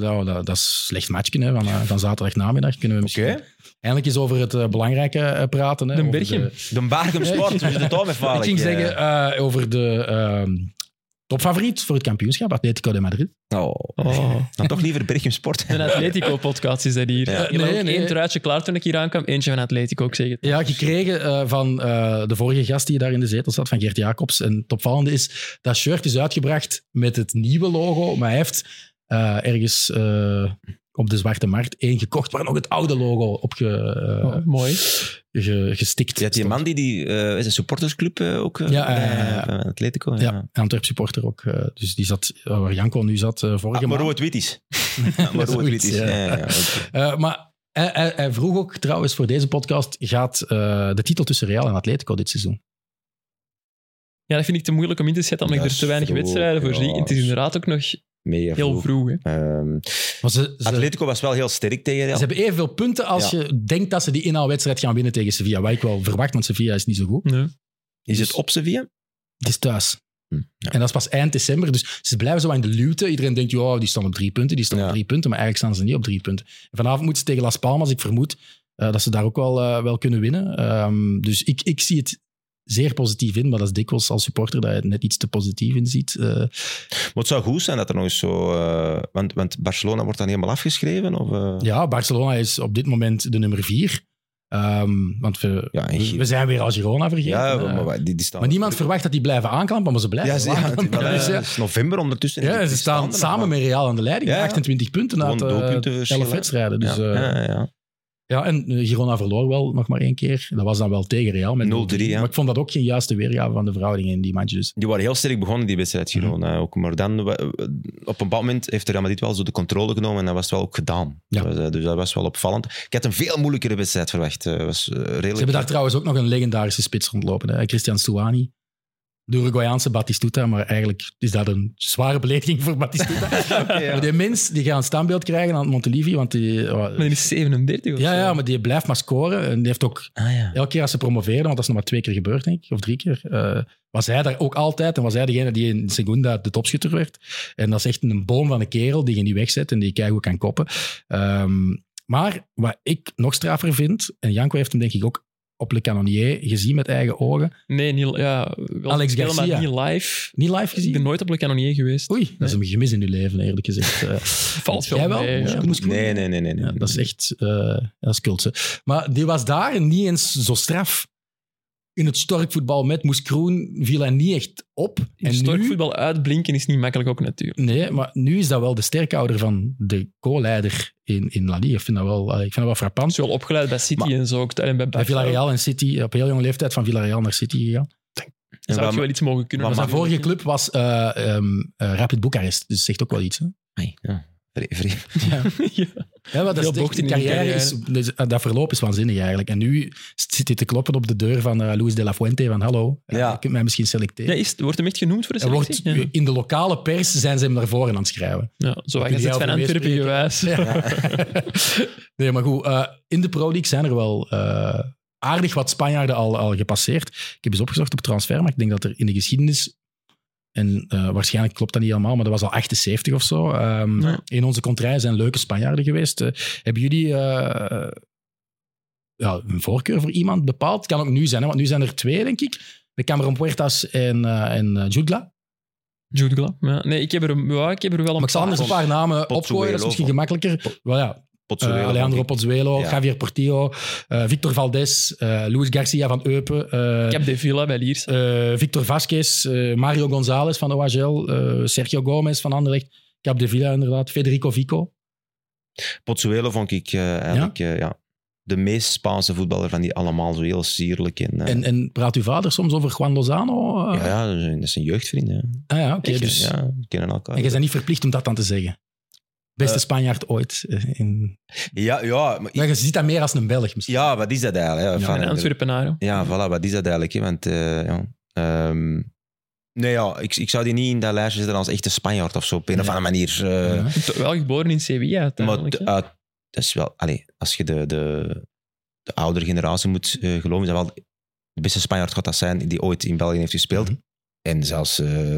[SPEAKER 1] nou, dat, dat is slecht matchje hè, van, eh, van zaterdag namiddag. Kunnen we misschien
[SPEAKER 3] Oké.
[SPEAKER 1] eindelijk eens over het eh, belangrijke eh, praten. Hè,
[SPEAKER 2] Den
[SPEAKER 1] over
[SPEAKER 2] Berchem.
[SPEAKER 1] de-
[SPEAKER 3] De Bargem Sport, dus de toon
[SPEAKER 1] ik ging zeggen eh, over de ehm, topfavoriet voor het kampioenschap, Atletico de Madrid.
[SPEAKER 3] Oh,
[SPEAKER 2] Oh.
[SPEAKER 3] dan toch liever Berchem Sport.
[SPEAKER 2] Een Atletico-podcast is dat hier.
[SPEAKER 3] Ja.
[SPEAKER 2] Ik had
[SPEAKER 1] Nee,
[SPEAKER 2] ook
[SPEAKER 1] nee.
[SPEAKER 2] één truitje klaar toen ik hier aankwam. Eentje van Atletico, ik zeg het.
[SPEAKER 1] Ja, gekregen eh, van eh, de vorige gast die daar in de zetel zat, van Gert Jacobs. En het opvallende is, dat shirt is uitgebracht met het nieuwe logo, maar hij heeft eh, ergens eh, op de Zwarte Markt één gekocht waar nog het oude logo op ge, eh,
[SPEAKER 2] Oh, mooi.
[SPEAKER 1] ge- gestikt
[SPEAKER 3] Je had die man die, die eh, is een supportersclub eh, ook. eh,
[SPEAKER 1] Ja,
[SPEAKER 3] bij-
[SPEAKER 1] ja, ja, ja.
[SPEAKER 3] bij Atletico. Ja.
[SPEAKER 1] Ja, Antwerp supporter ook. eh, dus die zat, eh, waar Janko nu zat, eh, vorige
[SPEAKER 3] Ah, maar
[SPEAKER 1] maand.
[SPEAKER 3] rood-wit is. Ja, maar
[SPEAKER 1] Zoiets,
[SPEAKER 3] rood-wit is.
[SPEAKER 1] ja.
[SPEAKER 3] Ja. ja, ja, oké.
[SPEAKER 1] Eh, maar hij, hij- hij vroeg ook trouwens voor deze podcast, gaat eh, de titel tussen Real en Atletico dit seizoen?
[SPEAKER 2] Ja, dat vind ik te moeilijk om in te zetten, omdat
[SPEAKER 3] Dat
[SPEAKER 2] ik er te
[SPEAKER 3] is
[SPEAKER 2] weinig
[SPEAKER 3] vroeg,
[SPEAKER 2] wedstrijden voor
[SPEAKER 3] ja,
[SPEAKER 2] zie. En het is
[SPEAKER 3] dat is
[SPEAKER 2] inderdaad ook nog
[SPEAKER 3] Mega
[SPEAKER 2] heel
[SPEAKER 3] vroeg.
[SPEAKER 2] vroeg. hè.
[SPEAKER 3] Ehm,
[SPEAKER 1] Maar ze, ze-
[SPEAKER 3] Atletico was wel heel sterk tegen Real.
[SPEAKER 1] Dus, eh, Ze hebben evenveel punten als
[SPEAKER 3] Ja.
[SPEAKER 1] je denkt dat ze die inhaalwedstrijd gaan winnen tegen Sevilla. Wat ik wel verwacht, want Sevilla is niet zo goed.
[SPEAKER 2] Nee.
[SPEAKER 3] Is het op Sevilla?
[SPEAKER 1] Het is thuis.
[SPEAKER 3] Hm, ja.
[SPEAKER 1] En dat is pas eind december. Dus ze blijven zo aan de luwte. Iedereen denkt, joh, die staan op drie punten, die staan op
[SPEAKER 3] Ja.
[SPEAKER 1] drie punten. Maar eigenlijk staan ze niet op drie punten. En vanavond moeten ze tegen Las Palmas. Ik vermoed eh, dat ze daar ook wel, eh, wel kunnen winnen. Ehm, dus ik, ik zie het zeer positief in. Maar dat is dikwijls als supporter dat je het net iets te positief in ziet. Eh,
[SPEAKER 3] Maar het zou goed zijn dat er nog eens zo... eh, want, want Barcelona wordt dan helemaal afgeschreven? Of, eh?
[SPEAKER 1] ja, Barcelona is op dit moment de nummer vier. Ehm, want we,
[SPEAKER 3] Ja, en
[SPEAKER 1] we-
[SPEAKER 3] Giro-
[SPEAKER 1] we zijn weer al Girona vergeten.
[SPEAKER 3] Ja,
[SPEAKER 1] Eh,
[SPEAKER 3] maar, maar die, die staan...
[SPEAKER 1] Maar niemand verwacht dat die blijven aanklampen, maar ze blijven
[SPEAKER 3] Ja, ze, ja,
[SPEAKER 1] aanklampen.
[SPEAKER 3] maar,
[SPEAKER 1] Dus
[SPEAKER 3] eh,
[SPEAKER 1] ja.
[SPEAKER 3] het is november ondertussen.
[SPEAKER 1] Ja,
[SPEAKER 3] Die
[SPEAKER 1] ze staan
[SPEAKER 3] er
[SPEAKER 1] samen met
[SPEAKER 3] nog.
[SPEAKER 1] Real aan de leiding.
[SPEAKER 3] Ja, ja.
[SPEAKER 1] 28 punten
[SPEAKER 3] Gewoon
[SPEAKER 1] uit eh,
[SPEAKER 3] doelpuntenverschil,
[SPEAKER 1] 11
[SPEAKER 3] hè.
[SPEAKER 1] wedstrijden. Dus,
[SPEAKER 3] ja,
[SPEAKER 1] eh,
[SPEAKER 3] ja, ja.
[SPEAKER 1] Ja, en eh, Girona verloor wel nog maar één keer. Dat was dan wel tegen Real met
[SPEAKER 3] 0-3, ja.
[SPEAKER 1] Maar ik vond dat ook geen juiste weergave van de verhoudingen in die match. Dus
[SPEAKER 3] Die waren heel sterk begonnen, die wedstrijd,
[SPEAKER 1] Mhm.
[SPEAKER 3] Girona. Ook, maar dan, we- we- op een bepaald moment heeft Real Madrid wel zo de controle genomen en dat was het wel ook gedaan.
[SPEAKER 1] Ja.
[SPEAKER 3] Dat was, eh, dus dat was wel opvallend. Ik had een veel moeilijkere wedstrijd verwacht. Eh, was, eh, redelijk...
[SPEAKER 1] ze hebben daar trouwens ook nog een legendarische spits rondlopen. Hè? Christian Stuani. De Uruguayaanse Batistuta, maar eigenlijk is dat een zware belediging voor Batistuta. Maar die mens die gaat een standbeeld krijgen aan Montelivi, want die... eh,
[SPEAKER 2] Maar die is 37 of
[SPEAKER 1] Ja,
[SPEAKER 2] zo.
[SPEAKER 1] ja, maar die blijft maar scoren. En die heeft ook
[SPEAKER 3] Ah, ja.
[SPEAKER 1] elke keer als ze promoveerden, want dat is nog maar twee keer gebeurd, denk ik, of drie keer, eh, was hij daar ook altijd. En was hij degene die in Segunda de topschutter werd. En dat is echt een boom van een kerel die je niet wegzet en die je goed kan koppen. Ehm, maar wat ik nog straffer vind, en Janko heeft hem denk ik ook op Le Canonier gezien met eigen ogen.
[SPEAKER 2] Nee, niet, ja, wel
[SPEAKER 1] Alex
[SPEAKER 2] veel, maar
[SPEAKER 1] Garcia.
[SPEAKER 2] niet live.
[SPEAKER 1] Niet live
[SPEAKER 2] Ik ben
[SPEAKER 1] gezien.
[SPEAKER 2] nooit op Le Canonier geweest.
[SPEAKER 1] Oei, dat is een gemis in uw leven, eerlijk gezegd. Eh,
[SPEAKER 2] Valt veel
[SPEAKER 1] Jij wel?
[SPEAKER 2] mee,
[SPEAKER 1] Moest-
[SPEAKER 2] ja.
[SPEAKER 1] moest ik doen?
[SPEAKER 3] Nee, nee, nee. nee, nee.
[SPEAKER 1] Ja, dat is echt eh dat is cultse. Maar die was daar niet eens zo straf. In het storkvoetbal met Moes Kroen viel hij niet echt op.
[SPEAKER 2] En
[SPEAKER 1] en nu,
[SPEAKER 2] voetbal uitblinken is niet makkelijk ook natuurlijk.
[SPEAKER 1] nee, maar nu is dat wel de sterkhouder van de co-leider in, in La Liga. Ik vind dat wel, eh, ik vind dat wel
[SPEAKER 2] Hij
[SPEAKER 1] frappant.
[SPEAKER 2] is wel opgeleid bij City
[SPEAKER 3] Maar-
[SPEAKER 2] en zo. Ook, en bij
[SPEAKER 1] Bij Villarreal en City, op heel jonge leeftijd van Villarreal naar City gegaan.
[SPEAKER 3] En
[SPEAKER 2] Zou
[SPEAKER 3] wat-
[SPEAKER 2] je wel iets mogen kunnen.
[SPEAKER 1] Maar
[SPEAKER 2] maar
[SPEAKER 1] zijn
[SPEAKER 2] zou-
[SPEAKER 1] vorige club was eh, ehm, eh, Rapid Boekarest, dus zegt ook wel iets. Hè?
[SPEAKER 3] Ai, ja. Vre- vre-
[SPEAKER 1] Ja.
[SPEAKER 2] Ja.
[SPEAKER 1] Ja, maar dat
[SPEAKER 2] Veel
[SPEAKER 1] is echt,
[SPEAKER 2] bochten
[SPEAKER 1] die
[SPEAKER 2] in die
[SPEAKER 1] carrière is, dus, eh, dat verloop is waanzinnig eigenlijk. En nu zit hij te kloppen op de deur van eh, Luis de la Fuente van hallo, eh,
[SPEAKER 3] Ja.
[SPEAKER 1] je kunt mij misschien
[SPEAKER 2] Ja,
[SPEAKER 1] selecteren.
[SPEAKER 2] is, wordt hem echt genoemd voor de
[SPEAKER 1] Er
[SPEAKER 2] selectie?
[SPEAKER 1] wordt,
[SPEAKER 2] Ja.
[SPEAKER 1] In de lokale pers zijn ze hem naar voren aan het schrijven.
[SPEAKER 2] Ja, zo
[SPEAKER 1] jullie
[SPEAKER 2] hij zit
[SPEAKER 1] jou
[SPEAKER 2] van
[SPEAKER 1] voor
[SPEAKER 2] Antwerpen
[SPEAKER 1] meespreken.
[SPEAKER 2] gewijs.
[SPEAKER 1] nee, maar goed. eh, in de Pro League zijn er wel eh, aardig wat Spanjaarden al, al gepasseerd. Ik heb eens opgezocht op transfer, maar ik denk dat er in de geschiedenis... En eh, waarschijnlijk klopt dat niet helemaal, maar dat was al 78 of zo. ehm,
[SPEAKER 2] Ja.
[SPEAKER 1] In onze contraille zijn leuke Spanjaarden geweest. Eh, hebben jullie eh, ja, een voorkeur voor iemand bepaald? Kan ook nu zijn, hè, want nu zijn er twee, denk ik. De Cameron Puertas en, eh en eh, Jutgla.
[SPEAKER 2] Jude Glass. Ja. Nee, ik heb er, ja, ik heb er wel een
[SPEAKER 1] Maar ik zal
[SPEAKER 2] paar.
[SPEAKER 1] anders een paar namen opgooien, dat is misschien gemakkelijker.
[SPEAKER 3] Pot-
[SPEAKER 1] Wel ja, eh,
[SPEAKER 3] Potsuelo,
[SPEAKER 1] Alejandro
[SPEAKER 3] denk ik.
[SPEAKER 1] Pozuelo,
[SPEAKER 3] Ja.
[SPEAKER 1] Javier Portillo, eh, Victor Valdes, eh, Luis Garcia van Eupen, eh,
[SPEAKER 2] Ik heb De Villa bij Liers.
[SPEAKER 1] eh, Victor Vasquez, eh, Mario González van OAGL, eh, Sergio Gomez van Anderlecht, Cap de Villa inderdaad, Federico Vico.
[SPEAKER 3] Potsuelo vond ik eh, eigenlijk eh, ja, de meest Spaanse voetballer van die allemaal. Zo heel sierlijk. En, eh,
[SPEAKER 1] En, en praat uw vader soms over Juan Lozano? Eh,
[SPEAKER 3] ja, ja, dat zijn- dat zijn jeugdvrienden. hè.
[SPEAKER 1] Ah ja, oké.
[SPEAKER 3] Echt,
[SPEAKER 1] dus,
[SPEAKER 3] Ja, die kennen elkaar.
[SPEAKER 1] En je bent niet verplicht om dat dan te zeggen. Beste
[SPEAKER 3] Eh.
[SPEAKER 1] Spanjaard ooit. eh, In...
[SPEAKER 3] Ja, ja, maar,
[SPEAKER 1] Ja, je ziet dat meer als een Belg misschien.
[SPEAKER 3] ja, wat is dat eigenlijk? hè?
[SPEAKER 1] Ja,
[SPEAKER 3] Van-
[SPEAKER 2] En Antwerpenaar. hè.
[SPEAKER 3] Ja, voilà, wat is dat eigenlijk? Hè? Want, eh, ja, ehm, nee, ja, ik, ik zou die niet in dat lijstje zetten als echte Spanjaard of zo, op een
[SPEAKER 1] Ja.
[SPEAKER 3] of andere manier. eh,
[SPEAKER 1] Ja.
[SPEAKER 2] T- Wel geboren in Sevilla
[SPEAKER 3] Maar
[SPEAKER 2] uiteindelijk.
[SPEAKER 3] t-
[SPEAKER 2] hè.
[SPEAKER 3] uit- dat is wel, allee, als je de, de, de oudere generatie moet eh, geloven, is dat wel de beste Spanjaard gaat dat zijn die ooit in België heeft gespeeld.
[SPEAKER 1] Mhm.
[SPEAKER 3] En zelfs eh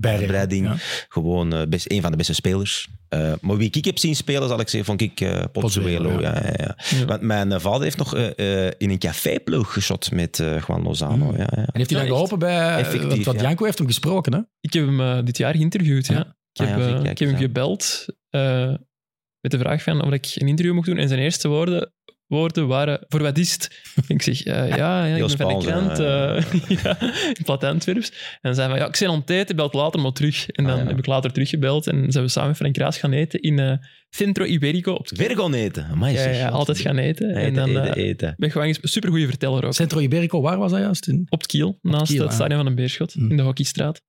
[SPEAKER 1] Bij-
[SPEAKER 3] Breiding,
[SPEAKER 1] ja.
[SPEAKER 3] gewoon eh, best, een van de beste spelers. Eh, maar wie ik heb zien spelen, zal ik zeggen, vond ik eh Pozzuelo.
[SPEAKER 1] Pozzuelo,
[SPEAKER 3] Ja. Ja, ja,
[SPEAKER 2] Ja.
[SPEAKER 3] Want mijn eh, vader heeft nog eh, eh, in een caféploeg geschot met eh, Juan Lozano.
[SPEAKER 2] Hmm.
[SPEAKER 1] Mm.
[SPEAKER 3] Ja, ja.
[SPEAKER 1] En heeft hij
[SPEAKER 2] Ja,
[SPEAKER 1] dan
[SPEAKER 2] echt.
[SPEAKER 1] geholpen bij... eh,
[SPEAKER 3] Effectief,
[SPEAKER 1] want wat
[SPEAKER 3] ja.
[SPEAKER 1] Janko heeft hem gesproken, hè?
[SPEAKER 2] Ik heb hem eh, dit jaar geïnterviewd. Ja.
[SPEAKER 1] Ja.
[SPEAKER 2] Ik heb,
[SPEAKER 3] Ah ja,
[SPEAKER 2] eh,
[SPEAKER 3] zie ik, ja,
[SPEAKER 2] ik heb hem
[SPEAKER 3] ja.
[SPEAKER 2] gebeld eh, met de vraag van of ik een interview mocht doen. En zijn eerste woorden, woorden waren: Voor wat is het? En ik zeg: eh, Ja, ja ik
[SPEAKER 3] Heel
[SPEAKER 2] ben van de
[SPEAKER 3] Spaans,
[SPEAKER 2] krant.
[SPEAKER 3] hè?
[SPEAKER 2] eh, ja, in plat Antwerps. En zei van: Ja, ik ben aan het eten, belt later maar terug. En
[SPEAKER 3] Ah,
[SPEAKER 2] dan
[SPEAKER 3] ja.
[SPEAKER 2] heb ik later teruggebeld. En zijn we samen met Frank Raas gaan eten in eh, Centro Iberico. Op het-
[SPEAKER 3] Weer gaan eten. Amai,
[SPEAKER 2] ja,
[SPEAKER 3] zeg.
[SPEAKER 2] ja, altijd gaan eten.
[SPEAKER 3] Eten,
[SPEAKER 2] en dan
[SPEAKER 3] eten,
[SPEAKER 2] eh,
[SPEAKER 3] eten.
[SPEAKER 2] ben ik gewoon een supergoeie verteller ook.
[SPEAKER 1] Centro Iberico, waar was dat juist? In?
[SPEAKER 2] Op het kiel, naast
[SPEAKER 1] Kiel,
[SPEAKER 2] het
[SPEAKER 1] ja.
[SPEAKER 2] stadion van een Beerschot,
[SPEAKER 1] Mm.
[SPEAKER 2] in de hockeystraat.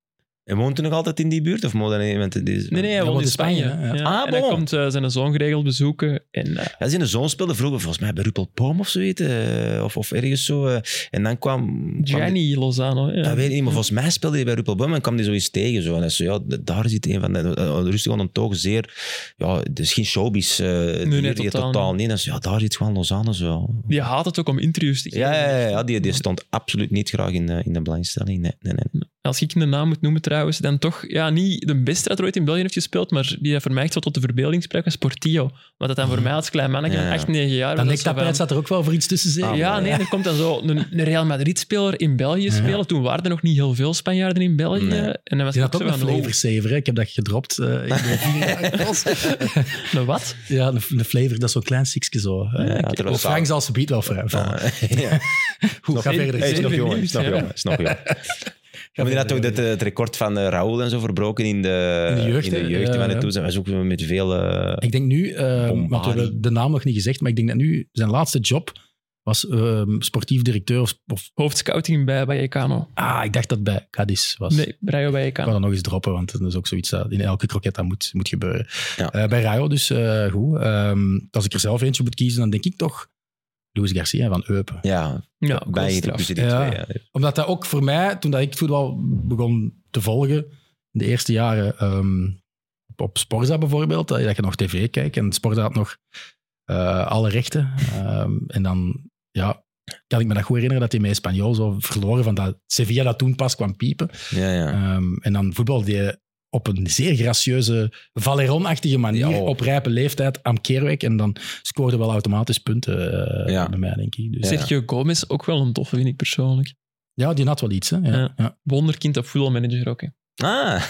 [SPEAKER 3] En woont hij nog altijd in die buurt? Of moet dat iemand... Die is-
[SPEAKER 2] Nee, nee, hij
[SPEAKER 1] Hij
[SPEAKER 2] woont in
[SPEAKER 1] woont in
[SPEAKER 2] Spanje.
[SPEAKER 1] Spanje,
[SPEAKER 2] ja.
[SPEAKER 1] hè?
[SPEAKER 3] Ah,
[SPEAKER 2] en hij
[SPEAKER 3] bon.
[SPEAKER 2] komt eh, zijn zoon geregeld bezoeken. En, eh,
[SPEAKER 3] Hij is in de zoon speelde vroeger volgens mij bij Ruppel Boom of zoiets. eh, of, of ergens zo. eh. en dan kwam... kwam die-
[SPEAKER 2] Gianni Lozano. Ja.
[SPEAKER 3] dat weet ik niet, maar volgens mij speelde hij bij Ruppel Boom en kwam hij zoiets tegen. Zo. En hij zei, ja, d- daar zit een van de... eh, Rustig aan een toog, zeer... Ja, het is geen showbiz. eh nee,
[SPEAKER 2] totaal
[SPEAKER 3] totaal niet. En hij zei, ja, daar zit gewoon Lozano zo.
[SPEAKER 2] Die haat het ook om interviews te geven.
[SPEAKER 3] Ja, ja, ja, ja, die, die stond absoluut niet graag in de, in de belangstelling. Nee, nee, nee.
[SPEAKER 2] Als ik een naam moet noemen trouwens, dan toch ja, niet de beste dat er ooit in België heeft gespeeld, maar die dat voor mij echt wel tot de verbeelding sprak, was Portillo. Want dat dan voor mij als klein mannetje
[SPEAKER 3] Mhm. Ja,
[SPEAKER 2] van
[SPEAKER 3] ja.
[SPEAKER 2] 8, 9 jaar...
[SPEAKER 1] Dat
[SPEAKER 2] was dat zo
[SPEAKER 1] nektapijt
[SPEAKER 2] van-
[SPEAKER 1] zat er ook wel voor iets tussen, zeg.
[SPEAKER 3] Ah,
[SPEAKER 2] Ja, nee,
[SPEAKER 3] Ja.
[SPEAKER 2] er komt dan zo een, een Real Madrid-speler in België spelen. Toen waren er nog niet heel veel Spanjaarden in België.
[SPEAKER 3] Nee.
[SPEAKER 2] En dan was
[SPEAKER 1] Die
[SPEAKER 2] ik
[SPEAKER 1] had ook
[SPEAKER 2] zo
[SPEAKER 1] een
[SPEAKER 2] van, oh,
[SPEAKER 1] flavor saver, hè. Ik heb dat gedropt eh, in de vier jaar klas.
[SPEAKER 2] een wat?
[SPEAKER 1] Ja, een, een flavor, dat is zo'n klein sikje zo. eh.
[SPEAKER 3] Ja,
[SPEAKER 1] Ik-
[SPEAKER 3] terwijl-
[SPEAKER 1] Frank zal ze biedt wel vrij vallen.
[SPEAKER 3] Ah, ja.
[SPEAKER 1] Goed,
[SPEAKER 3] nog-
[SPEAKER 1] ga verder.
[SPEAKER 3] Hey, is nog
[SPEAKER 2] Zeven
[SPEAKER 3] jong,
[SPEAKER 2] minuten,
[SPEAKER 3] is nog
[SPEAKER 2] ja.
[SPEAKER 3] jong, is nog jong. maar die had toch dit, eh, het record van eh, Raoul en zo verbroken in de,
[SPEAKER 1] In de jeugd, hè?
[SPEAKER 3] jeugd
[SPEAKER 1] Ja,
[SPEAKER 3] van
[SPEAKER 1] ja.
[SPEAKER 3] het toen zijn. Wij zoeken met veel... eh,
[SPEAKER 1] Ik denk nu, eh,
[SPEAKER 3] Bombari.
[SPEAKER 1] want we hebben de naam nog niet gezegd, maar ik denk dat nu zijn laatste job was ehm, sportief directeur of, of-
[SPEAKER 2] Hoofdscouting bij Vallecano.
[SPEAKER 1] Ah, ik dacht dat het bij Cadiz was.
[SPEAKER 2] Nee, Rayo
[SPEAKER 1] Ik
[SPEAKER 2] Vallecano.
[SPEAKER 1] kan dat nog eens droppen, want dat is ook zoiets dat in elke kroket dat moet, moet gebeuren.
[SPEAKER 3] Ja.
[SPEAKER 1] Eh, bij Rayo dus, eh, goed. Ehm, als ik er zelf eentje moet kiezen, dan denk ik toch Luis Garcia van Eupen.
[SPEAKER 3] ja,
[SPEAKER 2] Ja, cool
[SPEAKER 3] bij
[SPEAKER 2] straf.
[SPEAKER 3] tussen die
[SPEAKER 1] Ja.
[SPEAKER 3] twee. ja.
[SPEAKER 1] Omdat dat ook voor mij, toen dat ik het voetbal begon te volgen, in de eerste jaren ehm, op, op Sporza bijvoorbeeld, eh, dat je dat je nog tv kijkt en Sporza had nog eh, alle rechten. Ehm, en dan, ja, kan ik me dat goed herinneren dat hij met Espanyol zo verloren van dat Sevilla dat toen pas kwam piepen.
[SPEAKER 3] Ja, ja.
[SPEAKER 1] Ehm, en dan voetbalde je op een zeer gracieuze, Valeron-achtige manier
[SPEAKER 3] Ja. oh.
[SPEAKER 1] op rijpe leeftijd aan Keerwijk. En dan scoorde wel automatisch punten eh,
[SPEAKER 3] Ja.
[SPEAKER 1] bij mij, denk ik. Dus, ja.
[SPEAKER 3] Ja.
[SPEAKER 2] Sergio Gomez, ook wel een toffe, vind ik persoonlijk.
[SPEAKER 1] die had wel iets. Hè? Ja.
[SPEAKER 2] Ja.
[SPEAKER 1] Ja.
[SPEAKER 2] Wonderkind op voetbalmanager ook. Hè.
[SPEAKER 3] Ah,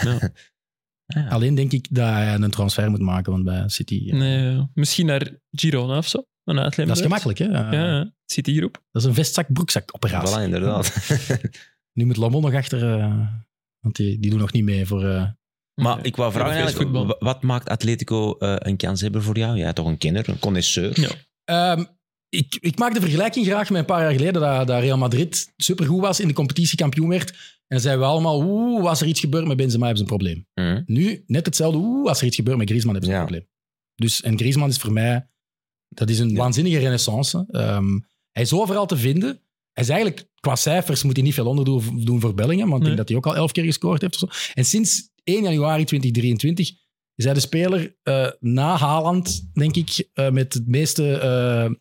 [SPEAKER 1] Alleen denk ik dat hij een transfer moet maken, want bij City... eh,
[SPEAKER 2] Nee, ja. misschien naar Girona of zo. Een uitleen.
[SPEAKER 1] Dat is gemakkelijk, hè? Eh,
[SPEAKER 2] Ja, ja. Citygroep.
[SPEAKER 1] Dat is een vestzak-broekzak-operatie.
[SPEAKER 3] voilà, inderdaad.
[SPEAKER 1] Nu moet Lamont nog achter... eh, want die, die doen nog niet mee voor... eh,
[SPEAKER 3] Maar ik wou vragen
[SPEAKER 2] Europees
[SPEAKER 3] eigenlijk,
[SPEAKER 2] voetbal.
[SPEAKER 3] wa- wat maakt Atletico eh, een kanshebber voor jou? Jij toch een kenner, een connoisseur?
[SPEAKER 2] Ja.
[SPEAKER 1] Ehm, ik, ik maak de vergelijking graag met een paar jaar geleden dat, dat Real Madrid supergoed was, in de competitie kampioen werd. En zeiden we allemaal, oeh, als er iets gebeurt met Benzema, hebben ze een probleem.
[SPEAKER 3] Mhm.
[SPEAKER 1] Nu, net hetzelfde, oeh, als er iets gebeurt met Griezmann, hebben ze
[SPEAKER 3] Ja.
[SPEAKER 1] een probleem. Dus, en Griezmann is voor mij, dat is een
[SPEAKER 3] Ja.
[SPEAKER 1] waanzinnige renaissance. Ehm, hij is overal te vinden. Hij is eigenlijk, qua cijfers moet hij niet veel onderdoen doen voor Bellingen, want ik
[SPEAKER 2] Nee.
[SPEAKER 1] denk dat hij ook al elf keer gescoord heeft. Of zo. En sinds 1 januari 2023 is hij de speler eh, na Haaland, denk ik, eh, met het meeste, eh,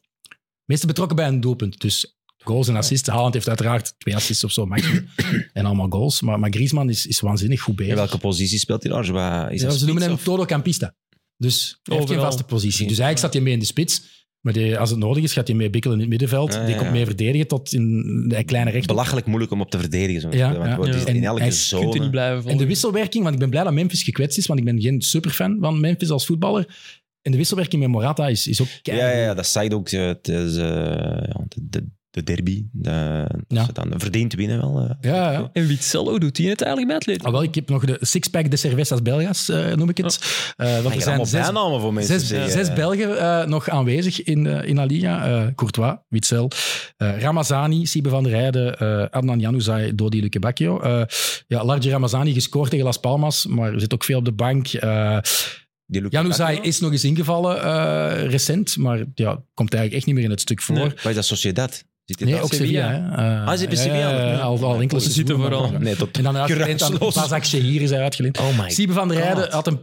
[SPEAKER 1] meeste betrokken bij een doelpunt. Dus goals en assists. Haaland heeft uiteraard twee assists of zo, maximum. en allemaal goals. Maar, maar Griezmann is, is waanzinnig goed bezig.
[SPEAKER 3] In welke positie speelt hij daar? Is hij
[SPEAKER 1] Ja, ze
[SPEAKER 3] spits
[SPEAKER 1] noemen hem
[SPEAKER 3] of-
[SPEAKER 1] Todo Campista. Dus hij heeft geen
[SPEAKER 2] Overal.
[SPEAKER 1] vaste positie. Dus eigenlijk staat hij mee in de spits. Maar die, als het nodig is, gaat hij mee bikkelen in het middenveld.
[SPEAKER 3] Ja,
[SPEAKER 1] die
[SPEAKER 3] ja,
[SPEAKER 1] komt
[SPEAKER 3] Ah, ja.
[SPEAKER 1] mee verdedigen tot in de kleine rechter.
[SPEAKER 3] Belachelijk moeilijk om op te verdedigen. Zo
[SPEAKER 1] Ja,
[SPEAKER 3] want
[SPEAKER 1] ja.
[SPEAKER 3] het is
[SPEAKER 2] Ja.
[SPEAKER 3] in
[SPEAKER 1] En hij
[SPEAKER 3] elke
[SPEAKER 1] is-
[SPEAKER 2] Kunt u niet
[SPEAKER 3] zone.
[SPEAKER 2] blijven
[SPEAKER 1] eh, En
[SPEAKER 2] volgen.
[SPEAKER 1] de wisselwerking, want ik ben blij dat Memphis gekwetst is, want ik ben geen superfan van Memphis als voetballer. En de wisselwerking met Morata is, is ook
[SPEAKER 3] Ja,
[SPEAKER 1] keihard.
[SPEAKER 3] ja, ja, dat zei ook. eh, Het is, eh, ja, de, de, de derby. De, dat
[SPEAKER 1] Ja.
[SPEAKER 3] ze dan verdient winnen wel. eh.
[SPEAKER 1] Ja, ja.
[SPEAKER 2] En Witzello doet hij het eigenlijk bij Atletico?
[SPEAKER 1] Alhoewel, ik heb nog de sixpack de Cervezas Belgas, eh, noem ik het. Eh, want
[SPEAKER 3] Hij
[SPEAKER 1] er
[SPEAKER 3] gaat
[SPEAKER 1] zijn
[SPEAKER 3] allemaal
[SPEAKER 1] zes,
[SPEAKER 3] bijnamen voor mensen.
[SPEAKER 1] zes,
[SPEAKER 3] zeggen.
[SPEAKER 1] zes Belgen eh, nog aanwezig in, eh, in La Liga. Eh, Courtois, Witzel, eh, Ramazani, Sibe van der Heijden, eh, Adnan Januzaj, Dodi Lukebakio. Eh ja, Large Ramazani gescoord tegen Las Palmas, maar zit ook veel op de bank. Eh
[SPEAKER 3] Die Lukaku.
[SPEAKER 1] Januzaj is nog eens ingevallen eh, recent, maar ja, komt eigenlijk echt niet meer in het stuk voor.
[SPEAKER 2] Nee.
[SPEAKER 1] Nee,
[SPEAKER 3] Wat is dat, Sociedad? Zit hij daar?
[SPEAKER 1] ook Sevilla. hè. Eh,
[SPEAKER 3] Ah, zit bij
[SPEAKER 1] ja,
[SPEAKER 3] Sevilla.
[SPEAKER 1] ja, ja, al, al enkele
[SPEAKER 2] Ze zitten
[SPEAKER 1] seizoenen,
[SPEAKER 2] vooral.
[SPEAKER 1] maar-
[SPEAKER 3] Nee, tot
[SPEAKER 1] En dan uitgeleend aan
[SPEAKER 3] Geruisloos.
[SPEAKER 1] Basak Shehir is hij uitgeleend.
[SPEAKER 3] Oh my
[SPEAKER 1] Siebe van der
[SPEAKER 3] God.
[SPEAKER 1] Heijden had een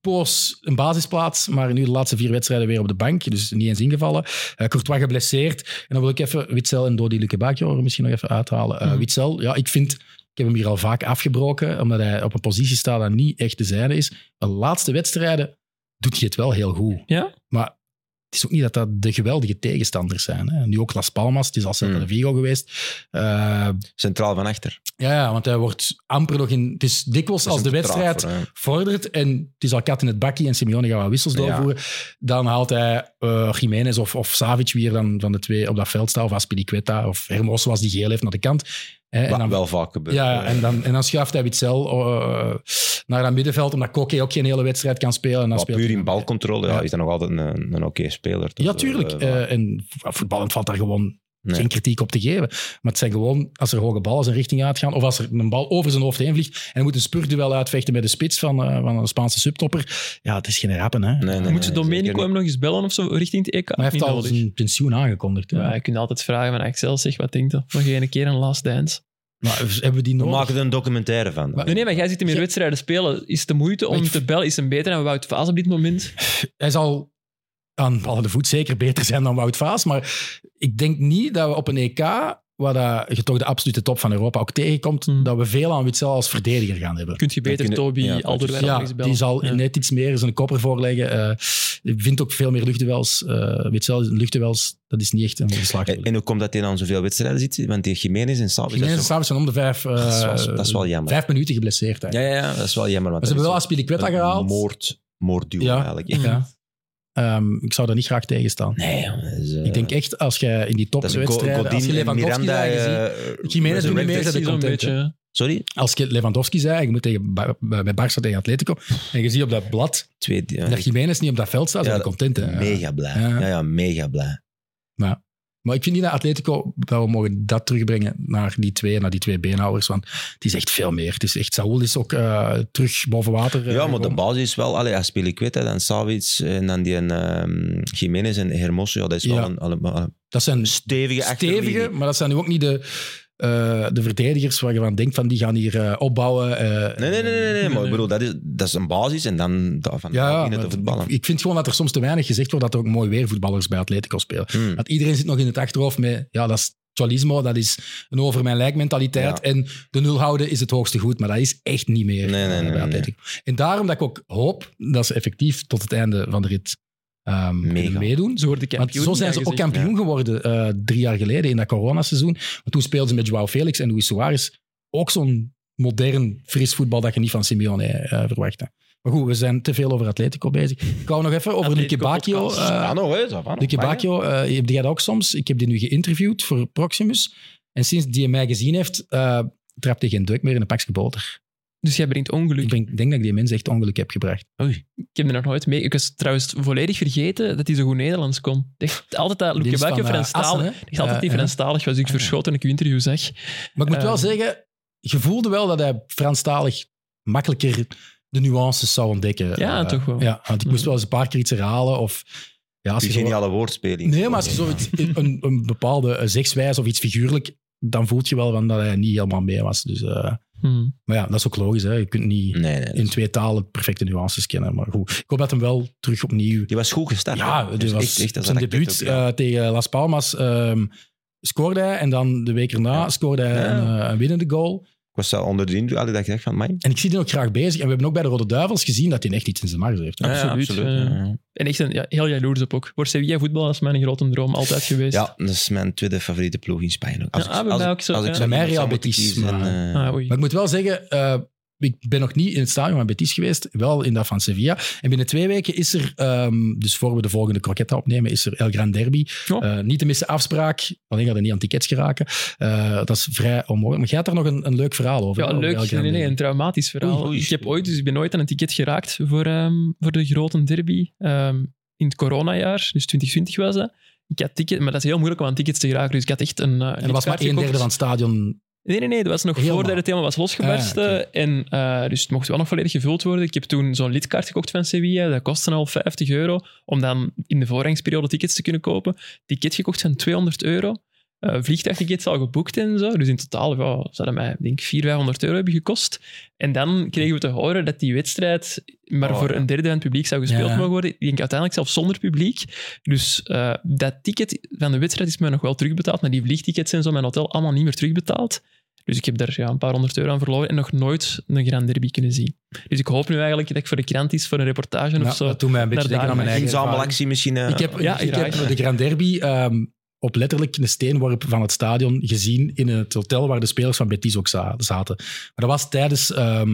[SPEAKER 1] poos een basisplaats, maar nu de laatste vier wedstrijden weer op de bank, dus niet eens ingevallen. Eh, Courtois geblesseerd. En dan wil ik even Witzel en Dodi Lukebakio er misschien nog even uithalen. Eh,
[SPEAKER 2] Mhm.
[SPEAKER 1] Witzel, ja, ik vind... Ik heb hem hier al vaak afgebroken, omdat hij op een positie staat dat niet echt de zijde is. De laatste wedstrijden doet hij het wel heel goed.
[SPEAKER 2] Ja?
[SPEAKER 1] Maar het is ook niet dat dat de geweldige tegenstanders zijn. Hè. Nu ook Las Palmas, het is al Celta
[SPEAKER 3] Mm.
[SPEAKER 1] de Vigo geweest. Eh,
[SPEAKER 3] Centraal van achter.
[SPEAKER 1] ja, ja, want hij wordt amper nog in... Het is dikwijls
[SPEAKER 3] Dat is
[SPEAKER 1] als de
[SPEAKER 3] een centraal
[SPEAKER 1] wedstrijd
[SPEAKER 3] voor, eh, hè.
[SPEAKER 1] vordert en het is al kat in het bakkie en Simeone gaat wat wissels
[SPEAKER 3] Ja.
[SPEAKER 1] doorvoeren, dan haalt hij eh Jiménez of, of Savic weer dan van de twee op dat veld staan, of Aspiliqueta of Hermoso als die geel heeft naar de kant. Hè, en
[SPEAKER 3] Wat
[SPEAKER 1] dan,
[SPEAKER 3] wel vaak gebeurt.
[SPEAKER 1] ja, en dan, en dan schuift hij Witzel eh, naar dat middenveld, omdat Koke ook geen hele wedstrijd kan spelen. En dan
[SPEAKER 3] Maar
[SPEAKER 1] speelt
[SPEAKER 3] puur
[SPEAKER 1] hij-
[SPEAKER 3] in balcontrole ja,
[SPEAKER 1] Ja.
[SPEAKER 3] is dat nog altijd een, een oké speler. Dus,
[SPEAKER 1] Ja, tuurlijk.
[SPEAKER 3] eh,
[SPEAKER 1] Eh, en vo- voetballend valt daar gewoon
[SPEAKER 3] Nee.
[SPEAKER 1] geen kritiek op te geven. Maar het zijn gewoon, als er hoge ballen zijn richting uitgaan, of als er een bal over zijn hoofd heen vliegt, en hij moet een spurtduel uitvechten bij de spits van, eh, van een Spaanse subtopper. Ja, het is geen rappen, hè.
[SPEAKER 3] nee, nee, nee,
[SPEAKER 2] Moet ze
[SPEAKER 3] nee,
[SPEAKER 2] Domenico
[SPEAKER 3] zeker
[SPEAKER 2] hem
[SPEAKER 3] niet.
[SPEAKER 2] nog eens bellen of zo richting het E EK?
[SPEAKER 1] Maar hij heeft
[SPEAKER 2] Niet
[SPEAKER 1] al
[SPEAKER 2] nodig.
[SPEAKER 1] zijn pensioen aangekondigd. hè.
[SPEAKER 2] Ja, je kunt altijd vragen van Axel, zeg, wat denkt dat? Nog een keer een last dance.
[SPEAKER 1] Maar hebben we die
[SPEAKER 3] We
[SPEAKER 1] nodig?
[SPEAKER 3] maken er een documentaire van.
[SPEAKER 1] Maar-
[SPEAKER 2] Nee, nee, maar jij zit hem meer wedstrijden spelen. Is het de moeite
[SPEAKER 1] Maar
[SPEAKER 2] om
[SPEAKER 1] ik-
[SPEAKER 2] te bellen? Is hem beter dan Wout Vaas op dit moment?
[SPEAKER 1] Hij zal aan ballen de voet zeker beter zijn dan Wout Vaas. Maar ik denk niet dat we op een EK, waar dat, je toch de absolute top van Europa ook tegenkomt,
[SPEAKER 2] Hmm.
[SPEAKER 1] dat we veel aan Witzel als verdediger gaan hebben.
[SPEAKER 2] Kunt je beter
[SPEAKER 3] kunnen-
[SPEAKER 2] Toby
[SPEAKER 3] ja,
[SPEAKER 2] Alderweireld nog
[SPEAKER 1] Dus Ja,
[SPEAKER 2] eens bellen?
[SPEAKER 1] die zal
[SPEAKER 2] Ja.
[SPEAKER 1] net iets meer zijn kopper voorleggen. Eh vindt ook veel meer luchtduels. Eh weet zelfs, luchtduels, dat is niet echt een geslaagd.
[SPEAKER 3] En, en hoe komt dat hij dan zoveel wedstrijden zit? Want die Jiménez en Savic...
[SPEAKER 1] Jiménez en
[SPEAKER 3] dat is
[SPEAKER 1] Savic zijn om de vijf, eh,
[SPEAKER 3] Dat is wel- dat is wel jammer.
[SPEAKER 1] vijf minuten geblesseerd.
[SPEAKER 3] toch-
[SPEAKER 1] eigenlijk.
[SPEAKER 3] ja, ja, ja, dat is wel jammer. Want
[SPEAKER 1] maar ze hebben wel
[SPEAKER 3] dat
[SPEAKER 1] Aspiliqueta
[SPEAKER 3] is een
[SPEAKER 1] gehaald.
[SPEAKER 3] Moord, moordduo
[SPEAKER 1] Ja.
[SPEAKER 3] eigenlijk.
[SPEAKER 1] Ja. Ehm, ik zou daar niet graag tegen staan.
[SPEAKER 3] Nee, jongen, dat is, eh,
[SPEAKER 1] Ik denk echt, als je in die
[SPEAKER 3] dat is een Go-
[SPEAKER 1] topwedstrijden... Als je
[SPEAKER 3] Godin en
[SPEAKER 1] Lewandowski
[SPEAKER 3] Miranda...
[SPEAKER 1] daar gezien...
[SPEAKER 3] eh,
[SPEAKER 1] Jiménez doet niet
[SPEAKER 3] resurrected.
[SPEAKER 1] mee,
[SPEAKER 2] Dat
[SPEAKER 1] dat
[SPEAKER 2] is
[SPEAKER 1] is
[SPEAKER 2] zo'n
[SPEAKER 1] content,
[SPEAKER 2] beetje.
[SPEAKER 3] Sorry?
[SPEAKER 1] Als je Lewandowski zei, je moet tegen, Ba- Ba- met Barça tegen Atletico, en je ziet op dat blad
[SPEAKER 3] Twee, ja,
[SPEAKER 1] dat Jiménez niet op dat veld staat,
[SPEAKER 3] Ja,
[SPEAKER 1] zijn we content. Hè?
[SPEAKER 3] mega blij.
[SPEAKER 1] Ja.
[SPEAKER 3] Ja. ja, mega blij.
[SPEAKER 1] Maar ik vind niet dat Atletico, dat we mogen dat terugbrengen naar die twee, naar die twee beenhouwers, want het is echt veel meer. Het is echt, Saúl is ook eh, terug boven water. eh,
[SPEAKER 3] Ja, maar de
[SPEAKER 1] gekomen.
[SPEAKER 3] basis is wel... Allee, als Peliqueta, dan Savic en dan die ehm Jiménez en Hermoso. Ja, dat is
[SPEAKER 1] Ja.
[SPEAKER 3] wel een, al- al- een
[SPEAKER 1] Dat zijn
[SPEAKER 3] stevige
[SPEAKER 1] stevige,
[SPEAKER 3] achterlinie.
[SPEAKER 1] maar dat zijn nu ook niet de, eh, de verdedigers waar je van denkt van die gaan hier eh, opbouwen. eh,
[SPEAKER 3] Nee, nee, nee, nee, nee,
[SPEAKER 2] Nee,
[SPEAKER 3] Maar
[SPEAKER 2] nee.
[SPEAKER 3] ik bedoel, dat is, dat is een basis en dan da- van
[SPEAKER 1] Ja,
[SPEAKER 3] daar
[SPEAKER 1] ja,
[SPEAKER 3] beginnen te
[SPEAKER 1] maar
[SPEAKER 3] voetballen.
[SPEAKER 1] Ik vind gewoon dat er soms te weinig gezegd wordt dat er ook mooi weer voetballers bij Atletico spelen.
[SPEAKER 3] Hmm.
[SPEAKER 1] Want iedereen zit nog in het achterhoofd met, ja, dat is Cholismo, dat is een over mijn lijk mentaliteit.
[SPEAKER 3] Ja.
[SPEAKER 1] En de nul houden is het hoogste goed, maar dat is echt niet meer
[SPEAKER 3] Nee, nee,
[SPEAKER 1] eh,
[SPEAKER 3] nee,
[SPEAKER 1] bij
[SPEAKER 3] nee,
[SPEAKER 1] Atletico. En daarom dat ik ook hoop dat ze effectief tot het einde van de rit ehm,
[SPEAKER 3] Mega.
[SPEAKER 1] kunnen meedoen.
[SPEAKER 2] Zo worden
[SPEAKER 1] Want
[SPEAKER 2] kampioen.
[SPEAKER 1] zo zijn ze ook kampioen geworden eh, drie jaar geleden in dat coronaseizoen. Want toen speelden ze met Joao Felix en Luis Suarez ook zo'n modern, fris voetbal dat je niet van Simeone eh, verwachtte. Maar goed, we zijn te veel over Atletico bezig. Ik wou nog even over Nicky
[SPEAKER 2] Atletico
[SPEAKER 1] Bacchio.
[SPEAKER 2] podcast.
[SPEAKER 1] eh,
[SPEAKER 3] Ja, nog, hè. zo van,
[SPEAKER 1] Lucky
[SPEAKER 3] maar ja.
[SPEAKER 1] Bacchio, eh, heb jij dat ook soms? Ik heb die nu geïnterviewd voor Proximus. En sinds die mij gezien heeft, eh trapt hij geen druk meer in een pakje boter.
[SPEAKER 2] Dus jij brengt ongeluk.
[SPEAKER 1] Ik denk, denk dat ik die mensen echt ongeluk heb gebracht.
[SPEAKER 2] Ik heb er nog nooit mee. Ik was trouwens volledig vergeten dat hij zo goed Nederlands kon. Echt, altijd dat
[SPEAKER 1] Die
[SPEAKER 2] Luke
[SPEAKER 1] is van,
[SPEAKER 2] Bacchio
[SPEAKER 1] eh,
[SPEAKER 2] Franstalig.
[SPEAKER 1] Assen, hè?
[SPEAKER 2] Ik altijd die
[SPEAKER 1] Ja, ja.
[SPEAKER 2] Franstalig was. dus Ik
[SPEAKER 1] Ah, ja.
[SPEAKER 2] verschoten toen ik uw interview zag.
[SPEAKER 1] Maar ik moet wel
[SPEAKER 2] Eh,
[SPEAKER 1] zeggen, je voelde wel dat hij Franstalig makkelijker de nuances zou ontdekken.
[SPEAKER 2] Ja,
[SPEAKER 1] Eh,
[SPEAKER 2] toch wel.
[SPEAKER 1] Ja, want ik moest wel eens een paar keer iets herhalen. Of, ja, als
[SPEAKER 3] Die
[SPEAKER 1] je zo-
[SPEAKER 3] geniale woordspeling.
[SPEAKER 1] nee, maar als je zoiets, een, een bepaalde eh, zegswijze of iets figuurlijk, dan voel je wel van dat hij niet helemaal mee was. Dus, eh,
[SPEAKER 2] Hm.
[SPEAKER 1] maar ja, dat is ook logisch. Hè. Je kunt niet
[SPEAKER 3] Nee, nee.
[SPEAKER 1] in twee talen perfecte nuances kennen. Maar goed, ik hoop dat hem wel terug opnieuw...
[SPEAKER 3] Die was goed gestart.
[SPEAKER 1] Ja,
[SPEAKER 3] hè.
[SPEAKER 1] dus was
[SPEAKER 3] echt- echt als
[SPEAKER 1] zijn
[SPEAKER 3] een raket
[SPEAKER 1] debuut
[SPEAKER 3] ook, ja.
[SPEAKER 1] eh, tegen Las Palmas ehm, scoorde hij. En dan de week erna
[SPEAKER 3] Ja.
[SPEAKER 1] scoorde hij
[SPEAKER 3] Ja.
[SPEAKER 1] een, eh, een winnende goal.
[SPEAKER 3] Ik was wel onder de indruk. Allee, dat ik dacht van, man.
[SPEAKER 1] En ik zie die ook graag bezig. En we hebben ook bij de Rode Duivels gezien dat hij echt iets in zijn mars heeft.
[SPEAKER 2] Absoluut, eh. En echt een, ja, heel jaloers op ook. Voor Sevilla voetbal is mijn grote droom altijd geweest.
[SPEAKER 3] Ja, dat is mijn tweede favoriete ploeg in Spanje. ook. Als
[SPEAKER 2] Ja,
[SPEAKER 3] ik-
[SPEAKER 2] ah, bij
[SPEAKER 3] als
[SPEAKER 2] mij
[SPEAKER 3] ik-
[SPEAKER 2] ook zo,
[SPEAKER 3] als ik
[SPEAKER 2] ja.
[SPEAKER 3] zou
[SPEAKER 1] Bij mij
[SPEAKER 3] iemand zou
[SPEAKER 1] Real
[SPEAKER 3] moeten
[SPEAKER 1] Betis,
[SPEAKER 3] kiezen,
[SPEAKER 1] maar-
[SPEAKER 3] eh,
[SPEAKER 2] Ah, oei.
[SPEAKER 1] Maar ik moet wel zeggen, eh, ik ben nog niet in het stadion van Betis geweest. Wel in dat van Sevilla. En binnen twee weken is er, ehm, dus voor we de volgende croquetta opnemen, is er El Gran Derby.
[SPEAKER 2] Oh.
[SPEAKER 1] Eh, niet te missen afspraak. Alleen gaat er niet aan tickets geraken. Eh, dat is vrij onmogelijk. Maar jij had daar nog een, een leuk verhaal over.
[SPEAKER 2] Ja,
[SPEAKER 1] hè, over El Gran
[SPEAKER 2] leuk. Nee, nee,
[SPEAKER 1] Derby.
[SPEAKER 2] een traumatisch verhaal.
[SPEAKER 3] Oei, oei.
[SPEAKER 2] Ik, heb ooit, dus ik ben ooit aan een ticket geraakt voor, ehm, voor de grote derby. Ehm, in het coronajaar, dus 2020 was dat. Ik had ticket, maar dat is heel moeilijk om aan tickets te geraken. Dus ik had echt een. eh,
[SPEAKER 1] En er was maar
[SPEAKER 2] lidkaartje
[SPEAKER 1] een derde
[SPEAKER 2] gekocht.
[SPEAKER 1] van het stadion.
[SPEAKER 2] Nee, nee, nee. Dat was nog
[SPEAKER 1] Helemaal.
[SPEAKER 2] voordat het helemaal was losgebarsten.
[SPEAKER 1] Ah, oké.
[SPEAKER 2] en, eh, dus het mocht wel nog volledig gevuld worden. Ik heb toen zo'n lidkaart gekocht van Sevilla. Dat kostte al 50 euro. Om dan in de voorrangsperiode tickets te kunnen kopen. Ticket gekocht van 200 euro. Eh vliegtuigtickets al geboekt en zo. Dus in totaal ja, zou dat mij, denk ik, 400, 500 euro hebben gekost. En dan kregen we te horen dat die wedstrijd maar
[SPEAKER 3] Oh,
[SPEAKER 2] voor
[SPEAKER 3] ja.
[SPEAKER 2] een derde van het publiek zou gespeeld
[SPEAKER 1] Ja.
[SPEAKER 2] mogen worden. Ik denk uiteindelijk zelfs zonder publiek. Dus eh, dat ticket van de wedstrijd is mij nog wel terugbetaald, maar die vliegtickets en zo, mijn hotel, allemaal niet meer terugbetaald. Dus ik heb daar ja, een paar honderd euro aan verloren en nog nooit een Grand Derby kunnen zien. Dus ik hoop nu eigenlijk dat ik voor de krant is, voor een reportage of
[SPEAKER 1] Nou,
[SPEAKER 2] zo.
[SPEAKER 1] dat doet mij een beetje
[SPEAKER 2] Naar
[SPEAKER 1] denken
[SPEAKER 2] daar
[SPEAKER 1] aan mijn
[SPEAKER 2] mee.
[SPEAKER 1] eigen ervaring.
[SPEAKER 3] inzamelactie misschien. eh,
[SPEAKER 1] Ik heb,
[SPEAKER 2] Ja,
[SPEAKER 1] ik heb
[SPEAKER 2] graag.
[SPEAKER 1] de Grand Derby ehm, op letterlijk een steenworp van het stadion gezien in het hotel waar de spelers van Betis ook za- zaten. Maar dat was tijdens... ehm,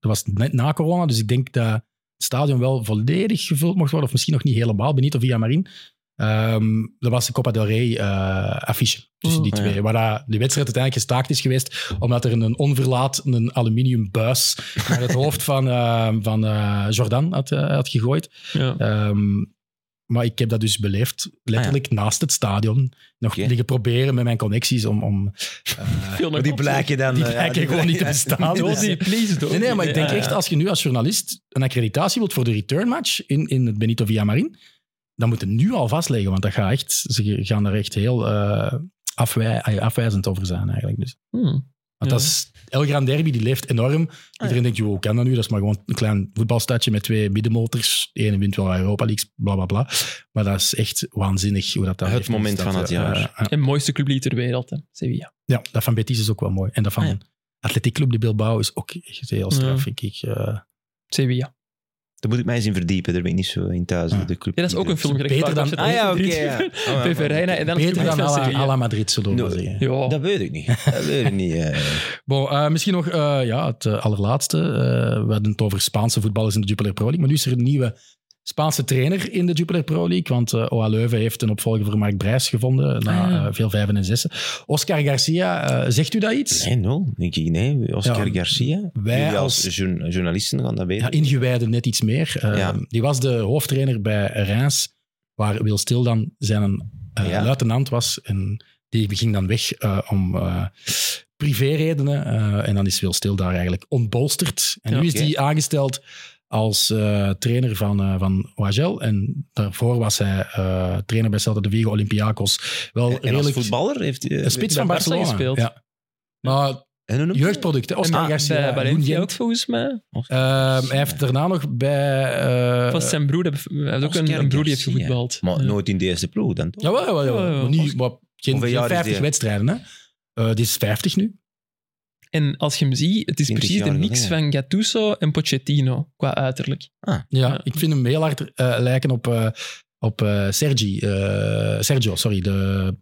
[SPEAKER 1] dat was net na corona, dus ik denk dat het stadion wel volledig gevuld mocht worden, of misschien nog niet helemaal, benieuwd of via Marin. Ehm dat was de Copa del Rey eh, affiche tussen die
[SPEAKER 3] Oh,
[SPEAKER 1] twee.
[SPEAKER 3] ja.
[SPEAKER 1] Waar dat de wedstrijd uiteindelijk gestaakt is geweest, omdat er een onverlaat een aluminium buis naar het hoofd van, eh, van eh, Jordan had, eh, had gegooid.
[SPEAKER 2] Ja.
[SPEAKER 1] Ehm, maar ik heb dat dus beleefd, letterlijk naast het stadion. Nog
[SPEAKER 3] Oké.
[SPEAKER 1] liggen proberen met mijn connecties om... om eh,
[SPEAKER 2] Veel
[SPEAKER 3] maar die blijken dan...
[SPEAKER 1] die
[SPEAKER 3] eh, ja,
[SPEAKER 1] blijken gewoon niet te bestaan.
[SPEAKER 2] Doe die, please, doe
[SPEAKER 1] Nee, nee,
[SPEAKER 2] die.
[SPEAKER 1] maar ik denk
[SPEAKER 2] Ja, ja.
[SPEAKER 1] echt, als je nu als journalist een accreditatie wilt voor de returnmatch in, in het Benito Villamarin, dan moet je nu al vastleggen, want dat gaat echt, ze gaan er echt heel eh, afwij- eh, afwijzend over zijn eigenlijk. Dus.
[SPEAKER 2] Hmm.
[SPEAKER 1] Want
[SPEAKER 2] Ja.
[SPEAKER 1] dat is, El Gran Derby die leeft enorm.
[SPEAKER 3] Ah,
[SPEAKER 1] Iedereen denkt, joh, hoe kan dat nu? Dat is maar gewoon een klein voetbalstadje met twee middenmotors. De ene wint wel Europa League, bla bla bla. Maar dat is echt waanzinnig hoe dat daar
[SPEAKER 3] Het
[SPEAKER 1] leeft.
[SPEAKER 3] moment
[SPEAKER 1] Dat,
[SPEAKER 3] van het
[SPEAKER 1] eh,
[SPEAKER 3] jaar.
[SPEAKER 1] eh,
[SPEAKER 2] En mooiste clublied ter wereld, hè. Sevilla.
[SPEAKER 1] ja, dat van Betis is ook wel mooi. En dat van
[SPEAKER 3] Ah, ja.
[SPEAKER 1] Atletiek Club de Bilbao is ook echt heel straf,
[SPEAKER 2] Ja.
[SPEAKER 1] vind ik. Eh,
[SPEAKER 2] Sevilla.
[SPEAKER 3] Daar moet ik mij eens in verdiepen. Daar ben ik niet zo in thuis.
[SPEAKER 1] Ah.
[SPEAKER 3] De club
[SPEAKER 2] Ja, dat is ook een film. dat ik
[SPEAKER 1] Beter
[SPEAKER 2] vaak
[SPEAKER 1] dan-
[SPEAKER 2] opzet.
[SPEAKER 3] Ah ja, oké.
[SPEAKER 2] Drie-
[SPEAKER 3] ja. Oh, ja,
[SPEAKER 2] PV Reina eh, en dan het
[SPEAKER 1] beter
[SPEAKER 2] publiek
[SPEAKER 1] dan
[SPEAKER 2] van
[SPEAKER 1] à la,
[SPEAKER 2] Sevilla.
[SPEAKER 1] à la Madrid, zullen we
[SPEAKER 3] No.
[SPEAKER 1] maar zeggen.
[SPEAKER 2] Ja.
[SPEAKER 3] Dat weet ik niet. Dat weet ik niet. eh.
[SPEAKER 1] Bon, eh, misschien nog eh, ja, het eh, allerlaatste. Eh, we hadden het over Spaanse voetballers in de Jupiler Pro League. Maar nu is er een nieuwe Spaanse trainer in de Jupiler Pro League. Want eh OA Leuven heeft een opvolger voor Mark Brijs gevonden. Na
[SPEAKER 2] Ah, ja.
[SPEAKER 1] eh, veel vijven en zessen. Oscar Garcia, eh, zegt u dat iets?
[SPEAKER 3] Nee, nul. Denk ik, nee. Oscar
[SPEAKER 1] Ja.
[SPEAKER 3] Garcia.
[SPEAKER 1] Wij
[SPEAKER 3] Jullie
[SPEAKER 1] als-
[SPEAKER 3] als, jour- journalisten gaan dat
[SPEAKER 1] Ja,
[SPEAKER 3] weten.
[SPEAKER 1] ingewijden net iets meer. Eh,
[SPEAKER 3] Ja.
[SPEAKER 1] Die was de hoofdtrainer bij Reims, waar Wil Stil dan zijn eh,
[SPEAKER 3] Ja.
[SPEAKER 1] luitenant was. En die ging dan weg eh, om eh privéredenen. Eh, en dan is Wil Stil daar eigenlijk ontbolsterd. En
[SPEAKER 2] Ja,
[SPEAKER 1] nu is
[SPEAKER 3] oké.
[SPEAKER 1] die aangesteld als eh, trainer van, eh van OHL. En daarvoor was hij eh, trainer bij Celta de Vigo Olympiakos. Wel
[SPEAKER 3] en als
[SPEAKER 1] redelijk...
[SPEAKER 3] voetballer heeft hij... eh,
[SPEAKER 1] Een spits
[SPEAKER 2] bij
[SPEAKER 1] van
[SPEAKER 2] Barca
[SPEAKER 1] Barcelona.
[SPEAKER 2] gespeeld.
[SPEAKER 1] Ja. Maar
[SPEAKER 3] En een-
[SPEAKER 1] jeugdproduct, hè. Oscar
[SPEAKER 3] Ah,
[SPEAKER 1] Garcia.
[SPEAKER 2] bij Valencia
[SPEAKER 1] Loenjent.
[SPEAKER 2] ook volgens mij.
[SPEAKER 1] Eh, hij heeft daarna nog bij... eh,
[SPEAKER 2] Vast zijn broer, heeft- hij heeft ook een,
[SPEAKER 3] Oscar
[SPEAKER 2] een broer die heeft
[SPEAKER 3] Garcia.
[SPEAKER 2] gevoetbald.
[SPEAKER 3] Maar
[SPEAKER 2] Ja.
[SPEAKER 3] nooit in de eerste ploeg dan toch?
[SPEAKER 1] Jawel, jawel, jawel.
[SPEAKER 2] Ja, ja,
[SPEAKER 1] Maar niet,
[SPEAKER 2] als-
[SPEAKER 1] maar geen,
[SPEAKER 3] Hoeveel
[SPEAKER 1] geen
[SPEAKER 3] jaar is
[SPEAKER 1] 50
[SPEAKER 3] die?
[SPEAKER 1] wedstrijden, hè? Eh, die is 50 nu.
[SPEAKER 2] En als je hem ziet, het is
[SPEAKER 3] 20
[SPEAKER 2] precies de
[SPEAKER 3] jaar
[SPEAKER 2] mix
[SPEAKER 3] geleden.
[SPEAKER 2] van Gattuso en Pochettino, qua uiterlijk.
[SPEAKER 1] Ja,
[SPEAKER 2] Ja.
[SPEAKER 1] ik vind hem heel hard eh, lijken op, eh, op eh, Sergi, eh, Sergio, sorry, de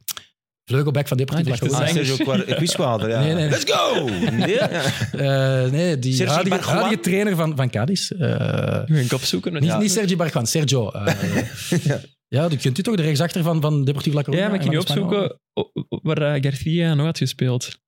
[SPEAKER 1] vleugelback van Deportivo
[SPEAKER 2] Ah, ik dacht
[SPEAKER 1] La
[SPEAKER 3] Ah,
[SPEAKER 1] Coruña.
[SPEAKER 2] zijn-
[SPEAKER 3] Sergio Quar- Quisquadra, ja.
[SPEAKER 1] Nee, nee.
[SPEAKER 3] Let's go! Nee.
[SPEAKER 1] Eh, nee, die
[SPEAKER 3] Sergi
[SPEAKER 1] huidige,
[SPEAKER 3] Barjuan.
[SPEAKER 1] huidige trainer van, van Cadiz. Eh,
[SPEAKER 2] Ik ga ik opzoeken. want-
[SPEAKER 1] niet,
[SPEAKER 3] Ja.
[SPEAKER 1] niet Sergi Barjuan, Sergio. eh. ja.
[SPEAKER 3] Ja.
[SPEAKER 1] die kunt u toch de rechtsachter van, van Deportivo La Coruña?
[SPEAKER 2] Ja, maar ik
[SPEAKER 1] en
[SPEAKER 2] ging niet
[SPEAKER 1] van Espanyol?
[SPEAKER 2] opzoeken o- o- waar eh, Garcia nog had gespeeld.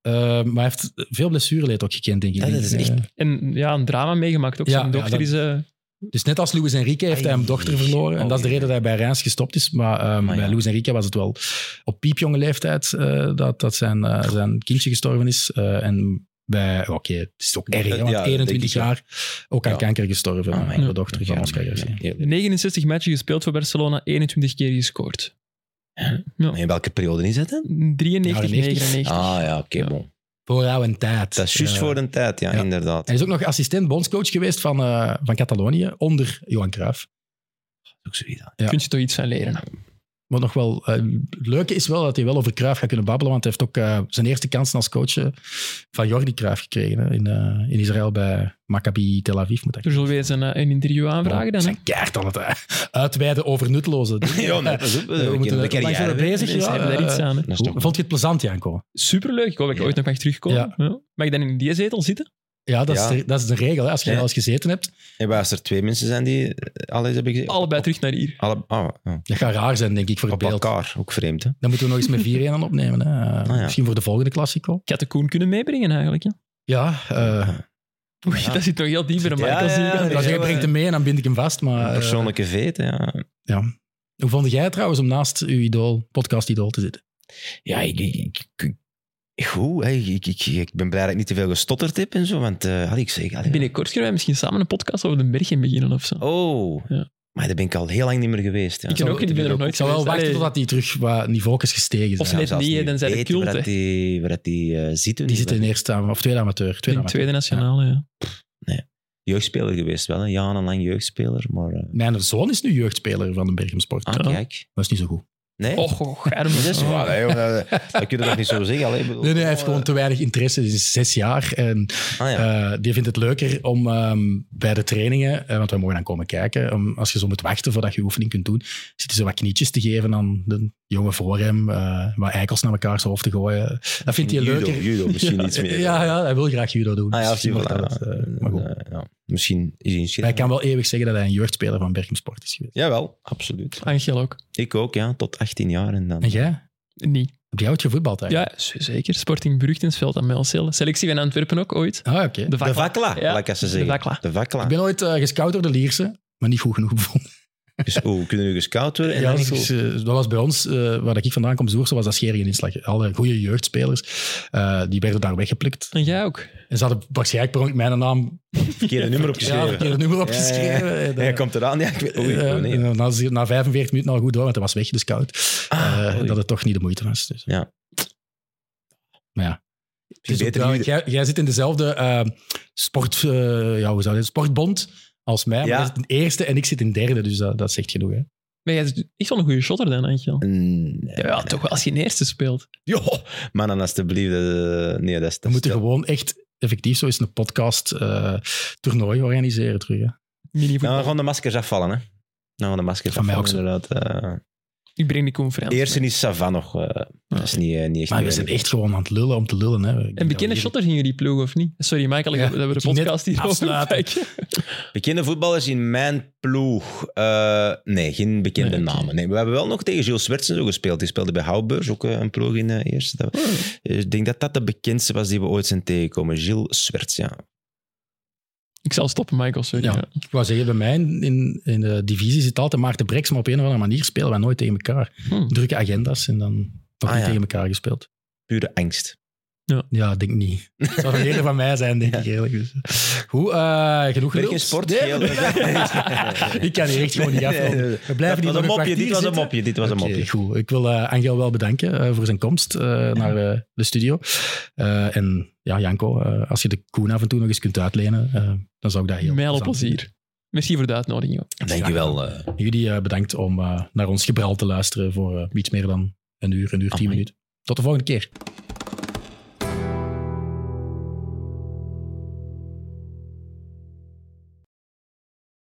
[SPEAKER 1] Eh, maar hij heeft veel blessureleed ook gekend, denk ik.
[SPEAKER 3] Ja, dat is echt-
[SPEAKER 1] Eh,
[SPEAKER 2] En ja, een drama meegemaakt. Ook
[SPEAKER 1] Ja,
[SPEAKER 2] zijn
[SPEAKER 1] ja,
[SPEAKER 2] dochter
[SPEAKER 1] dat-
[SPEAKER 2] is... eh,
[SPEAKER 1] Dus net als Luis Enrique heeft hij een
[SPEAKER 3] Ai.
[SPEAKER 1] dochter verloren. En dat is de
[SPEAKER 3] Oei.
[SPEAKER 1] reden dat hij bij Reims gestopt is. Maar ehm,
[SPEAKER 3] Maar ja.
[SPEAKER 1] bij Luis Enrique was het wel op piepjonge leeftijd eh, dat, dat zijn, eh, zijn kindje gestorven is. Eh, en bij, oké, het is ook erg, hè,
[SPEAKER 3] Ja,
[SPEAKER 1] want
[SPEAKER 3] dat denk
[SPEAKER 1] 21
[SPEAKER 3] ik wel.
[SPEAKER 1] jaar ook aan
[SPEAKER 3] Ja.
[SPEAKER 1] kanker gestorven.
[SPEAKER 3] Ah,
[SPEAKER 1] eh,
[SPEAKER 3] mijn
[SPEAKER 1] de dochter van Oscar Garcia.
[SPEAKER 3] Ja.
[SPEAKER 2] 69 matchen gespeeld voor Barcelona, 21 keer gescoord.
[SPEAKER 3] Maar In welke periode is dat dan?
[SPEAKER 2] 93,
[SPEAKER 1] Ja,
[SPEAKER 2] 99.
[SPEAKER 3] Ah ja, oké,
[SPEAKER 2] Ja.
[SPEAKER 3] bon.
[SPEAKER 1] Voor jou een tijd.
[SPEAKER 3] Dat is juist
[SPEAKER 1] Eh,
[SPEAKER 3] voor een tijd, ja,
[SPEAKER 1] ja.
[SPEAKER 3] inderdaad.
[SPEAKER 1] Hij is ook nog assistent bondscoach geweest van, eh, van Catalonië, onder Johan Cruijff.
[SPEAKER 3] Ook zoiets, ja.
[SPEAKER 1] Ja.
[SPEAKER 2] Kun je toch iets van leren?
[SPEAKER 1] Wat nog wel, eh, het leuke is wel dat hij wel over Cruijff gaat kunnen babbelen, want hij heeft ook eh, zijn eerste kansen als coach eh, van Jordi Cruijff gekregen hè, in, eh, in Israël bij Maccabi Tel Aviv. Moet ik
[SPEAKER 2] Er zullen we eens een, eh, een interview aanvragen dan. Hè?
[SPEAKER 1] Zijn kaart aan het eh, uitweiden over nutteloze dingen.
[SPEAKER 3] Ja, nee, pas op. eh,
[SPEAKER 1] Eh, we
[SPEAKER 3] we
[SPEAKER 1] moeten
[SPEAKER 3] kennen de
[SPEAKER 1] er lang
[SPEAKER 3] carrière,
[SPEAKER 1] voor bezig,
[SPEAKER 3] hè.
[SPEAKER 1] ja.
[SPEAKER 2] Ze hebben daar iets aan. Hè?
[SPEAKER 3] Dat is
[SPEAKER 1] Hoe-
[SPEAKER 3] toch
[SPEAKER 1] Vond je het plezant, Janko?
[SPEAKER 2] Superleuk. Ik hoop dat ik
[SPEAKER 3] eh, Ja.
[SPEAKER 2] ooit nog mag terugkomen.
[SPEAKER 1] Ja.
[SPEAKER 2] Ja. Mag ik dan in die zetel zitten?
[SPEAKER 1] Ja, dat, Is,
[SPEAKER 3] Ja.
[SPEAKER 1] de, dat is de regel. Hè. Als je
[SPEAKER 3] Ja.
[SPEAKER 1] al eens gezeten hebt,
[SPEAKER 3] En waar als er twee mensen zijn die eh, al eens hebben gezien?
[SPEAKER 2] Allebei terug naar hier.
[SPEAKER 3] Alle, ah, ja.
[SPEAKER 1] dat gaat raar zijn, denk ik, voor het
[SPEAKER 3] Op
[SPEAKER 1] beeld.
[SPEAKER 3] elkaar, ook vreemd. Hè?
[SPEAKER 1] Dan moeten we nog eens met 4-1 aan opnemen. Hè. Eh,
[SPEAKER 3] ja.
[SPEAKER 1] Misschien voor de volgende Classico.
[SPEAKER 2] Ik had de Koen kunnen meebrengen eigenlijk. Hè?
[SPEAKER 1] Ja, eh,
[SPEAKER 2] Oei, dat zit nog heel diep in de
[SPEAKER 3] Ja,
[SPEAKER 2] Michael.
[SPEAKER 3] ja,
[SPEAKER 2] zie
[SPEAKER 3] ja,
[SPEAKER 2] ik.
[SPEAKER 1] ik wou zeggen,
[SPEAKER 3] eh,
[SPEAKER 1] breng hem mee en dan bind ik hem vast. Maar,
[SPEAKER 3] Een
[SPEAKER 1] eh,
[SPEAKER 3] persoonlijke veete, ja.
[SPEAKER 1] Ja. Hoe vond jij het trouwens om naast uw idool, podcast-idool te zitten?
[SPEAKER 3] Ja, ik... ik, ik- ik- goed, hè. ik, ik, ik ben blij dat ik niet te veel gestotterd heb en zo, want eh, had ik zeker... allee,
[SPEAKER 2] Binnenkort kunnen wij misschien samen een podcast over de bergen beginnen of zo.
[SPEAKER 3] Oh,
[SPEAKER 2] Ja.
[SPEAKER 3] maar daar ben ik al heel lang niet meer geweest. Ja.
[SPEAKER 2] Ik ken ook niet, ik ben er nog nooit
[SPEAKER 1] Ik zou wel
[SPEAKER 2] geweest.
[SPEAKER 1] wachten
[SPEAKER 2] Allee.
[SPEAKER 1] totdat hij terug wat niveau is gestegen.
[SPEAKER 2] Of
[SPEAKER 1] Zijn.
[SPEAKER 2] net niet, hè, dan zijn de cult, hè.
[SPEAKER 3] Waar die, waar die eh, zitten.
[SPEAKER 1] Die
[SPEAKER 3] niet,
[SPEAKER 1] zit in eerste am- of tweede amateur.
[SPEAKER 2] Ik
[SPEAKER 1] Tweede
[SPEAKER 2] denk
[SPEAKER 1] amateur.
[SPEAKER 2] tweede nationale, ja.
[SPEAKER 3] Jeugdspeler geweest wel, hè. jarenlang jeugdspeler, maar... eh,
[SPEAKER 1] Mijn zoon is nu jeugdspeler van de Berchem Sport.
[SPEAKER 3] ah,
[SPEAKER 2] Ja.
[SPEAKER 3] kijk.
[SPEAKER 1] Dat is niet zo goed.
[SPEAKER 3] Nee?
[SPEAKER 2] Och, och, arme.
[SPEAKER 3] dat is
[SPEAKER 2] Oh.
[SPEAKER 3] waar, hè, jongen. dat, dat kun je toch niet zo zeggen? allee, ik bedoel,
[SPEAKER 1] Nee, nee, hij heeft
[SPEAKER 3] eh,
[SPEAKER 1] gewoon te weinig interesse. Hij is zes jaar en
[SPEAKER 3] Ah, ja.
[SPEAKER 1] eh, die vindt het leuker om ehm, bij de trainingen, eh, want wij mogen dan komen kijken, om- als je zo moet wachten voordat je oefening kunt doen, zitten ze wat knietjes te geven aan de jongen voor hem, eh wat eikels naar elkaar zijn hoofd te gooien. Dat vindt hij
[SPEAKER 3] judo,
[SPEAKER 1] leuker.
[SPEAKER 3] Judo, misschien iets meer.
[SPEAKER 1] Ja, ja, hij wil graag judo doen.
[SPEAKER 3] Ah, ja,
[SPEAKER 1] Dus
[SPEAKER 3] als die
[SPEAKER 1] misschien
[SPEAKER 3] wil,
[SPEAKER 1] wordt
[SPEAKER 3] ja.
[SPEAKER 1] dat het, eh, maar goed. Maar
[SPEAKER 3] Eh, ja. Misschien is hij
[SPEAKER 1] hij
[SPEAKER 3] inschrijving.
[SPEAKER 1] kan wel eeuwig zeggen dat hij een jeugdspeler van Berchem Sport is geweest.
[SPEAKER 3] Jawel, absoluut.
[SPEAKER 2] Angel ook.
[SPEAKER 3] Ik ook, ja, tot 18 jaar en dan.
[SPEAKER 1] En jij?
[SPEAKER 2] Niet.
[SPEAKER 1] Heb jij ooit gevoetbald eigenlijk?
[SPEAKER 2] Ja, z- zeker. Sporting Brugtensveld aan Melcel. Selectie van Antwerpen ook ooit.
[SPEAKER 1] Ah, oké.
[SPEAKER 2] De
[SPEAKER 3] De
[SPEAKER 2] vakla.
[SPEAKER 3] vakla,
[SPEAKER 2] Ja,
[SPEAKER 3] laat ik als ze
[SPEAKER 2] de
[SPEAKER 3] zeggen.
[SPEAKER 2] vakla.
[SPEAKER 3] De vakla.
[SPEAKER 1] Ik ben ooit eh, gescout door de Lierse, maar niet goed genoeg bevonden.
[SPEAKER 3] Dus, oh, kunnen nu gescout worden? En
[SPEAKER 1] Ja,
[SPEAKER 3] dan
[SPEAKER 1] dus,
[SPEAKER 3] niet goed.
[SPEAKER 1] eh, dat was bij ons, eh, waar ik vandaan kom, Zoerse, was dat schering inslag. Alle goede jeugdspelers, eh, die werden daar weggeplukt.
[SPEAKER 2] En jij ook.
[SPEAKER 1] En ze hadden waarschijnlijk per ongeluk mijn naam
[SPEAKER 3] Verkeerde nummer
[SPEAKER 1] ja,
[SPEAKER 3] opgeschreven.
[SPEAKER 1] een nummer opgeschreven. En,
[SPEAKER 3] En
[SPEAKER 1] eh,
[SPEAKER 3] hij komt eraan. Ja, ik weet, oei,
[SPEAKER 1] eh,
[SPEAKER 3] oh, nee.
[SPEAKER 1] en dan was hij na 45 minuten al goed door, want hij was weg, de scout.
[SPEAKER 3] Ah,
[SPEAKER 1] Eh,
[SPEAKER 3] oei.
[SPEAKER 1] dat het toch niet de moeite was. Dus.
[SPEAKER 3] Ja.
[SPEAKER 1] Maar ja.
[SPEAKER 3] Misschien
[SPEAKER 1] Het is ook
[SPEAKER 3] beter
[SPEAKER 1] wel-
[SPEAKER 3] niet-
[SPEAKER 1] jij, jij zit in dezelfde eh, sport, eh, ja, hoe zou dat, sportbond als mij. Maar
[SPEAKER 3] Ja.
[SPEAKER 1] jij zit in eerste en ik zit in derde, dus dat, dat zegt genoeg. Hè?
[SPEAKER 2] Maar jij is echt wel een goede shotter dan, Angel.
[SPEAKER 3] Mm,
[SPEAKER 2] Ja, ja, toch wel als je in eerste speelt.
[SPEAKER 3] Jo, mannen, alstublieft. eh, Nee, dat is
[SPEAKER 1] We
[SPEAKER 3] dat is-
[SPEAKER 1] moeten gewoon echt effectief zo eens een podcast-toernooi organiseren terug. Hè?
[SPEAKER 2] Mini
[SPEAKER 3] Nou, we gaan de maskers afvallen, hè. Nou, gaan de maskers
[SPEAKER 1] Van mij
[SPEAKER 3] afvallen, inderdaad. eh.
[SPEAKER 2] Ik breng die conferentie.
[SPEAKER 3] De eerste is Savan nog. eh, dat is niet, eh, niet echt...
[SPEAKER 1] Maar we
[SPEAKER 3] meer.
[SPEAKER 1] zijn echt gewoon aan het lullen om te lullen. Hè. Ik denk
[SPEAKER 2] En
[SPEAKER 1] dat
[SPEAKER 2] bekende
[SPEAKER 1] we hier-
[SPEAKER 2] shotter gingen jullie ploegen, of niet? Sorry, Michael,
[SPEAKER 1] Ja,
[SPEAKER 2] dat we
[SPEAKER 1] ik
[SPEAKER 2] de
[SPEAKER 1] ging net
[SPEAKER 2] podcast hier
[SPEAKER 1] afsluiten.
[SPEAKER 3] Bekende voetballers in mijn ploeg? Eh, nee, geen bekende
[SPEAKER 2] Nee, oké.
[SPEAKER 3] namen. Nee, we hebben wel nog tegen Gilles Swertsen zo gespeeld. Die speelde bij Houtbeurs, ook eh, een ploeg in eh eerste. Dat- Eh, Ik denk dat dat de bekendste was die we ooit zijn tegengekomen. Gilles Swerts, ja.
[SPEAKER 2] Ik zal stoppen, Michael, sorry.
[SPEAKER 1] Ja.
[SPEAKER 2] Ja.
[SPEAKER 1] Ik wou zeggen, bij mij in, in de divisie zit altijd Maarten Breks, maar op een of andere manier spelen wij nooit tegen elkaar.
[SPEAKER 2] Hm.
[SPEAKER 1] Drukke agendas en dan toch
[SPEAKER 3] Ah,
[SPEAKER 1] niet
[SPEAKER 3] ja.
[SPEAKER 1] tegen elkaar gespeeld.
[SPEAKER 3] Pure angst.
[SPEAKER 1] Ja, ik denk niet. Het zou een eerder van mij zijn, denk ik eerlijk. Dus. Hoe, eh, genoeg
[SPEAKER 3] Ben ik
[SPEAKER 1] geduld?
[SPEAKER 3] geen sport?
[SPEAKER 1] Nee,
[SPEAKER 3] Geel?
[SPEAKER 1] nee, nee. ik kan hier echt gewoon niet afronden. We blijven
[SPEAKER 3] Dat
[SPEAKER 1] hier
[SPEAKER 3] was een
[SPEAKER 1] nog
[SPEAKER 3] mopje, dit
[SPEAKER 1] kwartier
[SPEAKER 3] was een
[SPEAKER 1] zitten.
[SPEAKER 3] mopje, dit was een
[SPEAKER 1] Oké,
[SPEAKER 3] mopje.
[SPEAKER 1] Goed. Ik wil eh, Angel wel bedanken eh, voor zijn komst eh, naar eh, de studio. Eh, en ja, Janko, eh, als je de koen af en toe nog eens kunt uitlenen, eh, dan zou ik dat heel
[SPEAKER 2] Mijl op
[SPEAKER 1] plezant
[SPEAKER 2] plezier. Merci voor de uitnodiging. joh.
[SPEAKER 3] Dankjewel. eh.
[SPEAKER 1] vinden. Jullie eh, bedankt om eh, naar ons gebral te luisteren voor eh, iets meer dan een uur, een uur, tien
[SPEAKER 3] Amai.
[SPEAKER 1] minuten. Tot de volgende keer.